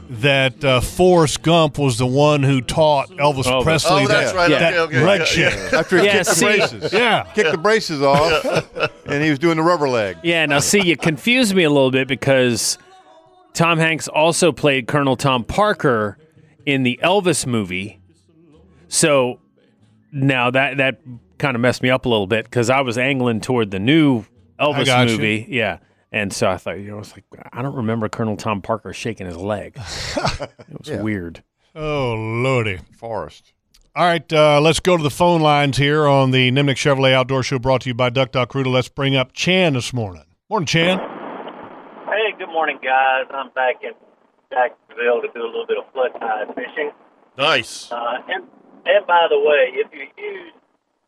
S2: that uh, Forrest Gump was the one who taught Elvis
S5: Oh,
S2: Presley
S5: oh, that's
S2: that,
S5: right.
S2: that
S5: Okay, okay,
S2: leg
S5: yeah,
S2: shake.
S5: yeah. After he Yeah, kicked the see- braces.
S2: Yeah.
S5: Kicked the braces off, and he was doing the rubber leg.
S4: Yeah, now see, you confuse me a little bit because Tom Hanks also played Colonel Tom Parker in the Elvis movie. So now that that kind of messed me up a little bit because I was angling toward the new
S2: I
S4: Elvis
S2: got you.
S4: movie. Yeah. And so I thought, you know, I was like, I don't remember Colonel Tom Parker shaking his leg. it was
S2: Yeah.
S4: weird.
S2: Oh, lordy.
S5: Forest.
S2: All right, uh, let's go to the phone lines here on the Nimnik Chevrolet Outdoor Show brought to you by Duck Duck Rooter. Let's bring up Chan this morning. Morning, Chan.
S11: Hey, good morning, guys. I'm back in Jacksonville to do a little bit of flood tide fishing.
S3: Nice.
S11: Uh, and, and by the way, if you use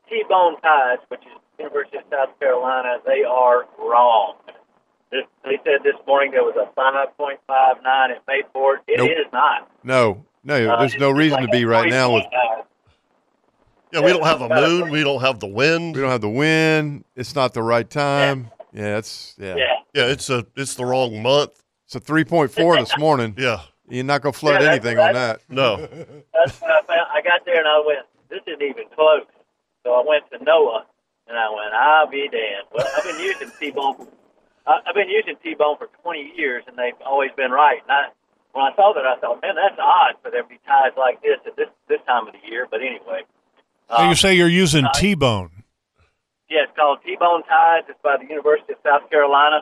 S11: T-bone tides, which is University of South Carolina, they are wrong. This, they said this morning there was a 5.59 at Mayport. It is
S5: Nope.
S11: not.
S5: No, no,
S11: Uh,
S5: there's no
S11: it's
S5: reason
S11: like
S5: to be
S11: a
S5: right now with
S11: 3.9.
S3: Yeah, we don't have a moon. We don't have the wind.
S5: We don't have the wind. It's not the right time. Yeah, it's yeah.
S3: Yeah. it's a it's the wrong month.
S5: It's a three point four this morning.
S3: Yeah.
S5: You're not gonna flood
S11: Yeah, that's-
S5: anything on that.
S3: No.
S11: That's what I found. I got there and I went, this isn't even close. So I went to Noah and I went, I'll be damned. Well, I've been using T-bone. For, I- I've been using T-bone for 20 years and they've always been right. And I, when I saw that, I thought, man, that's odd for there to be tides like this at this this time of the year. But anyway,
S2: So you say you're using
S11: Uh,
S2: T Bone.
S11: yeah, it's called T-bone tides. It's by the University of South Carolina.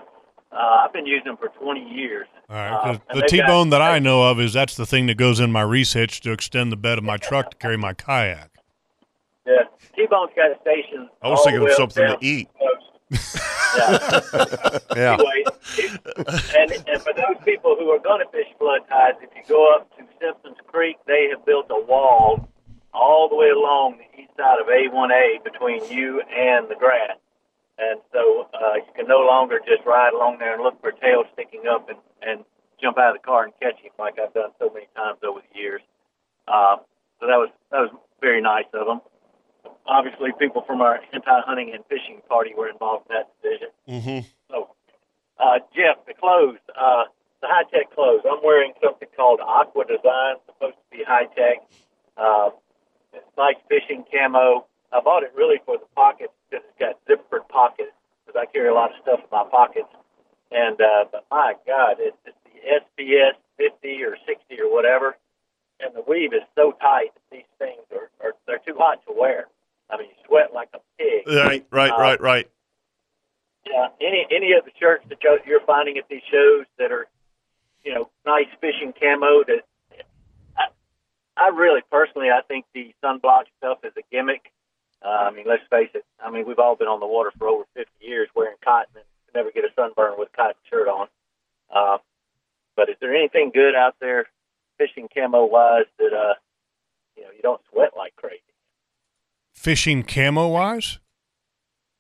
S11: Uh, I've been using them for 20 years.
S2: All right. 'cause
S11: uh, and
S2: the
S11: they've
S2: T
S11: got-
S2: Bone that I know of is that's the thing that goes in my reese hitch to extend the bed of my truck to carry my kayak.
S11: Yeah, T-bone's got a station.
S2: I was
S11: all
S2: thinking of
S11: the way up
S2: something to
S11: down
S3: eat.
S11: the coast.
S5: Yeah.
S11: Anyway, and, and for those people who are going to fish flood tides, if you go up to Simpsons Creek, they have built a wall all the way along the east side of A1A between you and the grass. And so uh, you can no longer just ride along there and look for tails sticking up and, and jump out of the car and catch him like I've done so many times over the years. Uh, so that was that was very nice of them. Obviously, people from our anti-hunting and fishing party were involved in that decision.
S3: Mm-hmm.
S11: So, uh, Jeff, the clothes, uh, the high tech clothes. I'm wearing something called Aqua Design, supposed to be high tech. Uh, it's nice fishing camo. I bought it really for the pockets because it's got zippered pockets because I carry a lot of stuff in my pockets. And uh, but my God, it's, it's the SPS 50 or 60 or whatever, and the weave is so tight. These things are, are they're too hot to wear. I mean, you sweat like a pig.
S3: Right, right,
S11: Uh,
S3: right, right.
S11: yeah, any any of the shirts that you're- you're finding at these shows that are, you know, nice fishing camo. That I really, personally, I think the sunblock stuff is a gimmick. Uh, I mean, let's face it. I mean, we've all been on the water for over 50 years wearing cotton and could never get a sunburn with a cotton shirt on. Uh, but is there anything good out there, fishing camo wise, that uh, you know you don't sweat like crazy?
S2: Fishing camo wise?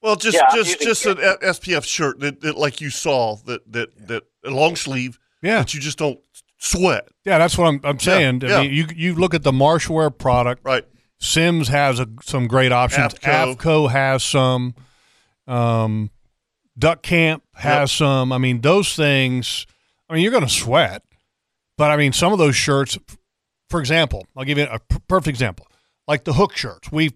S3: Well, just
S11: Yeah, I'm
S3: just
S11: using-
S3: just an a- SPF shirt that, that like you saw that that that a long sleeve.
S2: Yeah.
S3: that you just don't sweat.
S2: Yeah, that's what I'm, I'm saying. I
S3: yeah.
S2: mean, you you look at the Marshware product.
S3: Right.
S2: Sims has a, some great options.
S3: AFCO.
S2: AFCO, has some. Um, Duck Camp has some. I mean, those things. I mean, you're going to sweat, but I mean, some of those shirts. For example, I'll give you a p- perfect example, like the hook shirts. We've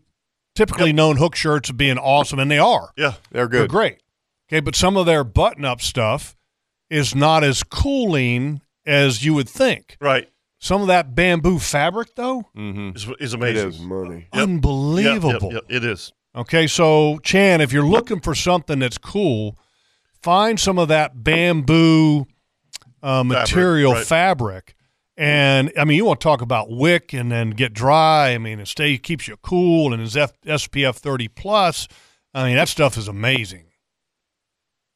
S2: typically known hook shirts as being awesome, and they are.
S3: Yeah,
S5: they're
S2: They're
S5: good.
S2: great. Okay, but some of their button up stuff is not as cooling as you would think.
S3: Right.
S2: Some of that bamboo fabric, though,
S5: Mm-hmm.
S3: Is, is amazing.
S5: It is money.
S2: unbelievable.
S3: Yep, yep, it is.
S2: Okay, so Chan, if you're looking for something that's cool, find some of that bamboo uh, material
S3: right.
S2: fabric. And I mean, you want to talk about wick and then get dry. I mean, it stay keeps you cool and is F- SPF 30 plus. I mean, that stuff is amazing.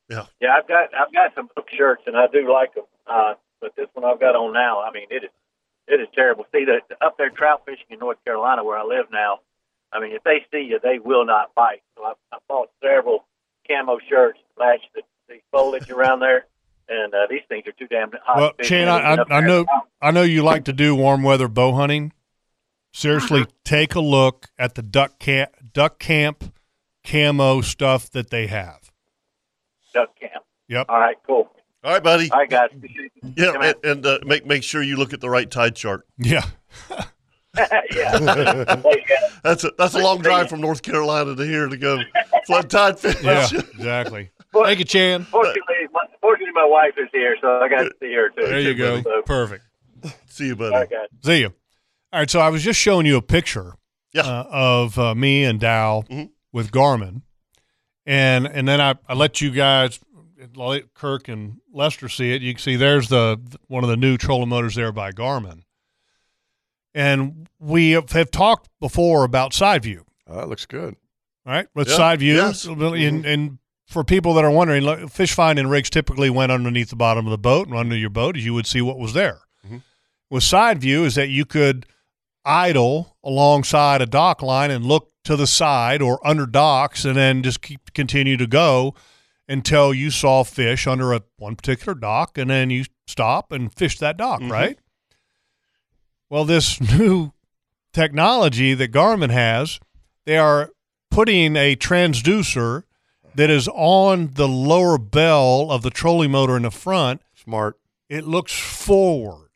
S11: Yeah, I've got I've got some hook shirts and I do like them. Uh, but this one I've got on now, I mean, it is it is terrible. See, the, the up there trout fishing in North Carolina where I live now, I mean, if they see you, they will not bite. So I, I bought several camo shirts to match the, the foliage around there, and uh, these things are too damn hot.
S2: Well,
S11: to fish
S2: Shane,
S11: in.
S2: I,
S11: Up
S2: I, I
S11: there,
S2: know I know you like to do warm weather bow hunting. Seriously, take a look at the duck camp, duck camp camo stuff that they have.
S11: duck camp.
S2: Yep.
S11: All right, cool.
S3: All right, buddy.
S11: All right, guys. Appreciate it.
S3: Yeah,
S11: Come
S3: and, and uh, make make sure you look at the right tide chart.
S2: Yeah.
S11: yeah. Hey, guys.
S3: That's a that's a long drive from North Carolina to here to go flood tide fish.
S2: Yeah, exactly.
S11: For-
S2: Thank you, Chan.
S11: Fortunately, my, fortunately, my wife is here, so I got to see her too.
S2: There you go.
S11: So,
S2: Perfect.
S3: See you,
S11: all right,
S3: buddy.
S11: guys.
S2: See you. All right, so I was just showing you a picture
S3: Yeah.
S2: uh, of uh, me and Dow
S5: Mm-hmm.
S3: Mhm.
S2: with Garmin, and and then I, I let you guys, I'll let Kirk and Lester see it. You can see there's the one of the new trolling motors there by Garmin, and we have, have talked before about side view.
S5: Oh, that looks good. Mm-hmm.
S2: All right, with
S3: Yeah,
S2: side view,
S3: yes.
S2: and, and for people that are wondering, like, fish finding rigs typically went underneath the bottom of the boat and under your boat, you would see what was there.
S5: Mhm.
S2: With side view, is that you could idle alongside a dock line and look to the side or under docks, and then just keep continue to go until you saw fish under a one particular dock, and then you stop and fish that dock,
S3: Mhm.
S2: right? Well, this new technology that Garmin has, they are putting a transducer that is on the lower bell of the trolling motor in the front.
S5: Smart.
S2: It looks forward.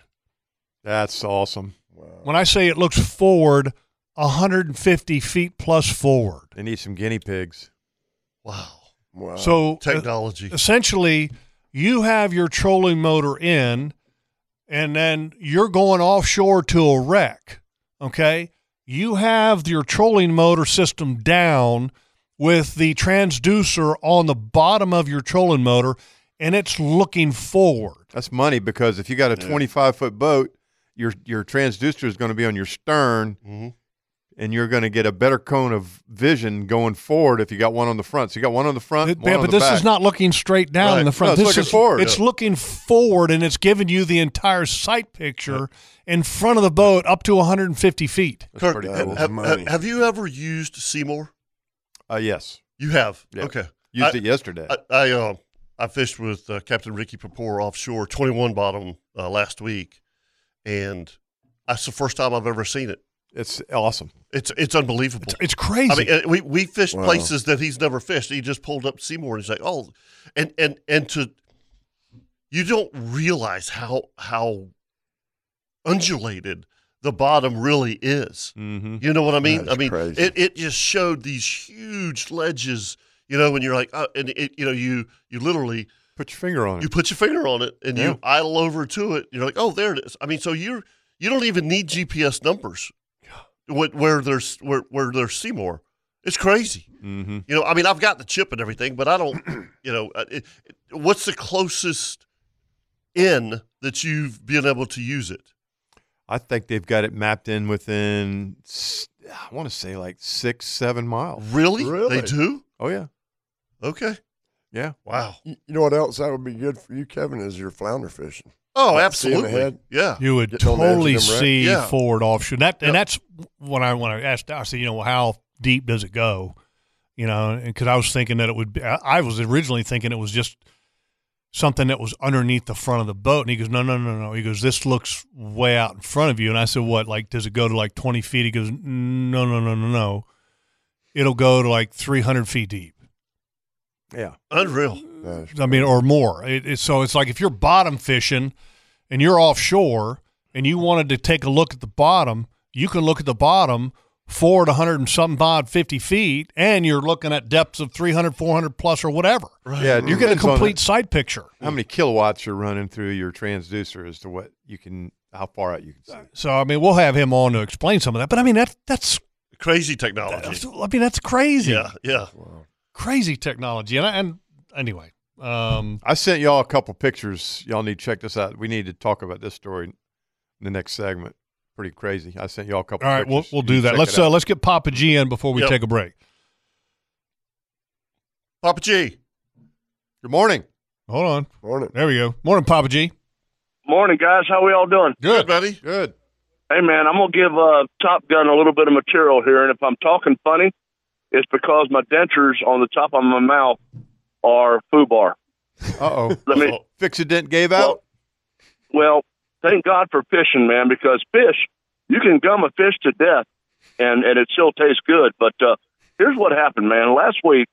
S5: That's awesome.
S2: When I say it looks forward, 150 feet plus forward.
S5: They need some guinea pigs.
S3: Wow,
S5: Oh,
S2: So uh,
S3: technology.
S2: essentially you have your trolling motor in and then you're going offshore to a wreck okay you have your trolling motor system down with the transducer on the bottom of your trolling motor and it's looking forward
S5: That's money because if you got a 25 foot boat, your your transducer is going to be on your stern,
S3: Mhm.
S5: and you're going to get a better cone of vision going forward if you got one on the front. So you got one on the front,
S2: Th-
S5: one
S2: yeah,
S5: on
S2: but
S5: the
S2: this
S5: back.
S2: is not looking straight down
S3: Right.
S2: in the front.
S5: No, it's
S2: this
S5: looking
S2: is,
S5: forward.
S2: It's looking forward, and it's giving you the entire sight picture in front of the boat up to 150 feet.
S5: That's
S3: Kirk,
S5: pretty
S3: ha-
S5: cool.
S3: ha- ha- have you ever used Seymour?
S5: Uh, yes,
S3: You have.
S5: Yeah.
S3: Okay.
S5: used
S3: I-
S5: it yesterday.
S3: I, I um I fished with uh, Captain Ricky Papour offshore, 21 bottom uh, last week, and that's the first time I've ever seen it.
S5: it's awesome.
S3: It's it's unbelievable.
S2: It's crazy.
S3: I mean, uh, we we fished
S12: Wow.
S3: places that he's never fished. He just pulled up Seymour and he's like, oh, and and and to you don't realize how how undulated the bottom really is.
S5: Mm-hmm.
S3: You know what I mean?
S12: That's
S3: I mean,
S12: crazy.
S3: it it just showed these huge ledges. You know, and you're like, uh, and it, you know, you you literally
S5: Put your finger on it.
S3: you put your finger on it and
S5: Yeah.
S3: you idle over to it. You're like, oh, there it is. I mean, so you're you don't even need GPS numbers. Where, where there's where where there's Seymour, it's crazy.
S5: mm-hmm.
S3: You know, I mean, I've got the chip and everything, but I don't. You know, uh, it, it- what's the closest in that you've been able to use it?
S5: I think they've got it mapped in within, s- I want to say like six, seven miles.
S3: Really? Really? They do?
S5: Oh, yeah.
S3: Okay.
S5: Yeah.
S3: Wow.
S12: You you know what else that would be good for you, Kevin, is your flounder fishing.
S3: Oh,
S12: Like, see 'em
S3: absolutely.
S12: ahead.
S3: Yeah.
S2: You would
S12: Get on the edge of
S2: totally
S12: them wreck.
S2: see
S12: Yeah.
S2: forward offshore. That and that's when I when I asked, I said, you know, well, how deep does it go? You know, because I was thinking that it would be. I I was originally thinking it was just something that was underneath the front of the boat. And he goes, no, no, no, no. He goes, this looks way out in front of you. And I said, what? Like, does it go to like twenty feet? He goes, no, no, no, no, no. It'll go to like three hundred feet deep.
S5: Yeah.
S3: Unreal.
S12: Uh,
S2: I mean, or more. It, it, so it's like if you're bottom fishing and you're offshore and you wanted to take a look at the bottom, you can look at the bottom forward 100 and some odd 50 feet, and you're looking at depths of 300, 400 plus or whatever.
S5: Yeah, it
S2: You're getting a
S5: depends on
S2: complete
S5: it.
S2: side picture.
S5: How many kilowatts you're running through your transducer as to what you can, how far out you can see.
S2: So, I mean, we'll have him on to explain some of that. But I mean, that, that's
S3: Crazy technology.
S2: I mean, that's crazy.
S3: Yeah. Yeah.
S2: Crazy technology. And, I, and anyway, um,
S5: I sent y'all a couple pictures. Y'all need to check this out. We need to talk about this story in the next segment. Pretty crazy. I sent y'all a couple.
S2: all right, we'll,
S5: pictures.
S2: we'll
S5: You
S2: do
S5: check
S2: that.
S5: it
S2: Let's
S5: out.
S2: uh, let's get Papa G in before we
S5: Yep.
S2: take a break.
S3: Papa G.
S5: Good morning.
S2: Hold on.
S12: Morning.
S2: There we go. Morning, Papa G.
S13: Morning, guys. How we all doing?
S3: Good, buddy.
S5: Good.
S13: Hey, man, I'm gonna give uh, Top Gun a little bit of material here, and if I'm talking funny, it's because my dentures on the top of my mouth are foobar.
S5: Uh
S13: Let me
S5: oh. Fix a dent gave out.
S13: Well, thank God for fishing, man, because fish, you can gum a fish to death and, and it still tastes good. But uh, here's what happened, man. Last week,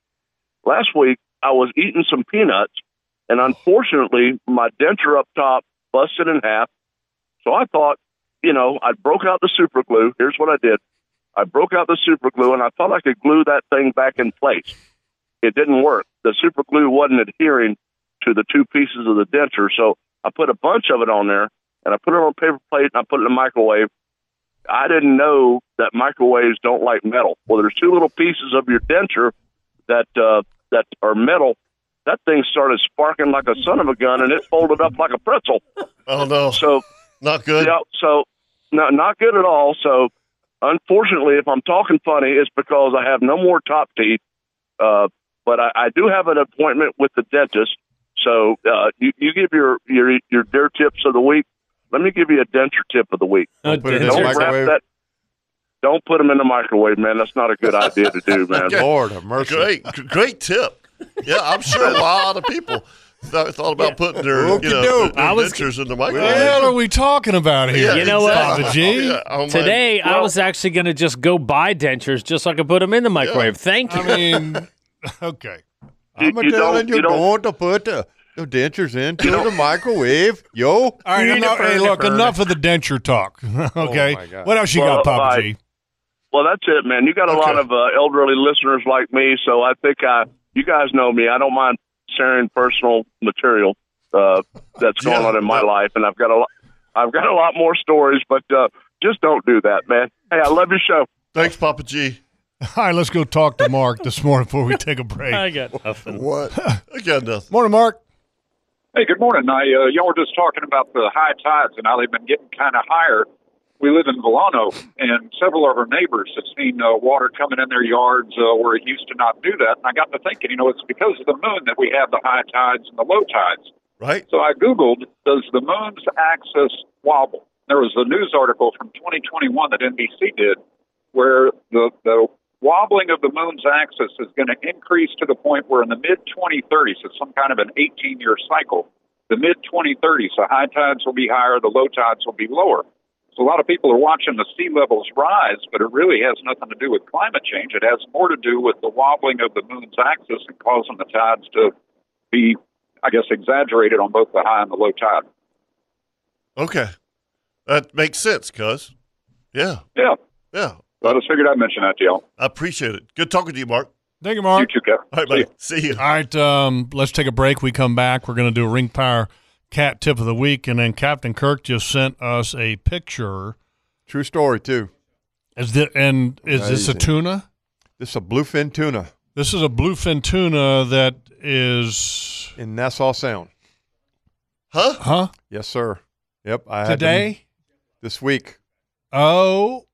S13: last week, I was eating some peanuts, and unfortunately, my denture up top busted in half. So I thought, you know, I broke out the super glue. Here's what I did I broke out the super glue, and I thought I could glue that thing back in place. It didn't work. The super glue wasn't adhering to the two pieces of the denture. So I put a bunch of it on there and I put it on a paper plate and I put it in the microwave. I didn't know that microwaves don't like metal. Well, there's two little pieces of your denture that uh, that are metal. That thing started sparking like a son of a gun, and it folded up like a pretzel.
S3: Oh no!
S13: So
S3: not good.
S13: Yeah. So no, not good at all. So unfortunately, if I'm talking funny, it's because I have no more top teeth. Uh, but I, I do have an appointment with the dentist. So uh, you, you give your your your dare tips of the week. Let me give you a denture tip of the week.
S4: Don't put it in the microwave.
S13: that. Don't put them in the microwave, man. That's not a good idea to do, man.
S3: Okay.
S5: Lord have mercy.
S3: Great, g- great tip. Yeah, I'm sure a lot of people th- thought about putting their you know,
S2: Okey-doke.
S3: their
S2: I was-
S3: adventures in the
S2: What the
S3: microwave.
S2: hell are we talking about here?
S4: you know
S2: Papa
S4: what?
S2: G?
S4: Today I was actually going to just go buy dentures just so I could put them in the microwave. Thank you.
S2: I mean, okay.
S5: I'm
S4: You- you
S5: telling
S4: don't-
S5: you,
S4: you don't-
S5: don't to put uh, your dentures into the microwave, yo.
S2: All right, enough, hey, look, enough of the denture talk. okay.
S5: my God.
S2: what else you
S13: Well,
S2: got, Papa
S13: bye.
S2: G?
S13: Well, that's it, man. You got a lot of uh, elderly listeners like me, so I think I, you guys know me. I don't mind sharing personal material uh, that's going on in my life, and I've got a lot, I've got a lot more stories, but uh, just don't do that, man. Hey, I love your show.
S3: Thanks, Papa G.
S2: All right, let's go talk to Mark this morning before we take a break.
S4: I got nothing.
S12: What?
S3: I got nothing.
S2: Morning, Mark.
S14: Hey, good morning. I, uh, y'all were just talking about the high tides and how they've been getting kind of higher. We live in Volano, and several of our neighbors have seen uh, water coming in their yards uh, where it used to not do that. And I got to thinking, you know, it's because of the moon that we have the high tides and the low tides.
S3: Right.
S14: So I Googled, does the moon's axis wobble? There was a news article from 2021 that NBC did where the, the wobbling of the moon's axis is going to increase to the point where in the mid 2030s, it's some kind of an 18 year cycle, the mid 2030s, the high tides will be higher, the low tides will be lower. So a lot of people are watching the sea levels rise, but it really has nothing to do with climate change. It has more to do with the wobbling of the moon's axis and causing the tides to be, I guess, exaggerated on both the high and the low tide.
S3: Okay, that makes sense, cuz. Yeah,
S14: Yeah.
S3: yeah.
S14: But I just figured I'd mention that to y'all.
S3: I appreciate it. Good talking to you, Mark.
S2: Thank you, Mark.
S14: You too, Kevin.
S3: All right, buddy. See you.
S2: All right, um, let's take a break. We come back. We're going to do a Ring Power Cat Tip of the Week. And then Captain Kirk just sent us a picture.
S5: True story too.
S2: Is this, And is this a
S5: Amazing.
S2: tuna?
S5: This is a bluefin tuna
S2: This is a bluefin tuna that is,
S5: in Nassau Sound.
S3: Huh?
S2: huh?
S5: Yes, sir. Yep. I had them-
S2: Today?
S5: this week.
S2: Oh,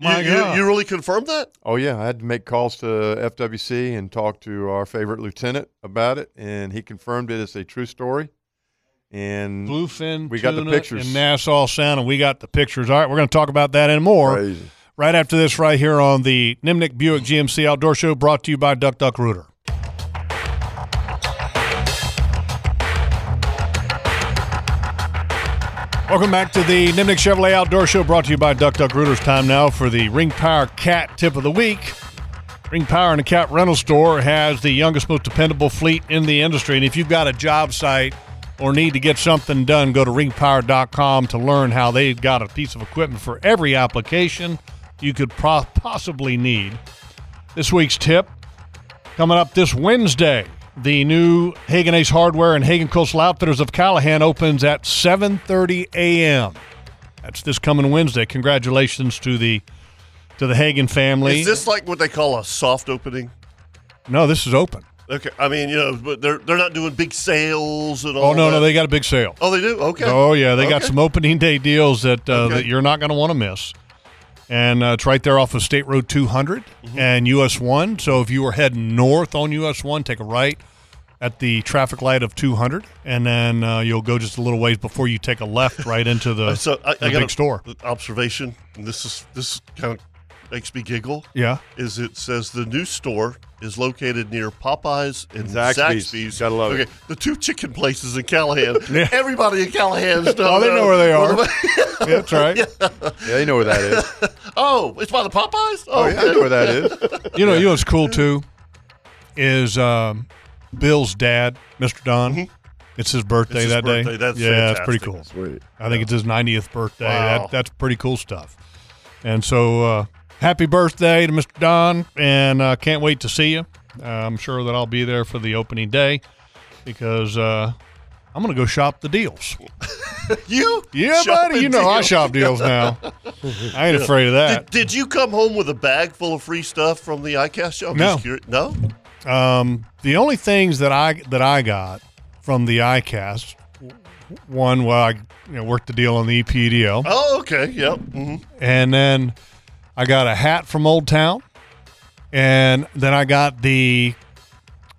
S2: my
S3: you,
S2: God.
S3: You, you really confirmed that?
S5: Oh yeah, I had to make calls to FWC and talk to our favorite lieutenant about it, and he confirmed it as a true story. And
S2: bluefin,
S5: we got the
S2: tuna
S5: pictures.
S2: in Nassau Sound, and we got the pictures. All right, we're going to talk about that and more right after this, right here on the Nimnik Buick GMC Outdoor Show, brought to you by Duck Duck Rooter. Welcome back to the Nimnik Chevrolet Outdoor Show, brought to you by Duck Duck Rooters. Time now for the Ring Power Cat Tip of the Week. Ring Power and the Cat Rental Store has the youngest, most dependable fleet in the industry. And if you've got a job site or need to get something done, go to ringpower.com to learn how they've got a piece of equipment for every application you could pro- possibly need. This week's tip Coming up this Wednesday, the new Hagen Ace Hardware and Hagen Coastal Outfitters of Callahan opens at 7:30 a.m. That's this coming Wednesday. Congratulations to the to the Hagen family.
S3: Is this like what they call a soft opening?
S2: no, this is open.
S3: Okay, I mean, you know, but they're they're not doing big sales and all.
S2: Oh no, no,
S3: that.
S2: they got a big sale.
S3: Oh, they do. Okay.
S2: Oh yeah, they got
S3: Okay.
S2: some opening day deals that uh,
S3: Okay.
S2: that you're not going to want to miss. And uh, it's right there off of State Road 200
S3: Mm-hmm.
S2: and US 1. So if you were heading north on US 1, take a right at the traffic light of 200, and then uh, you'll go just a little ways before you take a left right into the,
S3: Uh, so I,
S2: the
S3: I got
S2: big
S3: a
S2: store.
S3: Observation. and This is this kind of makes me giggle.
S2: Yeah.
S3: Is it says the new store is located near Popeyes and
S5: Zaxby's.
S3: Zaxby's.
S5: Gotta love
S3: okay,
S5: it.
S3: the two chicken places in Callahan.
S5: Yeah.
S3: Everybody in Callahan's down
S2: Oh, they
S3: there.
S2: know where they are.
S3: That's
S2: right.
S5: Yeah, you know where that is.
S3: Oh, it's by the Popeyes.
S5: Oh, yeah, I know where that is.
S2: You know, you know what's cool too is um, Bill's dad, Mr. Don. It's his birthday
S3: Mm-hmm. It's his
S2: that day.
S3: birthday. That's
S2: yeah, it's pretty
S3: fantastic.
S2: cool.
S3: Sweet.
S2: I think it's his 90th birthday.
S3: Wow.
S2: That, that's pretty cool stuff. And so, uh, happy birthday to Mr. Don, and uh, can't wait to see you. Uh, I'm sure that I'll be there for the opening day because uh, I'm going to go shop the deals.
S3: You?
S2: Yeah,
S3: Shopping
S2: buddy. You know I
S3: deal.
S2: shop deals now. I ain't
S3: Yeah.
S2: afraid of that.
S3: Did, did you come home with a bag full of free stuff from the ICAST show? I'm
S2: No.
S3: just curious. No.
S2: Um, the only things that I that I got from the ICAST, one, well, I you know, worked the deal on the E EPDL,
S3: Oh, okay. Yep. Mhm.
S2: and then I got a hat from Old Town, and then I got the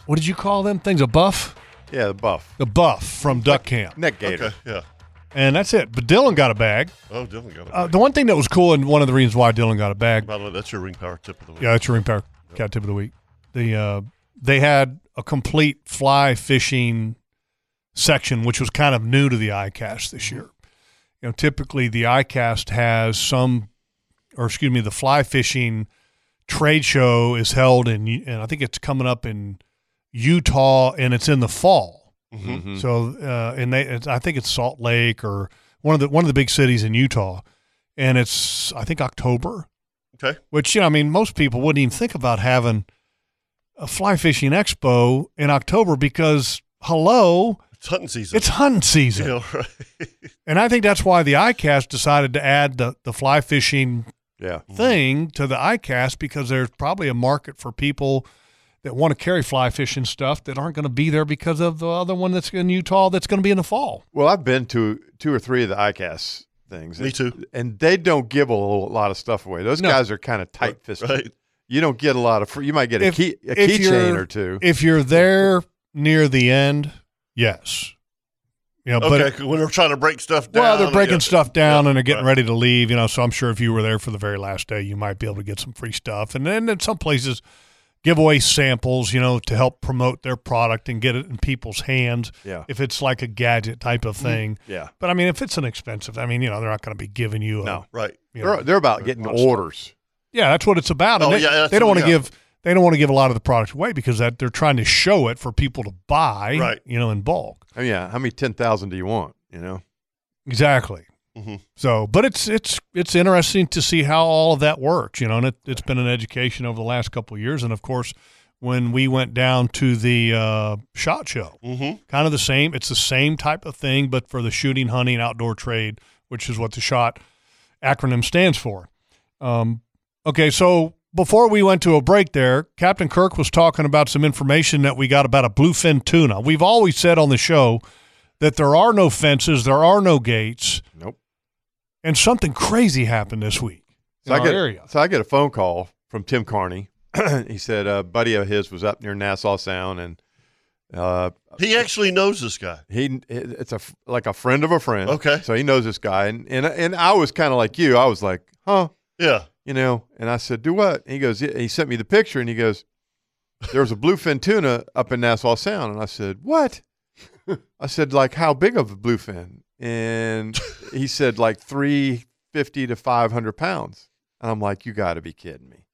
S2: what did you call them things? A buff?
S5: Yeah, the buff.
S2: The buff from Duck Camp.
S5: Neck gator.
S3: Okay, yeah.
S2: And that's it. But Dylan got a bag.
S3: Oh, Dylan got a
S2: Uh, the one thing that was cool, and one of the reasons why Dylan got a bag,
S3: By the way, that's your ring power tip of the week.
S2: Yeah, that's your ring power cat tip of the week. The uh, they had a complete fly fishing section, which was kind of new to the ICAST
S3: Mm-hmm.
S2: this year. You know, typically the ICAST has some, or excuse me, the fly fishing trade show is held in, and I think it's coming up in Utah, and it's in the fall.
S5: Mhm.
S3: Mm-hmm.
S5: Mhm.
S2: So, uh, and they, it's, I think it's Salt Lake or one of the one of the big cities in Utah, and it's I think October.
S3: Okay.
S2: Which, you know, I mean, most people wouldn't even think about having a fly fishing expo in October because, hello,
S3: it's hunting season.
S2: It's hunting season.
S3: Yeah, right.
S2: And I think that's why the ICAST decided to add the, the fly fishing
S5: Yeah.
S2: thing to the ICAST because there's probably a market for people that want to carry fly fishing stuff that aren't going to be there because of the other one that's in Utah that's going to be in the fall.
S5: Well, I've been to two or three of the ICAS things.
S2: Me
S5: too. And they don't give a lo- lot of stuff away. Those guys are kind of tight fisted.
S3: Right.
S5: You don't get a lot of free. You might get a
S2: If-
S5: key a
S2: if
S5: keychain
S2: you're-
S5: or two.
S2: If you're there near the end, yes. You know, but
S3: okay, 'cause when they're trying to break stuff down.
S2: Well, they're breaking
S3: yeah.
S2: stuff down and they're getting ready to leave, you know. So I'm sure if you were there for the very last day, you might be able to get some free stuff. And then in some places, give away samples, you know, to help promote their product and get it in people's hands.
S5: Yeah. Mm-hmm.
S2: If it's like a gadget type of thing.
S5: Yeah.
S2: But I mean, if it's an expensive, I mean, you know, they're not going to be giving you a.
S5: No.
S3: Right.
S2: You
S5: they're,
S2: know,
S5: they're about getting
S2: lots of stuff.
S5: orders.
S2: Yeah, that's what it's about. And
S5: Oh,
S2: they,
S5: yeah, that's
S2: they don't
S5: what-
S2: want to
S5: yeah.
S2: give. They don't want to give a lot of the product away because that they're trying to show it for people to buy,
S5: Right.
S2: you know, in bulk.
S5: Oh, yeah. How many 10,000 do you want? You know?
S2: Exactly.
S5: Mhm.
S2: So, but it's it's it's interesting to see how all of that works, you know. And it, it's been an education over the last couple of years, and of course, when we went down to the uh, shot show, kind of the same. It's the same type of thing, but for the shooting, hunting, outdoor trade, which is what the shot acronym stands for. Um, okay, so before we went to a break there, Captain Kirk was talking about some information that we got about a bluefin tuna. We've always said on the show that there are no fences, there are no gates.
S5: Nope.
S2: And something crazy happened this week.
S5: So I,
S2: our
S5: get,
S2: area.
S5: so I get a phone call from Tim Carney. he said a buddy of his was up near Nassau Sound, and uh,
S3: he actually knows this guy.
S5: He it's a f- like a friend of a friend.
S3: Okay.
S5: so he knows this guy, and and and I was kind of like you. I was like, huh,
S3: yeah,
S5: you know. And I said, do what? And he goes, yeah. he sent me the picture, and he goes, there was a bluefin tuna up in Nassau Sound, and I said, what? I said, like, how big of a bluefin? And he said, like, 350 to 500 pounds. And I'm like, you got to be kidding me.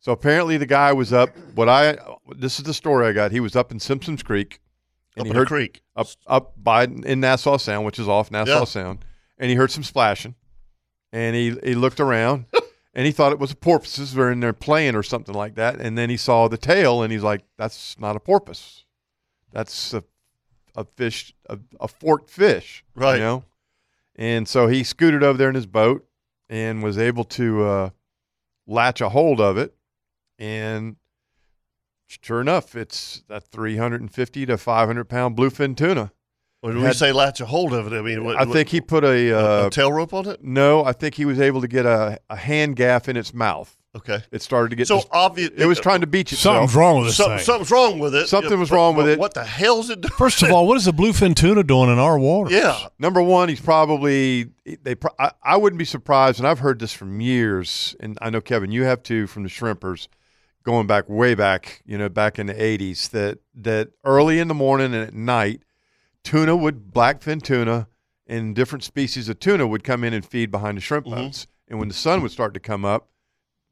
S5: So apparently the guy was up, what I, this is the story I got. He was up in Simpsons Creek.
S3: Up
S5: he
S3: in the creek.
S5: Up, up by, in Nassau Sound, which is off Nassau
S3: Yeah.
S5: Sound. And he heard some splashing. And he, he looked around and he thought it was porpoises were in there playing or something like that. And then he saw the tail and he's like, that's not a porpoise. That's a a fish, a, a forked fish, right? You know, and so he scooted over there in his boat and was able to uh, latch a hold of it, and sure enough, it's that three hundred and fifty to five hundred pound bluefin tuna.
S3: Or do we
S5: Had-
S3: say latch a hold of it? I mean, what,
S5: I
S3: what-
S5: think he put a, uh,
S3: a tail rope on it?
S5: No, I think he was able to get a, a hand gaff in its mouth.
S3: Okay,
S5: it started to get
S3: so
S5: dis-
S3: obvious.
S5: It was trying to beach itself.
S3: Some- Something's wrong with it.
S5: Something was
S3: But-
S5: wrong with
S3: but
S5: it.
S3: What the hell's it doing?
S2: First of all, what is a bluefin tuna doing in our waters?
S3: Yeah.
S5: Number one, he's probably they. pro- I, I wouldn't be surprised, and I've heard this from years, and I know Kevin, you have too, from the shrimpers, going back way back, you know, back in the '80s. That that early in the morning and at night, tuna would blackfin tuna and different species of tuna would come in and feed behind the shrimp boats, and when the sun would start to come up,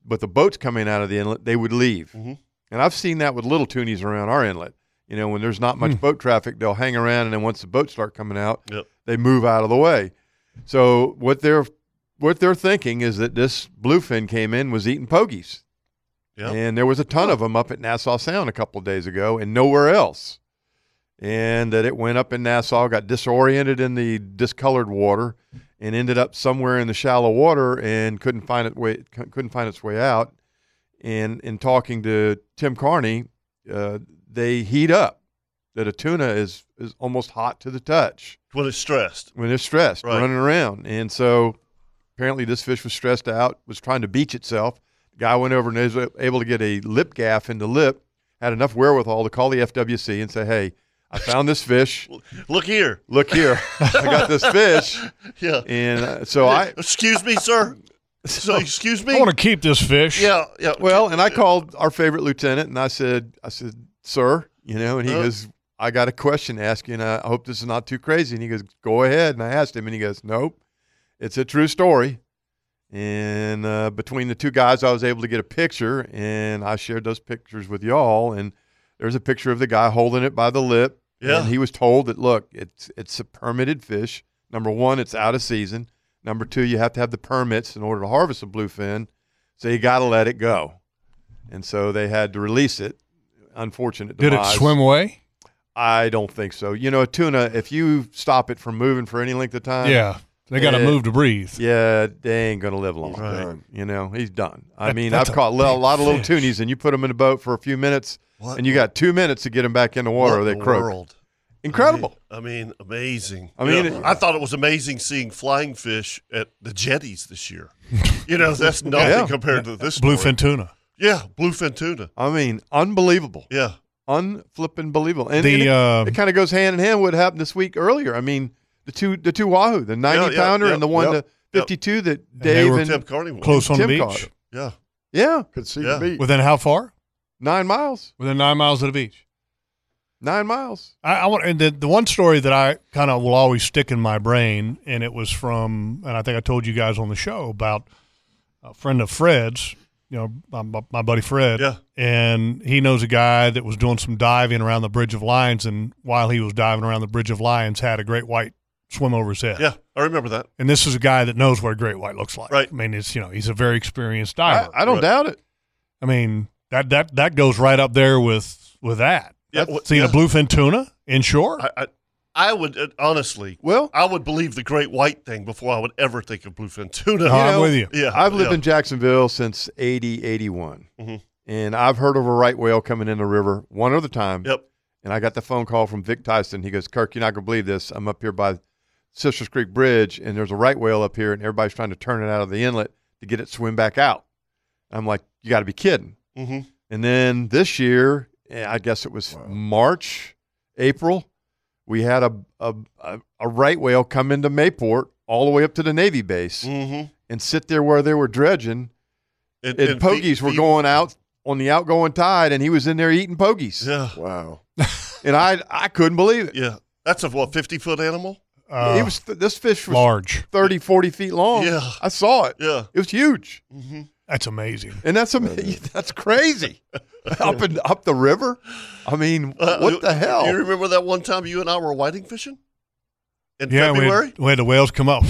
S5: but the boats coming out of the inlet, they would leave. And I've seen that with little toonies around our inlet. You know, when there's not much
S3: Hmm.
S5: boat traffic, they'll hang around, and then once the boats start coming out,
S3: Yep.
S5: they move out of the way. So what they're what they're thinking is that this bluefin came in was eating pogies,
S3: Yep.
S5: and there was a ton of them up at Nassau Sound a couple of days ago, and nowhere else. And that it went up in Nassau, got disoriented in the discolored water, and ended up somewhere in the shallow water and couldn't find it way couldn't find its way out and in talking to Tim Carney, uh, they heat up. That a tuna is is almost hot to the touch
S3: when it's stressed.
S5: When it's stressed,
S3: Right.
S5: running around, and so apparently this fish was stressed out, was trying to beach itself. guy went over and was able to get a lip gaff in the lip. Had enough wherewithal to call the FWC and say, "Hey, I found this fish.
S3: Look here.
S5: Look here, I got this fish."
S3: Yeah.
S5: And uh, so I
S3: Excuse me, sir. So excuse me.
S2: keep this fish.
S3: Yeah, yeah.
S5: Well, and I called our favorite lieutenant, and I said, I said, sir, you know, and he
S3: Huh?
S5: goes, I got a question to ask you, and I hope this is not too crazy. And he goes, go ahead. And I asked him, and he goes, nope, it's a true story. And uh, between the two guys, I was able to get a picture, and I shared those pictures with y'all. And there's a picture of the guy holding it by the lip.
S3: Yeah.
S5: And he was told that look, it's it's a permitted fish. Number one, it's out of season. Number two, you have to have the permits in order to harvest a bluefin, so you got to let it go. And so they had to release it. Unfortunate.
S2: Did it
S5: demise.
S2: swim away?
S5: I don't think so. You know, a tuna, if you stop it from moving for any length of time,
S2: Yeah, they gotta
S5: it-
S2: move to breathe.
S5: Yeah, they ain't gonna live long.
S2: Right. done.
S5: You know, he's done. I
S2: That-
S5: mean,
S2: that's
S5: I've
S2: a
S5: caught li- a
S2: big
S5: lot of little
S2: fish.
S5: toonies, and you put them in a boat for a few minutes,
S3: What
S5: and you got two minutes to get them back in the water.
S3: What
S5: or they
S3: in the
S5: croak.
S3: world?
S5: Incredible.
S3: I mean, amazing.
S5: I mean,
S3: You know,
S5: it-
S3: I thought it was amazing seeing flying fish at the jetties this year. You know, that's nothing
S5: Yeah.
S3: compared to this story.
S2: Bluefin tuna.
S3: Yeah, bluefin tuna.
S5: I mean, unbelievable.
S3: Yeah.
S5: Unflippin' believable. And,
S2: The,
S5: and it,
S2: uh,
S5: it kind of goes hand in hand with what happened this week earlier. I mean, the two the two Wahoo, the 90
S3: yeah,
S5: pounder
S3: yeah,
S5: and the one
S3: yeah,
S5: to 52 that
S2: they
S5: Dave
S2: were
S5: and
S2: Tim Carney won. close on the
S5: Tim
S2: beach.
S5: caught.
S3: Yeah.
S5: Yeah.
S12: Could see
S5: Yeah.
S12: the meat.
S2: Within how far?
S5: Nine miles.
S2: Within nine miles of the beach.
S5: Nine miles.
S2: I, I want, and the, the one story that I kind of will always stick in my brain, and it was from, and I think I told you guys on the show about a friend of Fred's, you know, my, my, my buddy Fred.
S3: Yeah.
S2: And he knows a guy that was doing some diving around the Bridge of Lions, and while he was diving around the Bridge of Lions, had a great white swim over his head.
S3: Yeah, I remember that.
S2: Uh, And this is a guy that knows what a great white looks like.
S3: Right.
S2: I mean, it's you know he's a very experienced diver.
S5: I don't Right. doubt it.
S2: I mean that that that goes right up there with with that.
S3: Yeah,
S2: That's-
S3: well,
S2: seeing a bluefin tuna inshore.
S3: I, I, I would uh, honestly,
S5: well,
S3: I would believe the great white thing before I would ever think of bluefin tuna.
S2: Uh-huh.
S5: know,
S3: Yeah,
S5: I've lived
S3: yeah.
S5: in Jacksonville since 80, 81.
S3: Mhm.
S5: And I've heard of a right whale coming in the river one other time.
S3: Yep.
S5: And I got the phone call from Vic Tyson. He goes, Kirk, you're not going to believe this. I'm up here by Sisters Creek Bridge, and there's a right whale up here, and everybody's trying to turn it out of the inlet to get it to swim back out. I'm like, you got to be kidding.
S3: Mhm.
S5: And then this year, eh, I guess it was March, April, we had a, a a- a right whale come into Mayport all the way up to the Navy base
S3: Mm.
S5: and sit there where they were dredging,
S3: and,
S5: and
S3: and feed-
S5: pogies were
S3: feed-
S5: going out on the outgoing tide, and he was in there eating pogies.
S3: Yeah.
S12: Wow.
S5: and I I couldn't believe it.
S3: Yeah. That's a what, 50 foot animal?
S5: it was this fish was
S2: large.
S5: 30, 40 feet long.
S3: Yeah.
S5: I saw it.
S3: Yeah.
S5: It was huge.
S2: That's amazing.
S5: And that's ama- that's crazy. up and up the river. I mean,
S3: Uh,
S5: what the hell?
S3: You remember that one time you and I were whiting fishing? In
S2: yeah, we
S3: February?
S2: had, we had the whales come up.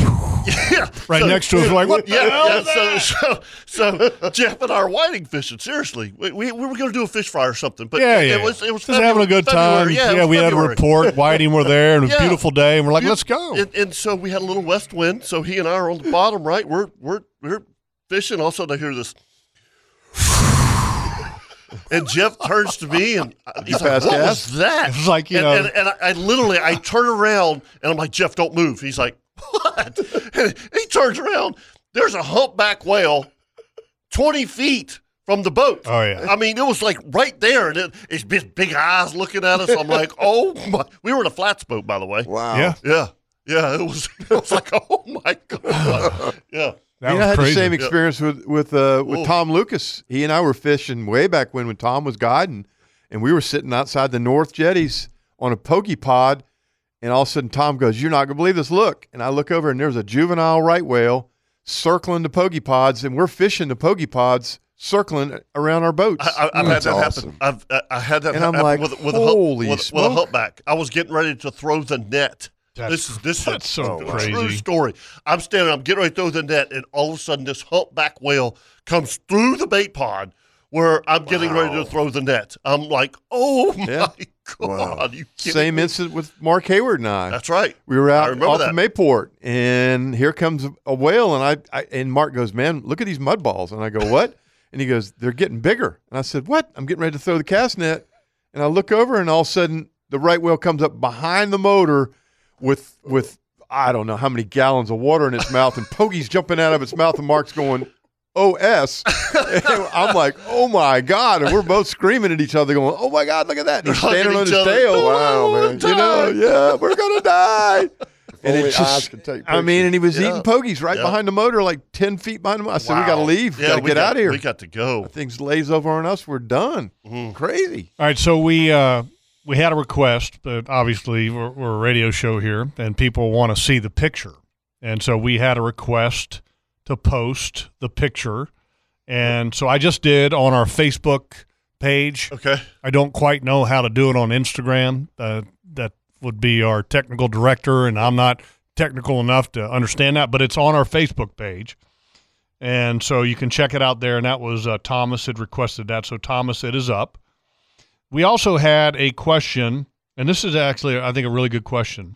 S3: Yeah.
S2: Right next to us, like, what the
S3: yeah,
S2: hell
S3: yeah,
S2: is
S3: so, so, so Jeff and I are whiting fishing. Seriously, we, we, we were going to do a fish fry or something, but
S2: yeah,
S3: it,
S2: yeah.
S3: it was it was
S2: just having a
S3: February-
S2: good time.
S3: February. Yeah, it was
S2: we had a
S3: February.
S2: report. Whiting were there, and it was
S3: Yeah.
S2: a beautiful day, and we're like,
S3: You-
S2: let's go.
S3: And, and so we had a little west wind. So he and I are on the bottom right. We're we're we're fishing. All of a sudden, I hear this. And Jeff turns to me and I- he's like,
S5: pass
S3: "What
S5: gas?"
S3: was that?"
S2: It's like, you
S3: and,
S2: know-
S3: and, and I, I literally, I turn around and I'm like, "Jeff, don't move." He's like, "What?" And he turns around. There's a humpback whale, twenty feet from the boat.
S2: Oh, yeah.
S3: I mean, it was like right there, and it, it's big, big eyes looking at us. I'm like, "Oh my!" We were in a flats boat, by the way.
S12: Wow.
S2: Yeah.
S3: Yeah. Yeah. It was, it was like, oh my God. Yeah.
S5: I mean, I had the same experience with with uh, with Tom Lucas. He and I were fishing way back when when Tom was guiding, and we were sitting outside the North Jetties on a pokey pod, and all of a sudden Tom goes, "You're not gonna believe this! Look!" And I look over, and there's a juvenile right whale circling the pokey pods, and we're fishing the pokey pods circling around our boats.
S3: I, I've had that happen. I've uh, I, I had that
S5: And I'm
S3: happen
S5: like,
S3: with, with, a hump,
S5: "Holy
S3: with, with a
S5: smoke."
S3: humpback. I was getting ready to throw the net.
S2: That's-
S3: this is this
S2: that's
S3: is
S2: so
S3: a true
S2: crazy.
S3: story. I'm standing. I'm getting ready to throw the net, and all of a sudden, this humpback whale comes through the bait pod where I'm getting ready to throw the net. I'm like, oh my god! You kidding
S5: Same
S3: me?
S5: incident with Mark Hayward and I.
S3: That's right.
S5: We were
S3: I
S5: out
S3: remember
S5: off
S3: that.
S5: of Mayport, and here comes a whale, and I, I and Mark goes, "Man, look at these mud balls," and I go, "What?" and he goes, "They're getting bigger," and I said, "What?" I'm getting ready to throw the cast net, and I look over, and all of a sudden the right whale comes up behind the motor with with I don't know how many gallons of water in its mouth, and Pogie's jumping out of its mouth, and Mark's going. OS. And I'm like, oh my God. And we're both screaming at each other, going, oh my God, look at that. And he's
S3: Hugging
S5: standing on
S3: each
S5: his
S3: other.
S5: tail.
S3: Wow, man.
S5: You know, yeah, we're going to die.
S12: only
S5: it
S12: eyes could take
S5: I mean, and he was
S3: Yeah.
S5: eating pogies right
S3: Yeah.
S5: behind the motor, like 10 feet behind him. I said, we got to
S3: Wow.
S5: leave.
S3: Yeah,
S5: got to
S3: we
S5: get
S3: got-
S5: out of here.
S3: We got to go. Mm-hmm.
S5: Things lays over on us. We're done. Crazy.
S2: All right, so we uh, we had a request, but obviously we're, we're a radio show here, and people want to see the picture, and so we had a request to post the picture, and so I just did on our Facebook page.
S3: Okay.
S2: I don't quite know how to do it on Instagram. Uh, that would be our technical director, and I'm not technical enough to understand that, but it's on our Facebook page. And so you can check it out there. And that was uh, Thomas had requested that. So, Thomas, it is up. We also had a question, and this is actually, I think, a really good question.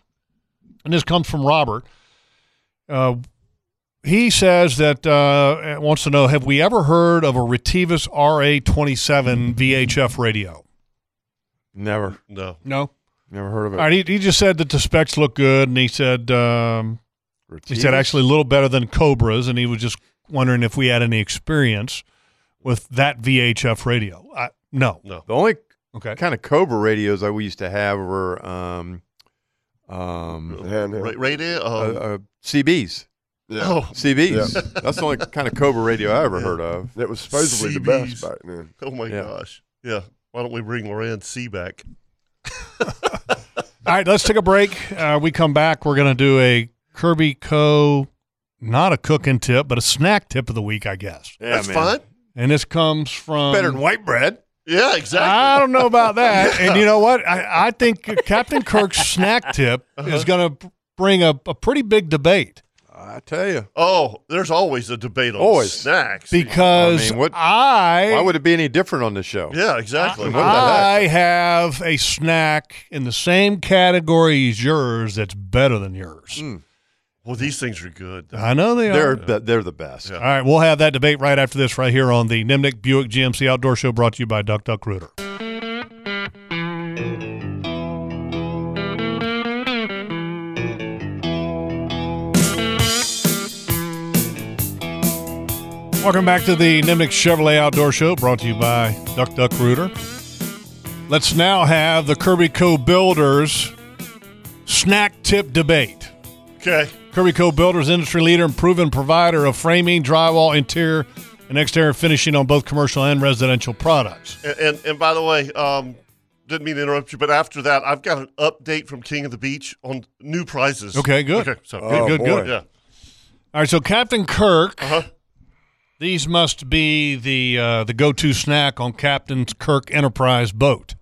S2: And this comes from Robert. Uh, he says that uh, wants to know: Have we ever heard of a Retivus RA27 VHF radio?
S5: Never.
S3: No.
S2: No.
S5: Never heard of it.
S2: All right, he, he just said that the specs look good, and he said um, he said
S5: Retivus?
S2: actually a little better than Cobras, and he was just wondering if we had any experience with that VHF radio. I, no,
S3: No.
S5: The only
S2: okay.
S5: kind of Cobra radios that we used to have were um, um,
S3: Ra- radio,
S5: uh,
S3: um,
S5: uh, CBs.
S12: Yeah.
S3: Oh.
S5: CBs.
S12: Yeah.
S5: That's the only kind of Cobra radio I ever
S3: Yeah.
S5: heard of.
S12: That was supposedly the
S3: CBs.
S12: best back then.
S3: Oh my
S5: Yeah.
S3: gosh. Yeah. Why don't we bring Loran C back?
S2: All right, let's take a break. Uh, we come back. We're going to do a Kirby Co. Not a cooking tip, but a snack tip of the week, I guess.
S5: Yeah,
S3: That's
S5: man.
S3: fine.
S2: And this comes from
S5: Better than white bread.
S3: Yeah, exactly.
S2: I don't know about that. And you know what? I, I think Captain Kirk's snack tip
S5: Uh-huh.
S2: is going to bring a, a pretty big debate
S5: I tell you.
S3: Oh, there's always a debate on
S5: Always.
S3: snacks.
S2: because I,
S5: I mean, what- Why would it be any different on this show?
S3: yeah, exactly.
S5: What the heck?
S2: I have a snack in the same category as yours that's better than yours.
S5: Hmm.
S3: Well, these things are good.
S2: I know they
S5: They're
S2: are.
S5: be- they're the best.
S3: Yeah.
S2: All right, we'll have that debate right after this, right here on the Nimnik Buick GMC Outdoor Show, brought to you by Duck Duck Rooter. Welcome back to the Nimnik Chevrolet Outdoor Show, brought to you by Duck Duck Rooter. Let's now have the Kirby Co. Builders snack tip debate.
S3: Okay.
S2: Kirby Co. Builders, industry leader and proven provider of framing, drywall, interior, and exterior finishing on both commercial and residential products.
S3: And, and and by the way, um, didn't mean to interrupt you, but after that, I've got an update from King of the Beach on new prizes.
S2: Okay, good.
S3: Okay,
S5: Oh,
S3: so
S2: good, good, good.
S3: Yeah.
S2: All right, so Captain Kirk.
S5: Uh-huh.
S2: These must be the uh, the go to snack on Captain Kirk Enterprise boat.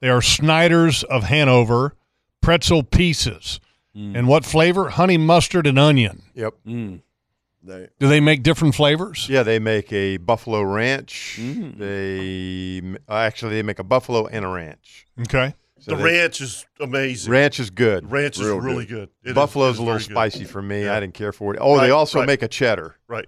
S2: They are Snyder's of Hanover pretzel pieces.
S5: Mm.
S2: And what flavor? Honey mustard and onion.
S5: Yep.
S2: Do they make different flavors?
S5: Yeah, they make a buffalo ranch. They uh, actually they make a buffalo and a ranch.
S2: Okay.
S5: So
S3: the
S5: they-
S3: ranch is amazing.
S5: Ranch is good.
S3: Ranch is really good. It is-
S5: Buffalo's
S3: it is
S5: a little
S3: very good.
S5: spicy for me.
S3: Yeah.
S5: I didn't care for it. Oh,
S3: Right,
S5: they also
S3: right.
S5: make a cheddar.
S3: Right.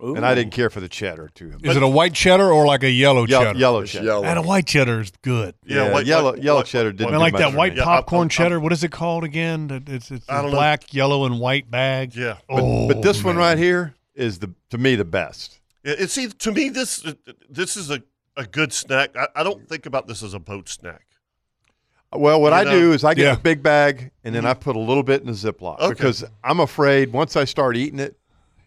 S5: And I didn't care for the cheddar too.
S2: Is it a white cheddar or like a yellow
S5: Yellow-
S2: cheddar?
S5: yellow It's cheddar. yellow.
S2: And a white cheddar is good.
S5: Yeah, Yeah, white- yellow- white- yellow white- cheddar didn't
S2: I
S5: do
S2: like
S5: much
S2: that
S5: for
S2: white
S5: me. Yeah, I'm-
S2: popcorn cheddar. What is it called again? That- It's, it's
S5: I don't know.
S2: black, yellow, and white bag.
S3: Yeah.
S5: But,
S2: Oh,
S5: but this one
S2: man.
S5: right here is the to me the best.
S3: Yeah, and see, to me, this this is a, a good snack. I, I don't think about this as a boat snack.
S5: Well, what
S3: You
S5: I
S3: know?
S5: do is I get
S3: Yeah.
S5: a big bag and then
S3: Mhm.
S5: I put a little bit in a Ziploc
S3: Okay.
S5: because I'm afraid once I start eating it,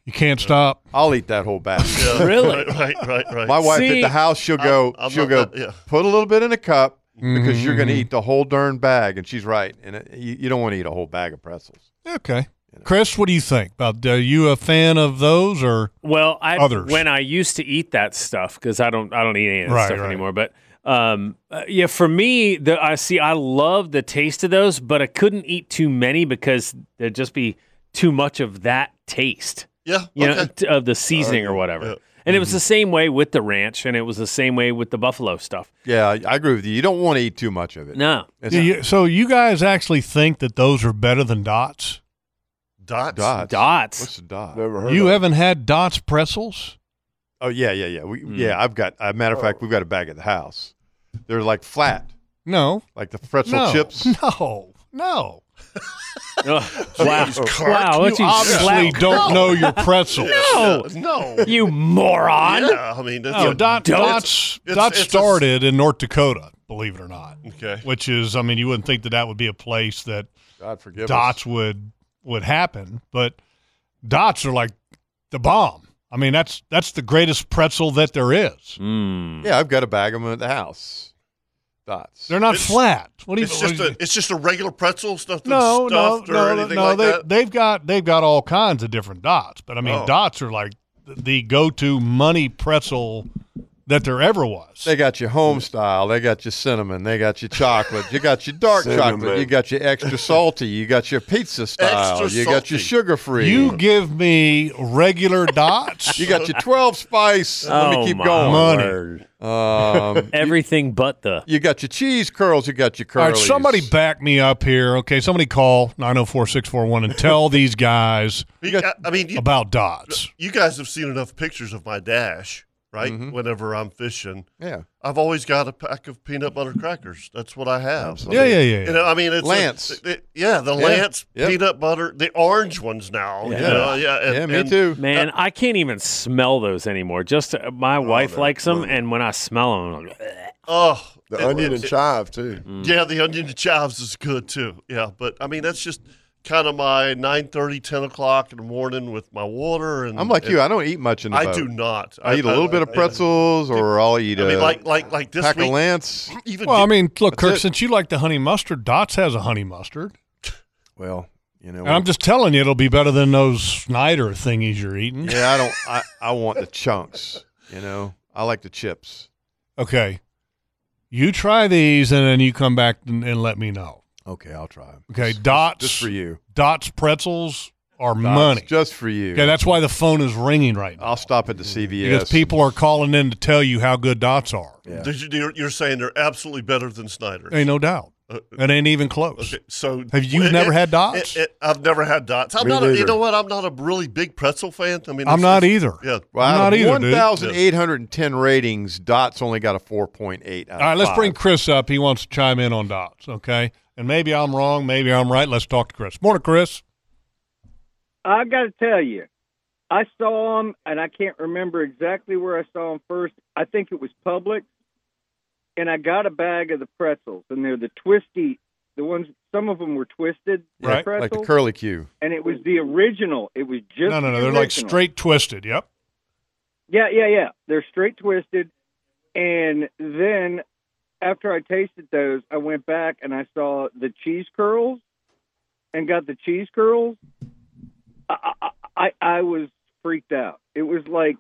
S2: you can't stop.
S5: I'll eat that whole bag.
S3: Yeah, Really? right, right, right, right.
S5: My wife
S3: See,
S5: at the house, she'll
S3: I-
S5: go,
S3: I'm
S5: she'll
S3: not
S5: go,
S3: that- yeah. Mm.
S5: put a little bit in a cup because you're going to
S2: Mhm,
S5: eat the whole darn bag, and she's right. And it, you, you don't want to eat a whole bag of pretzels.
S2: Okay. Chris, what do you think? About are you a fan of those or
S4: Well, I
S2: others?
S4: when I used to eat that stuff because I don't I don't eat any of that
S2: Right,
S4: stuff
S2: right.
S4: anymore. But um, uh, yeah, for me, the I see I love the taste of those, but I couldn't eat too many because there'd just be too much of that taste.
S3: Yeah,
S4: you know,
S3: okay.
S4: t- of the seasoning or
S3: Alright,
S4: whatever.
S3: yeah.
S4: And it
S5: Mm-hmm.
S4: was the same way with the ranch, and it was the same way with the buffalo stuff.
S5: Yeah, I, I agree with you. You don't want to eat too much of it.
S4: No,
S5: It's-
S2: Do you- so you guys actually think that those are better than dots?
S3: Dots.
S5: Dots.
S4: Dots.
S5: What's a dot?
S2: You haven't had dots pretzels?
S5: Oh yeah, yeah, yeah.
S3: Mm.
S5: We yeah. I've got. A matter of fact, we've got a bag at the house. They're like flat,
S2: No.
S5: like the pretzel
S2: no.
S5: chips.
S2: No. No.
S4: wow.
S2: Kirk,
S4: wow,
S2: you
S4: what you
S2: obviously
S4: slack-
S2: don't know your pretzels.
S4: No,
S3: no,
S4: you moron.
S3: Yeah, I mean,
S2: No, Dot, Dots, Dots started in North Dakota, believe it or not.
S3: Okay.
S2: Which is, I mean, you wouldn't think that that would be a place that
S5: God forgive us.
S2: Dots would would happen, but Dots are like the bomb. I mean, that's that's the greatest pretzel that there is.
S4: Mm. Hmm.
S5: Yeah, I've got a bag of them at the house. Dots.
S2: They're not
S3: It's-
S2: flat. What do you?
S3: It's just
S2: what do you-
S3: a it's just a regular pretzel, it's nothing
S2: no, no,
S3: stuffed or
S2: no,
S3: anything
S2: no.
S3: like
S2: they
S3: that.
S2: they've got they've got all kinds of different dots, but I mean,
S3: Oh.
S2: dots are like th- the go to money pretzel that there ever was.
S5: They got your home style. They got your cinnamon. They got your chocolate. You got your dark chocolate.
S2: Cinnamon.
S5: You got your extra salty. You got your pizza style.
S2: Extra
S5: you got your
S2: salty.
S5: sugar free.
S2: You give me regular dots.
S5: You got your 12 spice. Let
S4: Oh,
S5: me keep
S4: my
S5: going.
S2: Money.
S4: word.
S5: Um,
S4: Everything but the.
S5: You got your cheese curls. You got your
S2: All right,
S5: curls.
S2: somebody back me up here. Okay, somebody call 904 641 and tell these guys
S3: You got- I mean, you,
S2: about dots.
S3: you guys have seen enough pictures of my dash, right? Whenever I'm fishing,
S5: Mm-hmm. Yeah.
S3: I've always got a pack of peanut butter crackers. That's what I have.
S5: Absolutely. Yeah, yeah, yeah,
S3: You know, I mean, it's a-
S5: Lance.
S3: it- yeah, the
S5: Yeah,
S3: Lance
S5: yep.
S3: peanut butter, the orange ones now. you know, yeah, and- and-
S4: Oh, Man, I can't even smell those anymore. Just uh, my wife likes them, and when I smell them, I'm like,
S3: Oh,
S12: The
S3: it-
S12: onion and
S3: it-
S12: chive too.
S5: Mm.
S3: Yeah, the onion and chives is good too. Yeah, but I mean, that's just kind of my 9:30, 10 o'clock in the morning with my water. And
S5: I'm like
S3: and-
S5: you. I don't eat much in the
S3: I
S5: boat.
S3: do not.
S5: I, eat a little bit of
S3: yeah.
S5: pretzels, or I'll eat
S3: I
S5: a
S3: mean, like like like this
S5: pack
S3: week.
S5: of Lance.
S3: Even
S2: Well, I mean, look,
S5: That's
S2: Kirk,
S5: it.
S2: since you like the honey mustard, dots has a honey mustard.
S5: Well, you know.
S2: And I'm just telling you, it'll be better than those Snyder thingies you're eating.
S5: yeah, I don't. I, I want the chunks. You know, I like the chips.
S2: Okay. You try these and then you come back and, and let me know.
S5: Okay, I'll try. 'em.
S2: Okay,
S5: Just-
S2: dots.
S5: just for you.
S2: Dots pretzels are
S5: Dots,
S2: money.
S5: just for you.
S2: Okay, that's why the phone is ringing right now
S5: I'll stop at the CVS.
S2: because people are calling in to tell you how good dots are.
S3: Did you- You're, you're saying they're absolutely better than Snyder's.
S2: Ain't no doubt.
S3: Uh,
S2: It ain't even close.
S3: Okay, so
S2: have you
S3: It-
S2: never
S3: it-
S2: had dots?
S3: it- it- I've never had dots. I'm
S2: Me
S3: not. A, you
S2: neither.
S3: know what? I'm not a really big pretzel fan. I mean,
S2: I'm
S3: it's-
S2: not
S3: it's-
S2: either.
S3: Yeah,
S5: Well,
S2: I'm
S5: out
S2: not
S5: of
S2: either, dude.
S5: 1,810 ratings, Dots only got a 4.8 out
S2: All
S5: of
S2: right, let's
S5: five.
S2: bring Chris up. He wants to chime in on dots. Okay, and maybe I'm wrong. Maybe I'm right. Let's talk to Chris. Morning, Chris.
S15: I got to tell you, I saw him, and I can't remember exactly where I saw him first. I think it was Publix, and I got a bag of the pretzels, and they're the twisty, the ones. Some of them were twisted,
S5: Right,
S15: pretzels,
S5: like the curly Q.
S15: and it was the original. It was just
S2: no, no,
S15: the
S2: no. They're like
S15: original.
S2: straight twisted. Yep.
S15: Yeah, yeah, yeah. They're straight twisted. And then after I tasted those, I went back and I saw the cheese curls and got the cheese curls. I I, I, I was freaked out. It was like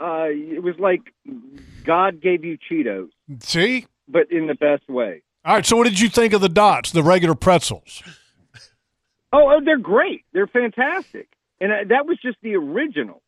S15: uh, it was like God gave you Cheetos,
S2: See.
S15: but in the best way.
S2: All right. So, what did you think of the dots, the regular pretzels?
S15: Oh, oh they're great. They're fantastic. And I, that was just the original.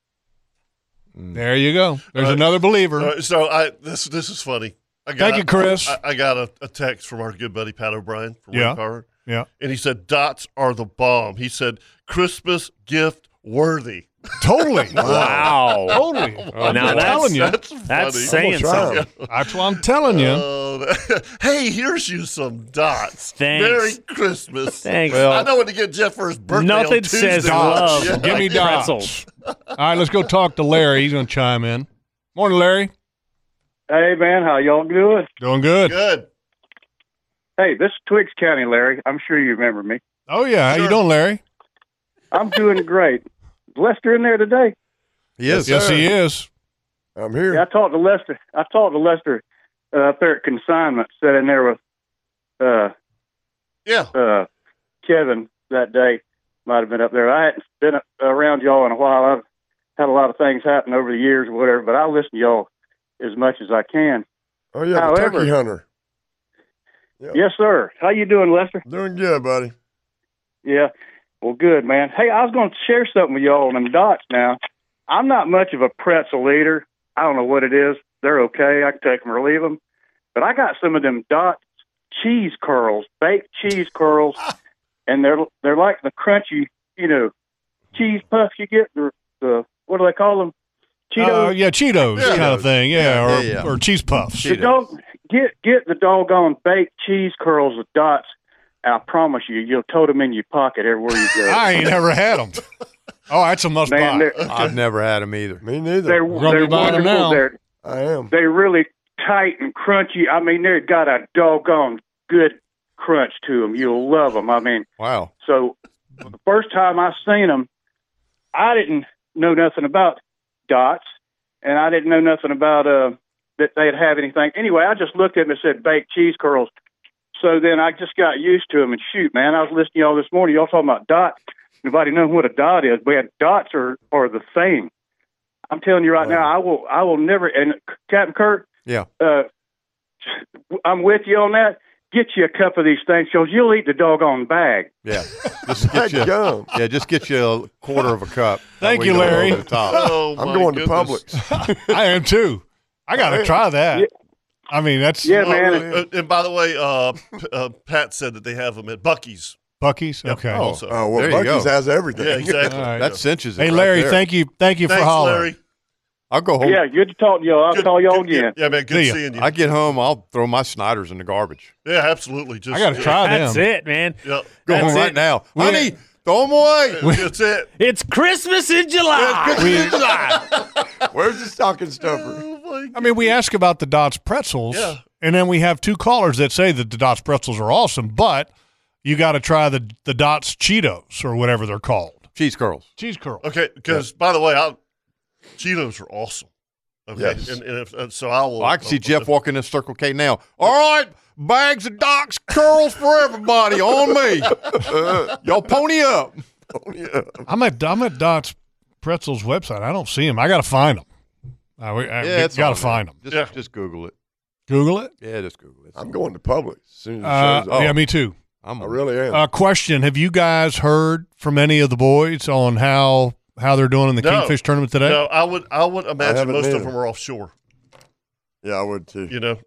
S2: There you go.
S4: Uh,
S2: There's another believer.
S3: All right, Uh, so I this this is funny. I got
S2: Thank you, Chris.
S3: I, I got a, a text from our good buddy Pat O'Brien from
S2: Yeah.
S3: Wayne Carver.
S2: Yeah.
S3: and he said dots are the bomb. He said Christmas gift worthy.
S2: Totally.
S4: Wow.
S2: Totally.
S3: I'm
S4: now that's,
S3: telling you.
S4: that's,
S3: That's funny.
S4: saying
S3: I'm gonna try 'em.
S4: something. Uh,
S2: That's what I'm telling you.
S3: Oh, hey, here's you some dots.
S4: Thanks.
S3: Merry Christmas.
S4: Thanks.
S3: I know when to get Jeff for his birthday. on
S4: Nothing says
S3: Tuesday.
S4: love.
S3: Yeah.
S2: Give me dots.
S4: pretzels.
S2: All right. Let's go talk to Larry. He's going to chime in. Morning, Larry.
S16: Hey man, how y'all doing?
S2: Doing good.
S3: Good.
S16: Hey, this is Twiggs County, Larry. I'm sure you remember me.
S2: Oh yeah. How you doing, Larry?
S16: I'm doing great. Is Lester in there today?
S2: Yes. Yes, he is.
S16: I'm here. Yeah, I talked to Lester. I talked to Lester uh, up there at consignment, sitting there with uh,
S3: yeah
S16: uh, Kevin that day. Might have been up there. I hadn't been around y'all in a while. I've had a lot of things happen over the years, or whatever. But I listen to y'all as much as I can.
S12: Oh yeah,
S16: However-
S12: the turkey hunter.
S16: Yes, sir. How you doing, Lester?
S12: Doing good, buddy.
S16: Yeah. Well, good, man. Hey, I was going to share something with y'all on them dots now. I'm not much of a pretzel eater. I don't know what it is. They're okay. I can take them or leave them. But I got some of them dot cheese curls, baked cheese curls, and they're they're like the crunchy, you know, cheese puffs you get. The, the what do they call them? Cheetos.
S2: Uh, yeah, Cheetos
S16: Yeah.
S2: kind of thing. Yeah,
S16: Yeah,
S2: or,
S16: yeah, yeah.
S2: or cheese puffs.
S16: The dog, get get the doggone baked cheese curls with dots. I promise you, you'll tote them in your pocket everywhere you go.
S2: I ain't ever had them. Oh, that's a must
S16: Man,
S2: buy.
S16: they're-
S5: I've never had them either.
S12: Me neither.
S16: They're,
S2: We're gonna
S16: they're
S2: be buying 'em
S16: wonderful.
S2: now.
S16: They're,
S12: I am.
S16: they're really tight and crunchy. I mean, they've got a doggone good crunch to them. You'll love them. I mean,
S5: wow.
S16: So the first time I seen them, I didn't know nothing about dots, and I didn't know nothing about uh, that they'd have anything. Anyway, I just looked at them and said baked cheese curls. So then I just got used to them. And shoot, man, I was listening to y'all this morning. Y'all talking about dots. Nobody knows what a dot is, but dots are are the thing. I'm telling you right now, I will I will never. And Captain Kirk,
S5: Yeah.
S16: uh, I'm with you on that. Get you a cup of these things, because you'll eat the doggone bag.
S5: Yeah. Just get you, yeah, just get you a quarter of a cup. That
S2: Thank
S5: way
S2: you,
S5: don't
S2: Larry.
S5: go over the top.
S3: Oh,
S12: I'm going to Publix.
S2: I am too. I got to try that. I mean, that's
S3: Oh, uh, uh, and by the way, uh, P- uh, Pat said that they have them at Bucky's.
S2: Bucky's.
S3: Yep,
S2: Okay.
S3: also.
S16: Uh,
S12: Oh, well, Bucky's has everything.
S3: Yeah, exactly.
S2: All right.
S5: That cinches it.
S2: Hey,
S5: right
S2: Larry,
S5: there.
S2: thank you, thank you for
S5: Thanks,
S2: hollering.
S5: Larry. I'll go home.
S16: Yeah, good to talk to y'all. I'll call y'all again.
S3: Yeah, man. Good
S5: See ya.
S3: seeing you.
S5: I get home, I'll throw my Snyder's in the garbage.
S3: yeah, absolutely. Just
S2: I gotta try them.
S4: That's it, man.
S3: Yeah,
S5: Go
S4: That's
S5: home right
S4: it.
S5: now,
S2: We-
S5: honey. Throw them away.
S3: Oh, that's it.
S4: It's Christmas in July.
S12: Where's the stocking stuffer?
S2: I mean, we ask about the Dots pretzels,
S3: Yeah.
S2: and then we have two callers that say that the Dots pretzels are awesome, but you got to try the the Dots Cheetos or whatever they're called.
S5: Cheese curls.
S2: Cheese curl.
S3: Okay, because by the way, I, Cheetos are awesome. Okay,
S5: Yes.
S3: and, and, if, and so I will. uh,
S5: Well, I can see Jeff walking in Circle K now. All right, bags of docks, curls for everybody on me. Y'all pony up.
S2: I'm at I'm at Dots Pretzels website. I don't see them. I got to find them. I, Uh, we- I
S5: Yeah, it's
S2: got
S5: on
S2: to find
S5: there.
S2: them.
S5: Just, just Google it.
S2: Google it.
S5: Yeah, just Google it.
S12: I'm going to Publix as soon as it
S2: Uh,
S12: shows up.
S2: Yeah, me too.
S5: I'm
S12: I
S5: on
S12: really am.
S2: Uh, question: Have you guys heard from any of the boys on how how they're doing in the
S3: No.
S2: Kingfish tournament today?
S3: No, I would. I would imagine
S12: haven't
S3: most of
S12: either.
S3: them are offshore.
S12: yeah, I would too.
S3: You know,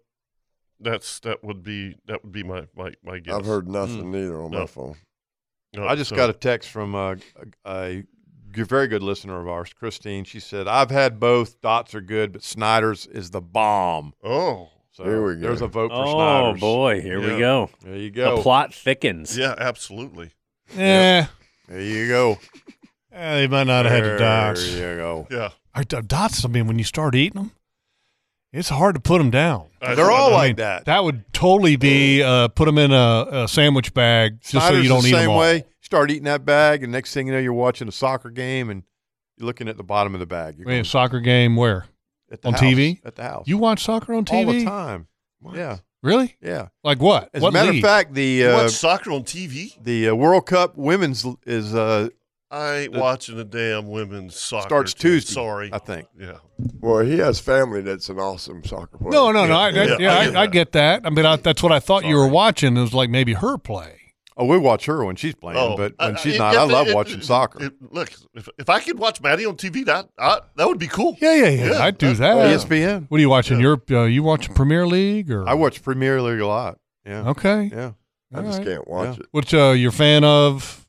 S3: that's that would be that would be my my my guess.
S12: I've heard nothing neither on
S3: No.
S12: my phone.
S3: No,
S5: Hmm. Mm. I just
S3: so-
S5: got a text from uh, a, a very good listener of ours, Christine. She said, "I've had both. Dots are good, but Snyder's is the bomb."
S3: Oh,
S5: So
S12: Here we go.
S5: There's a vote for
S4: Oh
S5: Snyder's.
S4: boy, here
S3: Yeah.
S4: we go.
S5: There you
S4: The
S5: go.
S4: plot thickens.
S3: yeah, absolutely.
S2: Yeah.
S5: There you go.
S2: Eh, they might not have had the
S5: There
S2: dots.
S5: you go.
S3: Yeah.
S2: I, the dots, I mean, when you start eating them, it's hard to put them down.
S5: Uh, They're all
S2: I
S5: like
S2: mean,
S5: that.
S2: That would totally be uh, put them in a, a sandwich bag just so
S5: Snyder's
S2: you don't
S5: the
S2: eat
S5: same
S2: them all.
S5: way. Start eating that bag, and next thing you know, you're watching a soccer game and you're looking at the bottom of the bag. You're
S2: Wait, a soccer game where?
S5: At the
S2: on
S5: house.
S2: TV?
S5: At the house.
S2: You watch soccer on
S5: all
S2: TV?
S5: the time. Yeah.
S2: Really?
S5: Yeah.
S2: Like what?
S5: As
S2: What
S5: a matter
S2: league?
S5: of fact, the
S3: You
S5: uh,
S3: watch soccer on TV?
S5: the uh, World Cup women's l- is uh,
S3: I ain't
S5: The-
S3: watching the damn women's soccer.
S5: starts
S3: team.
S5: Tuesday.
S3: Sorry.
S5: I think.
S3: Yeah.
S12: Well, he has family that's an awesome soccer player.
S2: No, no, no. I, that, yeah, I, I, get that. I mean, I, that's what I thought you were watching. It was like maybe her play.
S5: Oh, we watch her when she's playing,
S3: Oh,
S5: but when she's not, I love watching soccer.
S3: look, if, if I could watch Maddie on TV, that I, that would be cool.
S2: Yeah, yeah, yeah. I'd do that.
S5: E ESPN.
S2: What are you watching? Your uh, you watch Premier League or
S5: I watch Premier League a lot. Yeah.
S2: Okay.
S5: Yeah.
S12: I just can't watch it.
S2: Which uh, you're a fan of?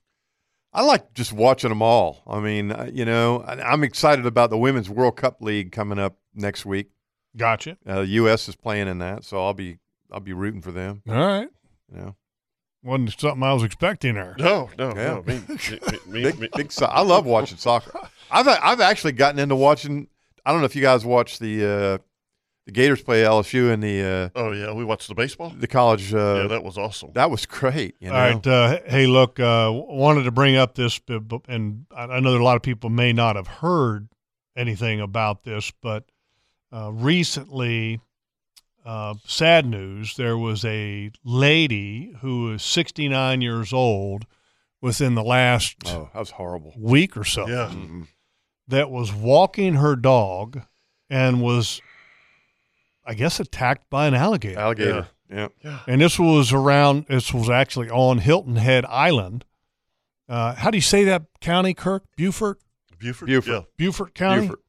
S5: I like just watching them all. I mean, I- you know, I, I'm excited about the Women's World Cup League coming up next week.
S2: Gotcha.
S5: Uh, U.S. is playing in that, so I'll be I'll be rooting for them.
S2: All right.
S5: You know,
S2: Wasn't something I was expecting there.
S3: No, Oh, no,
S5: Yeah.
S3: no. Me, me, me,
S5: big,
S3: me-
S5: big so- I love watching soccer. I've I've actually gotten into watching. I don't know if you guys watch the uh, the Gators play LSU in the
S3: Oh yeah, we watched the baseball.
S5: uh, the college. Uh,
S3: yeah, that was awesome.
S5: that was great. You know,
S2: All right. Uh, hey, look, uh, wanted to bring up this, b- b- and I I know that a lot of people may not have heard anything about this, but uh, recently, uh, sad news, there was a lady who was 69 years old within the last
S5: oh, that was horrible. Mm-hmm.
S2: week or so
S3: Yeah.
S2: that was walking her dog and was, I guess, attacked by an alligator.
S5: Alligator. Yeah.
S2: And this was around, this was actually on Hilton Head Island. Uh, how do you say that county, Kirk? Beaufort?
S3: Buford.
S5: Buford.
S3: Yeah.
S2: Beaufort County?
S5: Buford.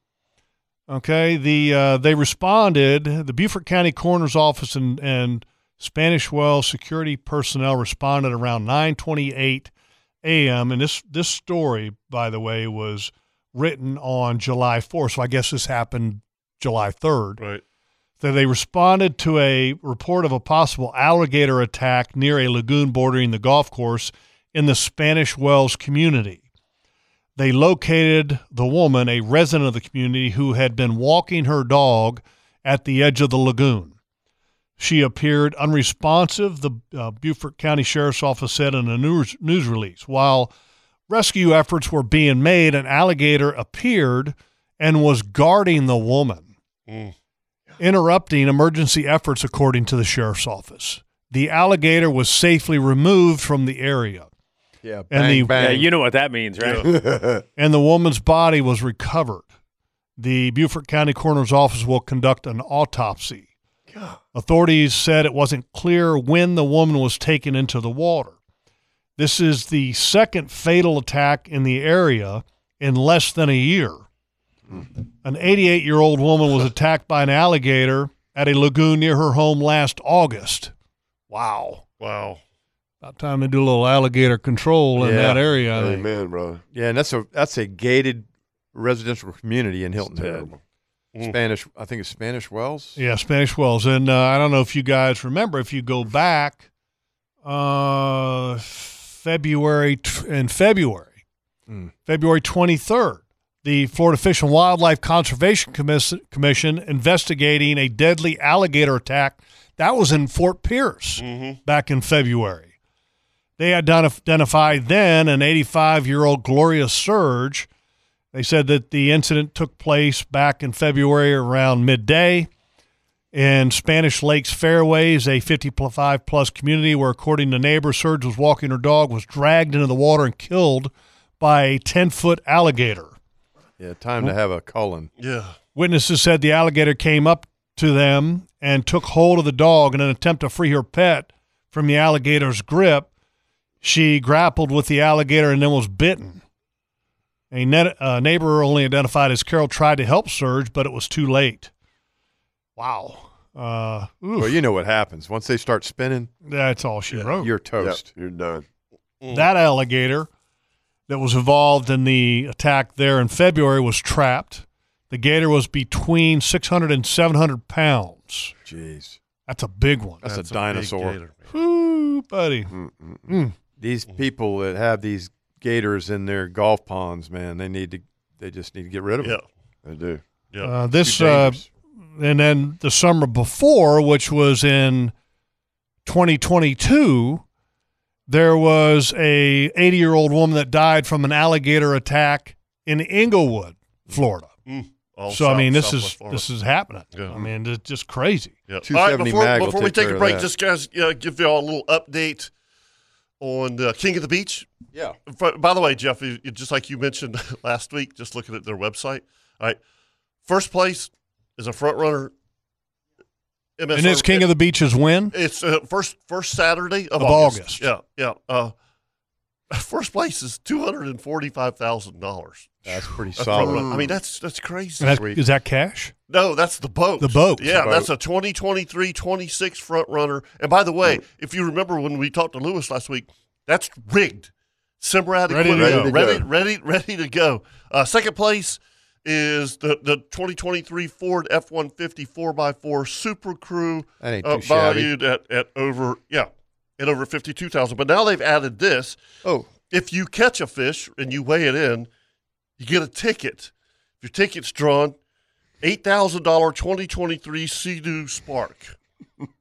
S2: Okay. The uh, They responded, the Beaufort County Coroner's Office and, and Spanish Well security personnel responded around 928 a.m. And this, this story, by the way, was written on July 4th. So I guess this happened July 3rd
S3: Right.
S2: that they responded to a report of a possible alligator attack near a lagoon bordering the golf course in the Spanish Wells community. They located the woman, a resident of the community, who had been walking her dog at the edge of the lagoon. She appeared unresponsive, the uh, Beaufort County Sheriff's Office said in a news, news release. While rescue efforts were being made, an alligator appeared and was guarding the woman
S3: Mm.
S2: interrupting emergency efforts, according to the sheriff's office. The alligator was safely removed from the area,
S5: Yeah.
S2: And
S5: bang,
S2: the-
S4: Yeah,
S5: bang.
S4: you know what that means, right?
S2: and the woman's body was recovered. The Beaufort County Coroner's Office will conduct an autopsy. Authorities said it wasn't clear when the woman was taken into the water. This is the second fatal attack in the area in less than a year. An 88 year old woman was attacked by an alligator at a lagoon near her home last August. Wow.
S3: Wow.
S2: About time to do a little alligator control in
S5: Yeah.
S2: that area. I think.
S12: Amen, brother.
S5: Yeah, and that's a that's a gated residential community in Hilton Head.
S12: terrible.
S5: Spanish, I think it's Spanish Wells.
S2: Yeah, Spanish Wells. And uh, I don't know if you guys remember, if you go back uh, February t- in February,
S5: Mm.
S2: February 23rd, the Florida Fish and Wildlife Conservation Commis- Commission investigating a deadly alligator attack that was in Fort Pierce back in February. They identif- identified then an 85 year old Gloria Surge. They said that the incident took place back in February around midday in Spanish Lakes Fairways, a 55 plus community where, according to neighbors, Surge was walking her dog, was dragged into the water and killed by a 10 foot alligator.
S5: Yeah, time to have a culling.
S3: Yeah.
S2: Witnesses said the alligator came up to them and took hold of the dog in an attempt to free her pet from the alligator's grip. She grappled with the alligator and then was bitten. A net, uh, neighbor only identified as Carol tried to help Surge, but it was too late. Wow. Uh, oof.
S5: Well, you know what happens once they start spinning.
S2: That's all she wrote.
S5: You're
S12: Yep,
S5: toast.
S12: you're done.
S2: That alligator that was involved in the attack there in February was trapped. The gator was between 600 and 700 pounds.
S5: Jeez,
S2: That's a big one.
S5: that's, a
S3: big
S5: dinosaur.
S3: gator, man.
S2: Whoo, buddy.
S5: These people that have these gators in their golf ponds, man. They need to. They just need to get rid of them.
S3: Yeah,
S5: they do.
S3: Yeah.
S2: Uh, this uh, and then the summer before, which was in 2022, there was a 80 year old woman that died from an alligator attack in Inglewood, Florida.
S3: Mm.
S5: Mm.
S3: All
S2: so I
S3: south-
S2: mean, this
S3: southwest
S2: is
S3: Florida.
S2: this is happening. I mean, it's just crazy.
S3: All right, before, before we take a break, just guys, uh, give y'all a little update on uh, King of the Beach.
S5: Yeah.
S3: By the way, Jeff, you- you- just like you mentioned last week, just looking at their website. All right, first place is a front runner. MSR
S2: and it's King of the Beaches win.
S3: It's uh, first first Saturday of,
S2: Of
S3: August. Yeah, yeah. Uh, first place is two hundred and forty five thousand dollars.
S5: That's pretty
S3: front
S5: solid.
S3: runner. I mean, that's that's crazy.
S2: And that's- is that cash?
S3: No, that's the boat.
S2: The boat.
S3: Yeah,
S2: The boat.
S3: that's a 2023 26 front runner. And by the
S2: Mm.
S3: way, if you remember when we talked to Lewis last week, that's rigged. Simrad
S2: Ready to
S3: equipment.
S2: go. Ready
S3: ready,
S2: to go.
S3: ready, ready to go. Uh, second place is the, the 2023 Ford F 150 4x4 Super Crew,
S5: That ain't
S3: uh,
S5: too shabby.
S3: valued at, at over yeah, at over fifty two thousand. But now they've added this.
S5: Oh,
S3: if you catch a fish and you weigh it in, you get a ticket. If your ticket's drawn, eight thousand dollar twenty twenty three Sea-Doo Spark.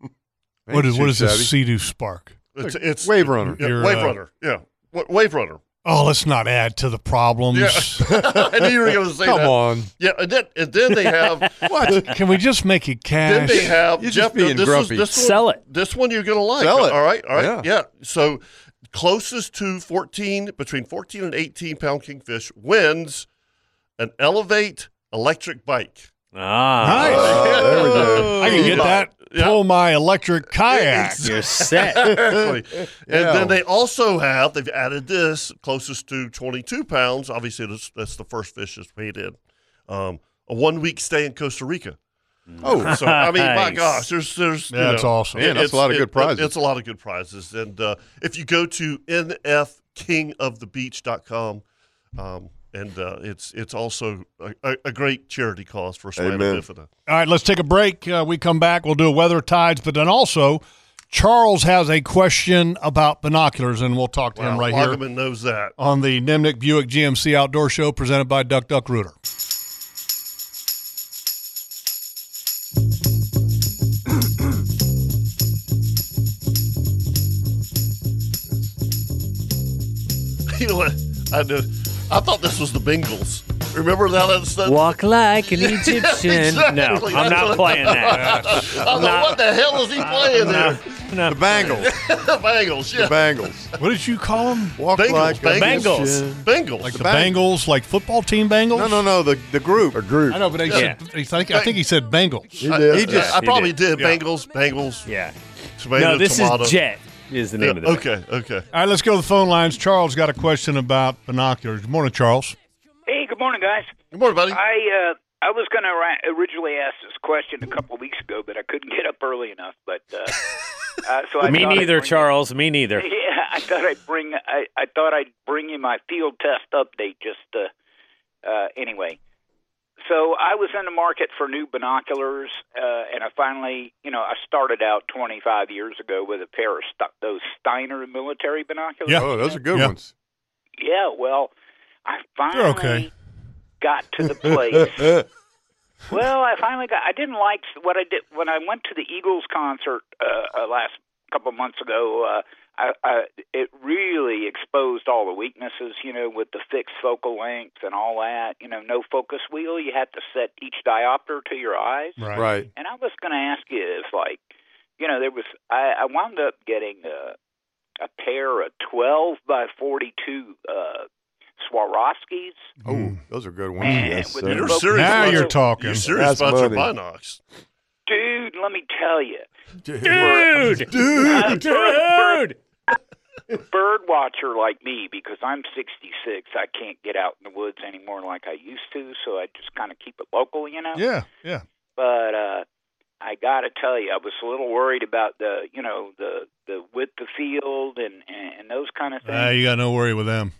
S2: What is
S3: Ain't
S2: what
S3: too
S2: is this
S3: shabby.
S2: Sea-Doo Spark?
S3: It's, it's
S2: Wave Runner.
S3: Yeah,
S2: Your,
S3: wave
S2: uh,
S3: runner. Yeah. Wa- wave runner.
S2: Oh, let's not add to the problems.
S3: I knew you were going to say
S2: Come
S3: that.
S2: on.
S3: Yeah, and then and then they have
S2: Can we just make it cash?
S3: Then they have Jeff, this Is, this one,
S2: Sell it.
S3: This one you're gonna like.
S2: Sell it.
S3: All right. All right. Yeah.
S2: Yeah.
S3: So closest to 14, between 14 and 18 pound kingfish wins an Elevate electric bike.
S4: Ah,
S2: nice.
S3: Oh, there we go.
S2: I can get that. Pull my electric kayak.
S3: You're set. Exactly. And
S2: Yeah.
S3: then they also have they've added this closest to 22 pounds. Obviously, that's, that's the first fish that's weighed in. Um, a one week stay in Costa Rica.
S5: Oh.
S3: so I mean, my
S5: Nice.
S3: gosh, there's there's you
S5: Yeah, that's
S3: know,
S5: awesome. Man, that's
S3: it's-
S5: a lot of good
S3: it-
S5: prizes.
S3: It's a lot of good prizes, and uh, if you go to nfkingofthebeach.com, um, and uh, it's it's also a, a, a great charity cause for Savannah
S2: Amen.
S3: Bifida.
S2: All right, let's take a break. Uh, we come back. We'll do a weather tides, but then also Charles has a question about binoculars, and we'll talk to him right here
S3: Lagerman knows that.
S2: on the Nimnik Buick GMC Outdoor Show presented by Duck Duck Rooter.
S3: You know what? I did. I thought this was the Bengals. Remember that? That's that
S4: Walk like an
S3: Yeah,
S4: Egyptian. No,
S3: exactly.
S4: I'm
S3: That's what I
S4: not playing that.
S3: thought. I thought,
S4: Nah.
S3: what the hell is he playing
S4: No,
S3: there?
S4: no.
S5: The Bengals.
S3: the Bengals, yeah.
S5: The Bengals.
S2: What did you call them?
S5: Walk
S3: Bengals,
S5: like a
S3: Bengals,
S5: Bengals.
S3: Bengals.
S2: Like the, Bengals, like football team Bengals.
S5: No, no, no. The the group. A group.
S2: I know, but he
S5: Yeah.
S2: said, he- I, think, I think he said Bengals.
S5: He did. He just-
S3: I, I
S5: he
S3: probably
S5: did.
S3: did.
S5: Yeah.
S3: Bengals, Bengals.
S4: Yeah.
S3: Tomato,
S4: No, this is
S3: tomato.
S4: Jet is the name of the
S3: Okay, okay.
S2: All right, let's go to the phone lines. Charles got a question about binoculars. Good morning, Charles.
S17: Hey, good morning, guys.
S3: Good morning, buddy.
S17: I uh, I was going to ra- originally ask this question a couple of weeks ago, but I couldn't get up early enough. But uh, uh, so I
S4: Me
S17: thought I'd
S4: neither,
S17: bring-
S4: Charles. Me neither.
S17: Yeah, I thought I'd bring I, I thought I'd bring you my field test update. Just uh, uh, anyway, so I was in the market for new binoculars, uh, and I finally, you know, I started out 25 years ago with a pair of st- those Steiner military binoculars.
S5: Oh, those are good ones.
S17: Yeah, well, I finally
S5: They're okay.
S17: got to the place. well, I finally got. I didn't like what I did when I went to the Eagles concert uh, uh, last couple months ago. Uh, I, I it really exposed all the weaknesses, you know, with the fixed focal length and all that. You know, no focus wheel. You had to set each diopter to your eyes.
S5: Right. Right.
S17: And I was going to ask you if, like, you know, there was. I, I wound up getting uh, a pair of twelve by forty-two uh, Swarovskis.
S5: Oh, those are good ones.
S17: Man,
S5: yes,
S17: with
S5: sir.
S3: You're serious
S2: Now
S3: about
S2: you're
S3: your-
S2: talking.
S3: You're serious
S5: That's
S3: about your
S5: money.
S3: binocs.
S17: Dude, let me tell you.
S5: Dude.
S4: Dude.
S17: Dude.
S4: Dude.
S17: Bird watcher like me, because I'm 66, I can't get out in the woods anymore like I used to, so I just kind of keep it local, you know?
S2: Yeah, yeah.
S17: But uh, I got to tell you, I was a little worried about the, you know, the, the width of field and, and, and those kind of things.
S2: Ah, you got no worry with them.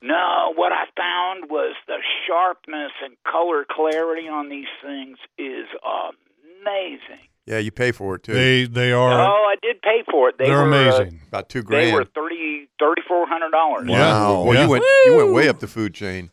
S17: No, what I found was the sharpness and color clarity on these things is amazing.
S5: Yeah, you pay for it too.
S2: They they are.
S17: oh, I did pay for it. They
S2: They're
S17: were, uh,
S2: amazing.
S5: About two
S17: They
S5: grand.
S17: were thirty thirty four hundred dollars.
S5: Wow. Well,
S2: Yeah.
S5: you went you went way up the food chain.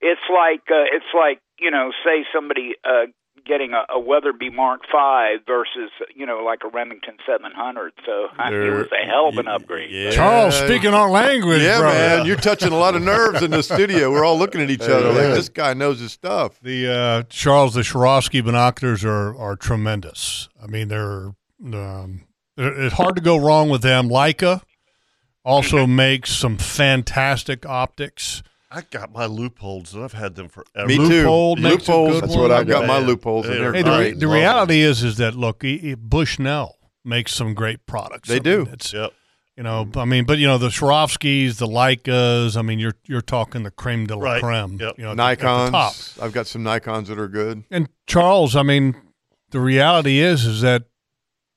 S17: It's like uh, it's like you know, say somebody uh, getting a, a Weatherby Mark Five versus you know, like a Remington seven hundred. So I mean, it was a hell of an upgrade.
S2: Charles speaking our language,
S5: Yeah,
S2: brother.
S5: man, you're touching a lot of nerves in the studio. We're all looking at each other like
S2: Yeah.
S5: this guy knows his stuff.
S2: The uh, Charles the Swarovski binoculars are are tremendous. I mean, they're, um, they're it's hard to go wrong with them. Leica also makes some fantastic optics.
S3: I got my loopholes and I've had them forever.
S2: Me too. Loophole makes a Loopholes, good that's one. what I got my
S5: loopholes, and
S3: Hey,
S5: they're
S2: Hey, the, re- the reality is is that look, e- e- Bushnell makes some great products.
S5: They
S2: I
S5: do.
S2: mean, it's, You know, I mean, but you know the Swarovskis, the Leicas. I mean, you're you're talking the creme de la creme. You know, at the- at the
S5: Nikons.
S2: top.
S5: I've got some Nikons that are good.
S2: And Charles, I mean, the reality is is that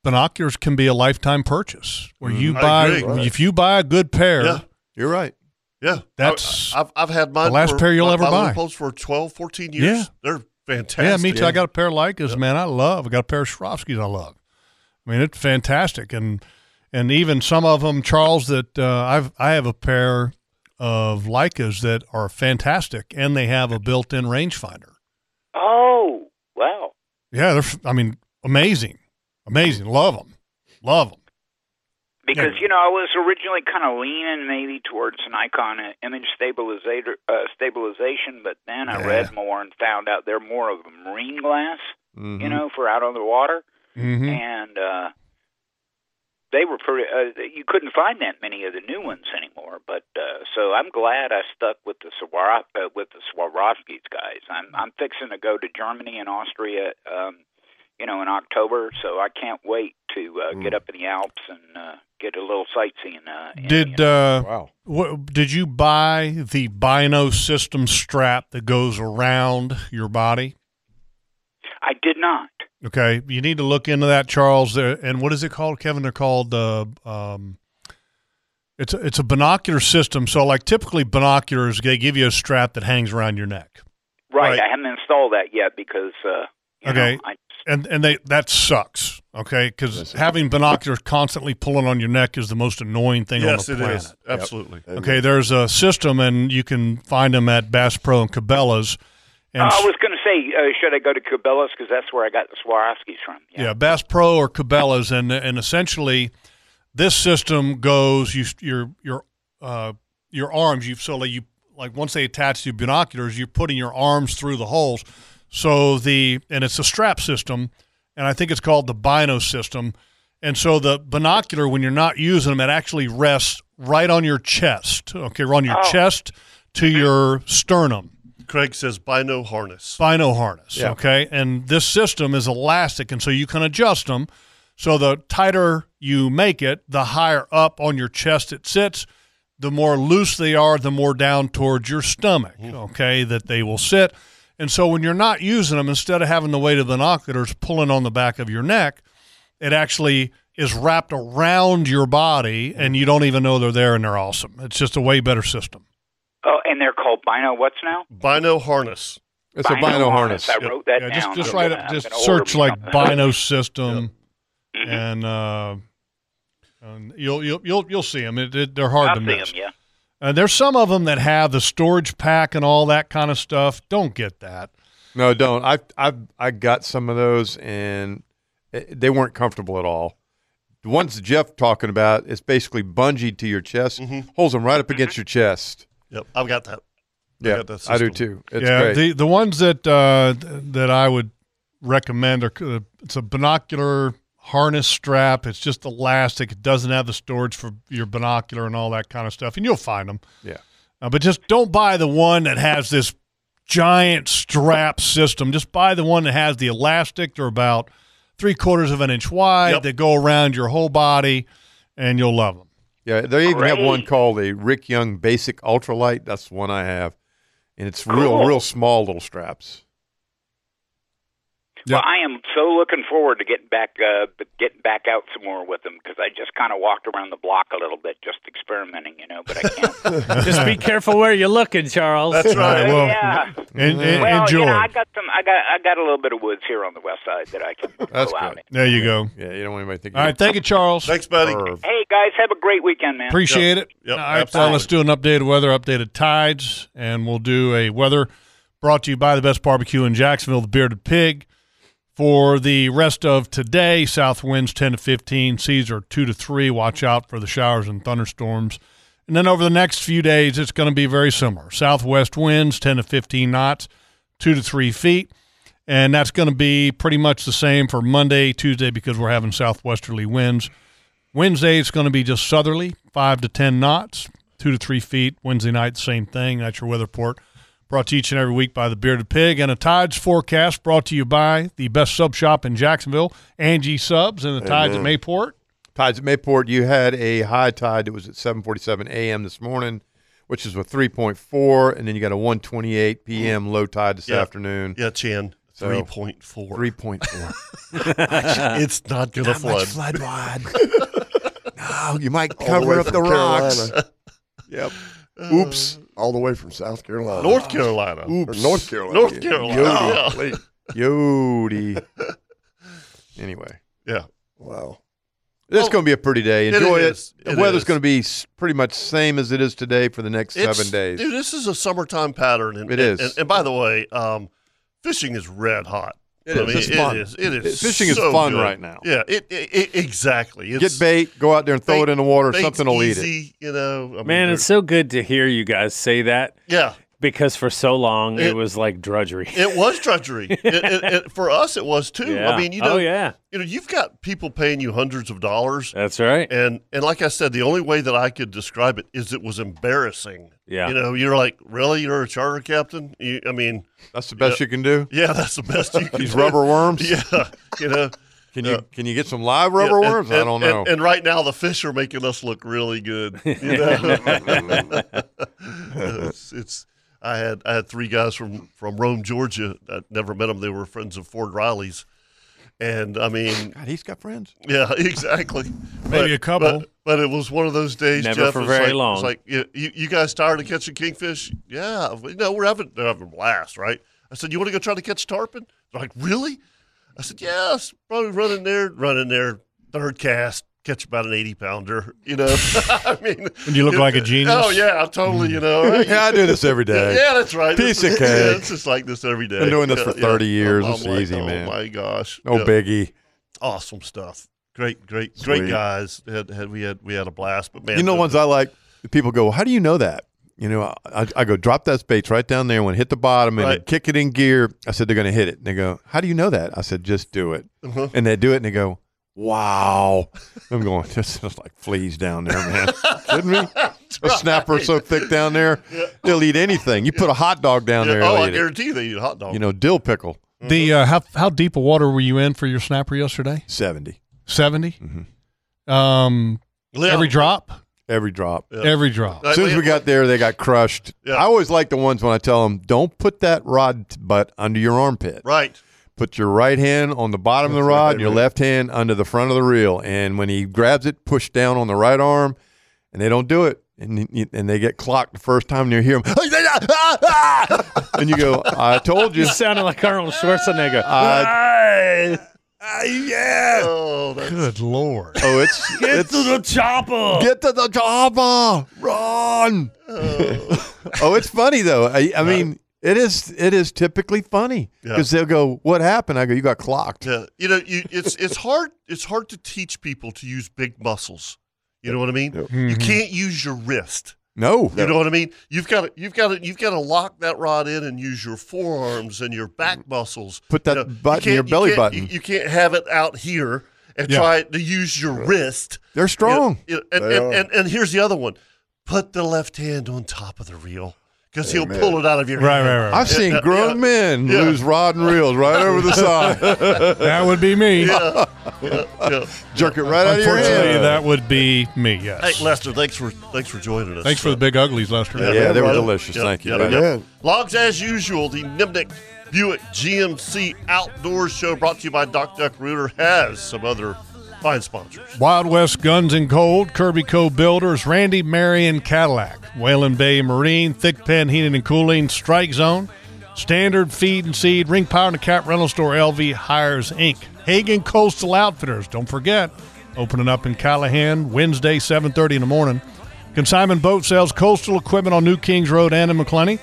S2: binoculars can be a lifetime purchase. Where you
S3: Mhm. I
S2: buy
S3: agree. Right.
S2: if you buy a good pair,
S3: Yeah.
S5: you're right.
S3: Yeah,
S2: That's
S3: I, have I've had mine.
S2: the last
S3: for-
S2: pair you'll
S3: my-
S2: ever
S3: my
S2: buy.
S3: Loopholes for 12, 14 years.
S2: Yeah.
S3: they're fantastic.
S2: Yeah, me too. I got a pair of Leicas, man. I love. I got a pair of Swarovskis. I love. I mean, it's fantastic, and and even some of them, Charles. That uh, I've I have a pair of Leicas that are fantastic, and they have a built-in rangefinder.
S17: Oh wow!
S2: Yeah, they're. f- I mean, amazing, amazing. Love them, love them.
S17: Because you know, I was originally kind of leaning maybe towards Nikon uh, image stabilizator uh, stabilization, but then I read more and found out they're more of a marine glass,
S5: Mm-hmm.
S17: you know, for out on the water,
S2: Mm-hmm.
S17: and uh, they were pretty. Uh, you couldn't find that many of the new ones anymore, but uh, so I'm glad I stuck with the Swar- uh, with the Swarovskis guys. I'm I'm fixing to go to Germany and Austria. Um, you know, in October, so I can't wait to
S2: Mm.
S17: uh, get up in the Alps and uh, get a little sightseeing. Uh, in-
S2: Did uh, wow? did you buy the Bino system strap that goes around your body?
S17: I did not.
S2: Okay, you need to look into that, Charles. There and what is it called, Kevin? They're called uh, um, it's a, it's a binocular system. So, like typically binoculars, they give you a strap that hangs around your neck.
S17: Right, I haven't installed that yet because uh, you
S2: Okay,
S17: know, I,
S2: and and they that sucks. Okay, because having binoculars constantly pulling on your neck is the most annoying thing
S3: Yes,
S2: on
S3: it
S2: the planet.
S3: is. Absolutely. Yep.
S2: Okay, there's a system, and you can find them at Bass Pro and Cabela's. And
S17: I was going to say, uh, should I go to Cabela's because that's where I got the Swarovskis from.
S2: Yeah. Bass Pro or Cabela's, and and essentially, this system goes you your your uh, your arms. You so like you like once they attach to binoculars, you're putting your arms through the holes. So the and it's a strap system, and I think it's called the Bino system. And so the binocular, when you're not using them, it actually rests right on your chest. Okay, on your chest to your sternum.
S3: Craig says bino harness.
S2: Spino harness.
S3: Yeah.
S2: Okay. And this system is elastic, and so you can adjust them. So the tighter you make it, the higher up on your chest it sits. The more loose they are, the more down towards your stomach,
S3: Mm-hmm.
S2: okay, that they will sit. And so when you're not using them, instead of having the weight of the binoculars pulling on the back of your neck, it actually is wrapped around your body
S3: Mm-hmm.
S2: and you don't even know they're there and they're awesome. It's just a way better system.
S17: Oh, and they're called Bino. What's now?
S3: Bino harness.
S5: It's a
S17: Bino
S5: bino harness.
S17: I wrote that
S2: yeah,
S17: down.
S2: just just
S17: I'm
S2: write
S17: gonna-
S2: up,
S17: I'm
S2: just
S17: gonna order
S2: search
S17: me
S2: like
S17: something. Mm-hmm.
S2: Bino system, and, uh, and you'll you'll you'll you'll see them. It, it, they're hard
S17: I'll
S2: to
S17: see
S2: miss.
S17: 'em, yeah.
S2: Uh, there's some of them that have the storage pack and all that kind of stuff. Don't get that.
S5: No, don't. I I I got some of those and it, they weren't comfortable at all. The ones Jeff talking about, it's basically bungee to your chest,
S2: Mm-hmm.
S5: holds them right up against your chest.
S3: Yep, I've got that.
S5: Yeah,
S3: got that
S5: I do
S3: system.
S5: too. It's
S2: yeah,
S5: great.
S2: the the ones that uh, th- that I would recommend are uh, it's a binocular harness strap. It's just elastic. It doesn't have the storage for your binocular and all that kind of stuff, and you'll find them.
S5: Yeah.
S2: Uh, but just don't buy the one that has this giant strap system. Just buy the one that has the elastic. They're about three quarters of an inch wide. They go around your whole body, and you'll love them.
S5: Yeah, they even have one
S2: Great.
S5: called the Rick Young Basic Ultralight. That's the one I have, and it's real,
S2: Cool.
S5: real small little straps.
S17: Well, I am so looking forward to getting back, uh, getting back out some more with them because I just kind of walked around the block a little bit, just experimenting, you know. But I can't.
S4: Just be careful where you're looking, Charles.
S2: That's right. Well,
S17: yeah.
S2: en- en-
S17: well,
S2: enjoy.
S17: You know, I got some. I got. I got a little bit of woods here on the west side that I can
S5: That's
S17: go out
S5: good.
S2: There you go.
S5: Yeah, you don't want anybody thinking.
S2: All right, thank you, Charles. Thanks, buddy.
S17: in. Hey guys, have a great weekend, man.
S2: Appreciate it. All right, so
S17: absolutely.
S2: let's do an updated weather, updated tides, and we'll do a weather brought to you by the best barbecue in Jacksonville, the Bearded Pig. For the rest of today, south winds 10 to 15, seas are 2 to 3. Watch out for the showers and thunderstorms. And then over the next few days, it's going to be very similar. Southwest winds 10 to 15 knots, 2 to 3 feet. And that's going to be pretty much the same for Monday, Tuesday, because we're having southwesterly winds. Wednesday, it's going to be just southerly, 5 to 10 knots, 2 to 3 feet. Wednesday night, same thing. That's your weather report brought to you each and every week by the Bearded Pig. And a Tides forecast brought to you by the best sub shop in Jacksonville, Angie Subs, and the Tides at
S5: Amen.
S2: Mayport.
S5: Tides at Mayport, you had a high tide that was at 7:47 a.m. this morning, which is with 3.4, and then you got a 1:28 p.m. low tide this
S3: Yeah.
S5: afternoon.
S3: Yeah, Chan.
S5: So-
S3: 3.4.
S5: 3.4.
S3: it's not going to
S5: Not much
S3: flood.
S5: flood wide. no, you might
S12: All the
S5: cover
S12: way
S5: up the
S12: from
S5: rocks.
S12: Carolina.
S5: yep.
S12: Oops. All the way from South Carolina.
S3: North Carolina.
S12: Or North Carolina.
S3: North Carolina. Yeah.
S12: Golly.
S5: Yodi. anyway.
S3: Yeah. Oh,
S12: Wow.
S5: It's going to be a pretty day.
S3: It
S5: Enjoy it.
S3: is.
S5: The
S3: It is.
S5: weather's going to be s- pretty much same as it is today for the next
S3: It's-
S5: seven days.
S3: Dude, this is a summertime pattern. And,
S5: It
S3: and-
S5: is.
S3: And, and by the way, um, fishing is red hot.
S5: It
S3: I
S5: is.
S3: mean,
S5: It's fun.
S3: It is. It is
S5: Fishing is
S3: so
S5: fun
S3: good.
S5: right now.
S3: Yeah, it, it, it- exactly. It's,
S5: Get bait, go out there and throw it in the water.
S3: bait's
S5: Something will eat it.
S3: easy, You know, I mean,
S4: Man, it's so good to hear you guys say that.
S3: Yeah.
S4: Because for so long it,
S3: It-
S4: was like drudgery.
S3: It was drudgery. it, it, it- for us, it was too.
S4: Yeah.
S3: I mean, you
S4: Oh,
S3: know,
S4: yeah.
S3: you know, you've got people paying you hundreds of dollars.
S4: That's right.
S3: And and like I said, the only way that I could describe it is it was embarrassing.
S4: Yeah.
S3: you know, you're like, really, you're a charter captain. You, I mean,
S5: that's the best you can do.
S3: Yeah, that's the best you can.
S5: These
S3: do.
S5: rubber worms?
S3: Yeah, you know.
S5: Can you can you get some live rubber
S3: Yeah, and-
S5: worms? I
S3: and-
S5: don't
S3: and-
S5: know.
S3: And, right now, the fish are making us look really good. You know? it's, it's- I had I had three guys from from Rome, Georgia. I never met them. They were friends of Ford Riley's, and I mean,
S5: God, he's got friends.
S3: Yeah, exactly.
S2: Maybe a couple.
S3: But, but it was one of those days.
S4: Never
S3: Jeff,
S4: for
S3: it's
S4: very
S3: like-
S4: long.
S3: It's like you, you, you guys tired of catching kingfish? Yeah, we- no, we're having they're having a blast, right? I said, you want to go try to catch tarpon? They're like, really? I said, yes, probably run in there, run in there, third cast, catch about an eighty pounder. You know, I mean,
S2: And you look like a genius.
S3: Oh yeah, I'm totally. You know, right?
S5: Yeah, I do this every day.
S3: Yeah, that's right.
S5: Piece of
S3: This-
S5: cake.
S3: yeah, it's just like this every day.
S5: Been doing this
S3: Yeah,
S5: for
S3: yeah.
S5: 30 years.
S3: I'm
S5: It's
S3: like,
S5: easy,
S3: oh,
S5: man.
S3: my gosh.
S5: No
S3: Yeah.
S5: biggie.
S3: Awesome stuff. Great, great,
S5: Sweet.
S3: great guys. Had, had we had we had a blast, but man,
S5: you know, ones I like. People go, "How do you know that?" You know, I, I go drop that baits right down there and hit the bottom and
S3: Right.
S5: kick it in gear. I said they're going to hit it. And they go, "How do you know that?" I said, "Just do it."
S3: Uh-huh.
S5: And they do it and they go, "Wow!" I'm going, "This is like fleas down there, man." Kidding me? A snapper so thick down there, they'll eat anything. You put a hot dog down
S3: Yeah,
S5: there,
S3: oh,
S5: they'll
S3: I
S5: eat it.
S3: guarantee they eat a hot dog.
S5: You know, dill pickle.
S3: mm-hmm.
S2: The uh, how how deep of water were you in for your snapper yesterday?
S5: 70.
S2: 70? Um,
S3: Yeah.
S2: Every drop?
S5: Every drop.
S2: Yeah. Every drop.
S5: As soon as we got there, they got crushed. I always like the ones when I tell them, don't put that rod t- butt under your armpit.
S3: Right.
S5: Put your right hand on the bottom of the rod, your left hand under the front of the reel. And when he grabs it, push down on the right arm, and they don't do it. And, y- y- and they get clocked the first time and you hear "Oh, them. ah, and you go, I told you.
S4: You sounded like Arnold Schwarzenegger.
S5: Uh, yeah.
S3: Oh,
S2: Good Lord.
S5: Oh, it's.
S4: Get
S5: it's
S4: to the chopper.
S5: Get to the chopper. Run. oh, it's funny though. I, I mean, it is it is typically funny
S3: Yeah.
S5: because they'll go, "What happened?" I go, "You got clocked."
S3: Yeah, you know, you, it's it's hard it's hard to teach people to use big muscles. You know what I mean? You
S5: Mhm.
S3: can't use your wrist.
S5: No,
S3: You know what I mean? You've got to you've got to you've got to lock that rod in and use your forearms and your back muscles.
S5: Put that
S3: you
S5: Mm. button,
S3: can't-
S5: your belly
S3: can't-
S5: button.
S3: You, you can't have it out here and
S5: Yeah.
S3: try to use your wrist.
S5: They're strong.
S3: You know, and,
S5: They
S3: and,
S5: are.
S3: and, and here's the other one: put the left hand on top of the reel because he'll
S5: Amen.
S3: pull it out of your hand.
S5: I've seen
S3: Yeah,
S5: grown men
S3: Yeah.
S5: lose rod and reels right over the side.
S2: That would be me.
S3: Yeah. yeah, yeah.
S5: Jerk it right out of your
S2: Unfortunately,
S5: hand.
S2: that would be me, yes.
S3: Hey, Lester, thanks for thanks for joining us. uh,
S2: Thanks for the big uglies, Lester.
S5: Yeah, they were delicious. Thank you.
S3: Yep, yep. Logs as usual, the Nimnik Buick GMC Outdoor Show brought to you by Doc Duck Rooter has some other fine sponsors.
S2: Wild West Guns and Cold, Kirby Co. Builders, Randy Marion Cadillac, Whalen Bay Marine, Thick Pen Heating and Cooling, Strike Zone, Standard Feed and Seed, Ring Power and the Cap Rental Store, LV Hires Inc., Hagen Coastal Outfitters. Don't forget, opening up in Callahan Wednesday, 7.30 in the morning. Consignment Boat Sales, Coastal Equipment on New Kings Road and in McClenny.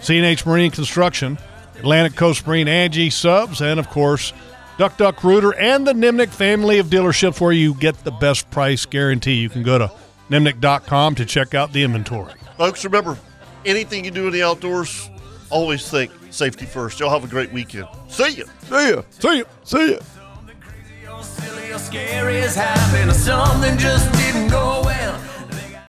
S2: CNH Marine Construction, Atlantic Coast Marine Angie Subs, and of course, Duck Duck Rooter and the Nimnik family of dealerships where you get the best price guarantee. You can go to nimnik.com to check out the inventory.
S3: Folks, remember anything you do in the outdoors, always think safety first. Y'all have a great weekend. See ya.
S5: See ya.
S2: See ya. See ya.
S1: Scary as happened, or something just didn't go well.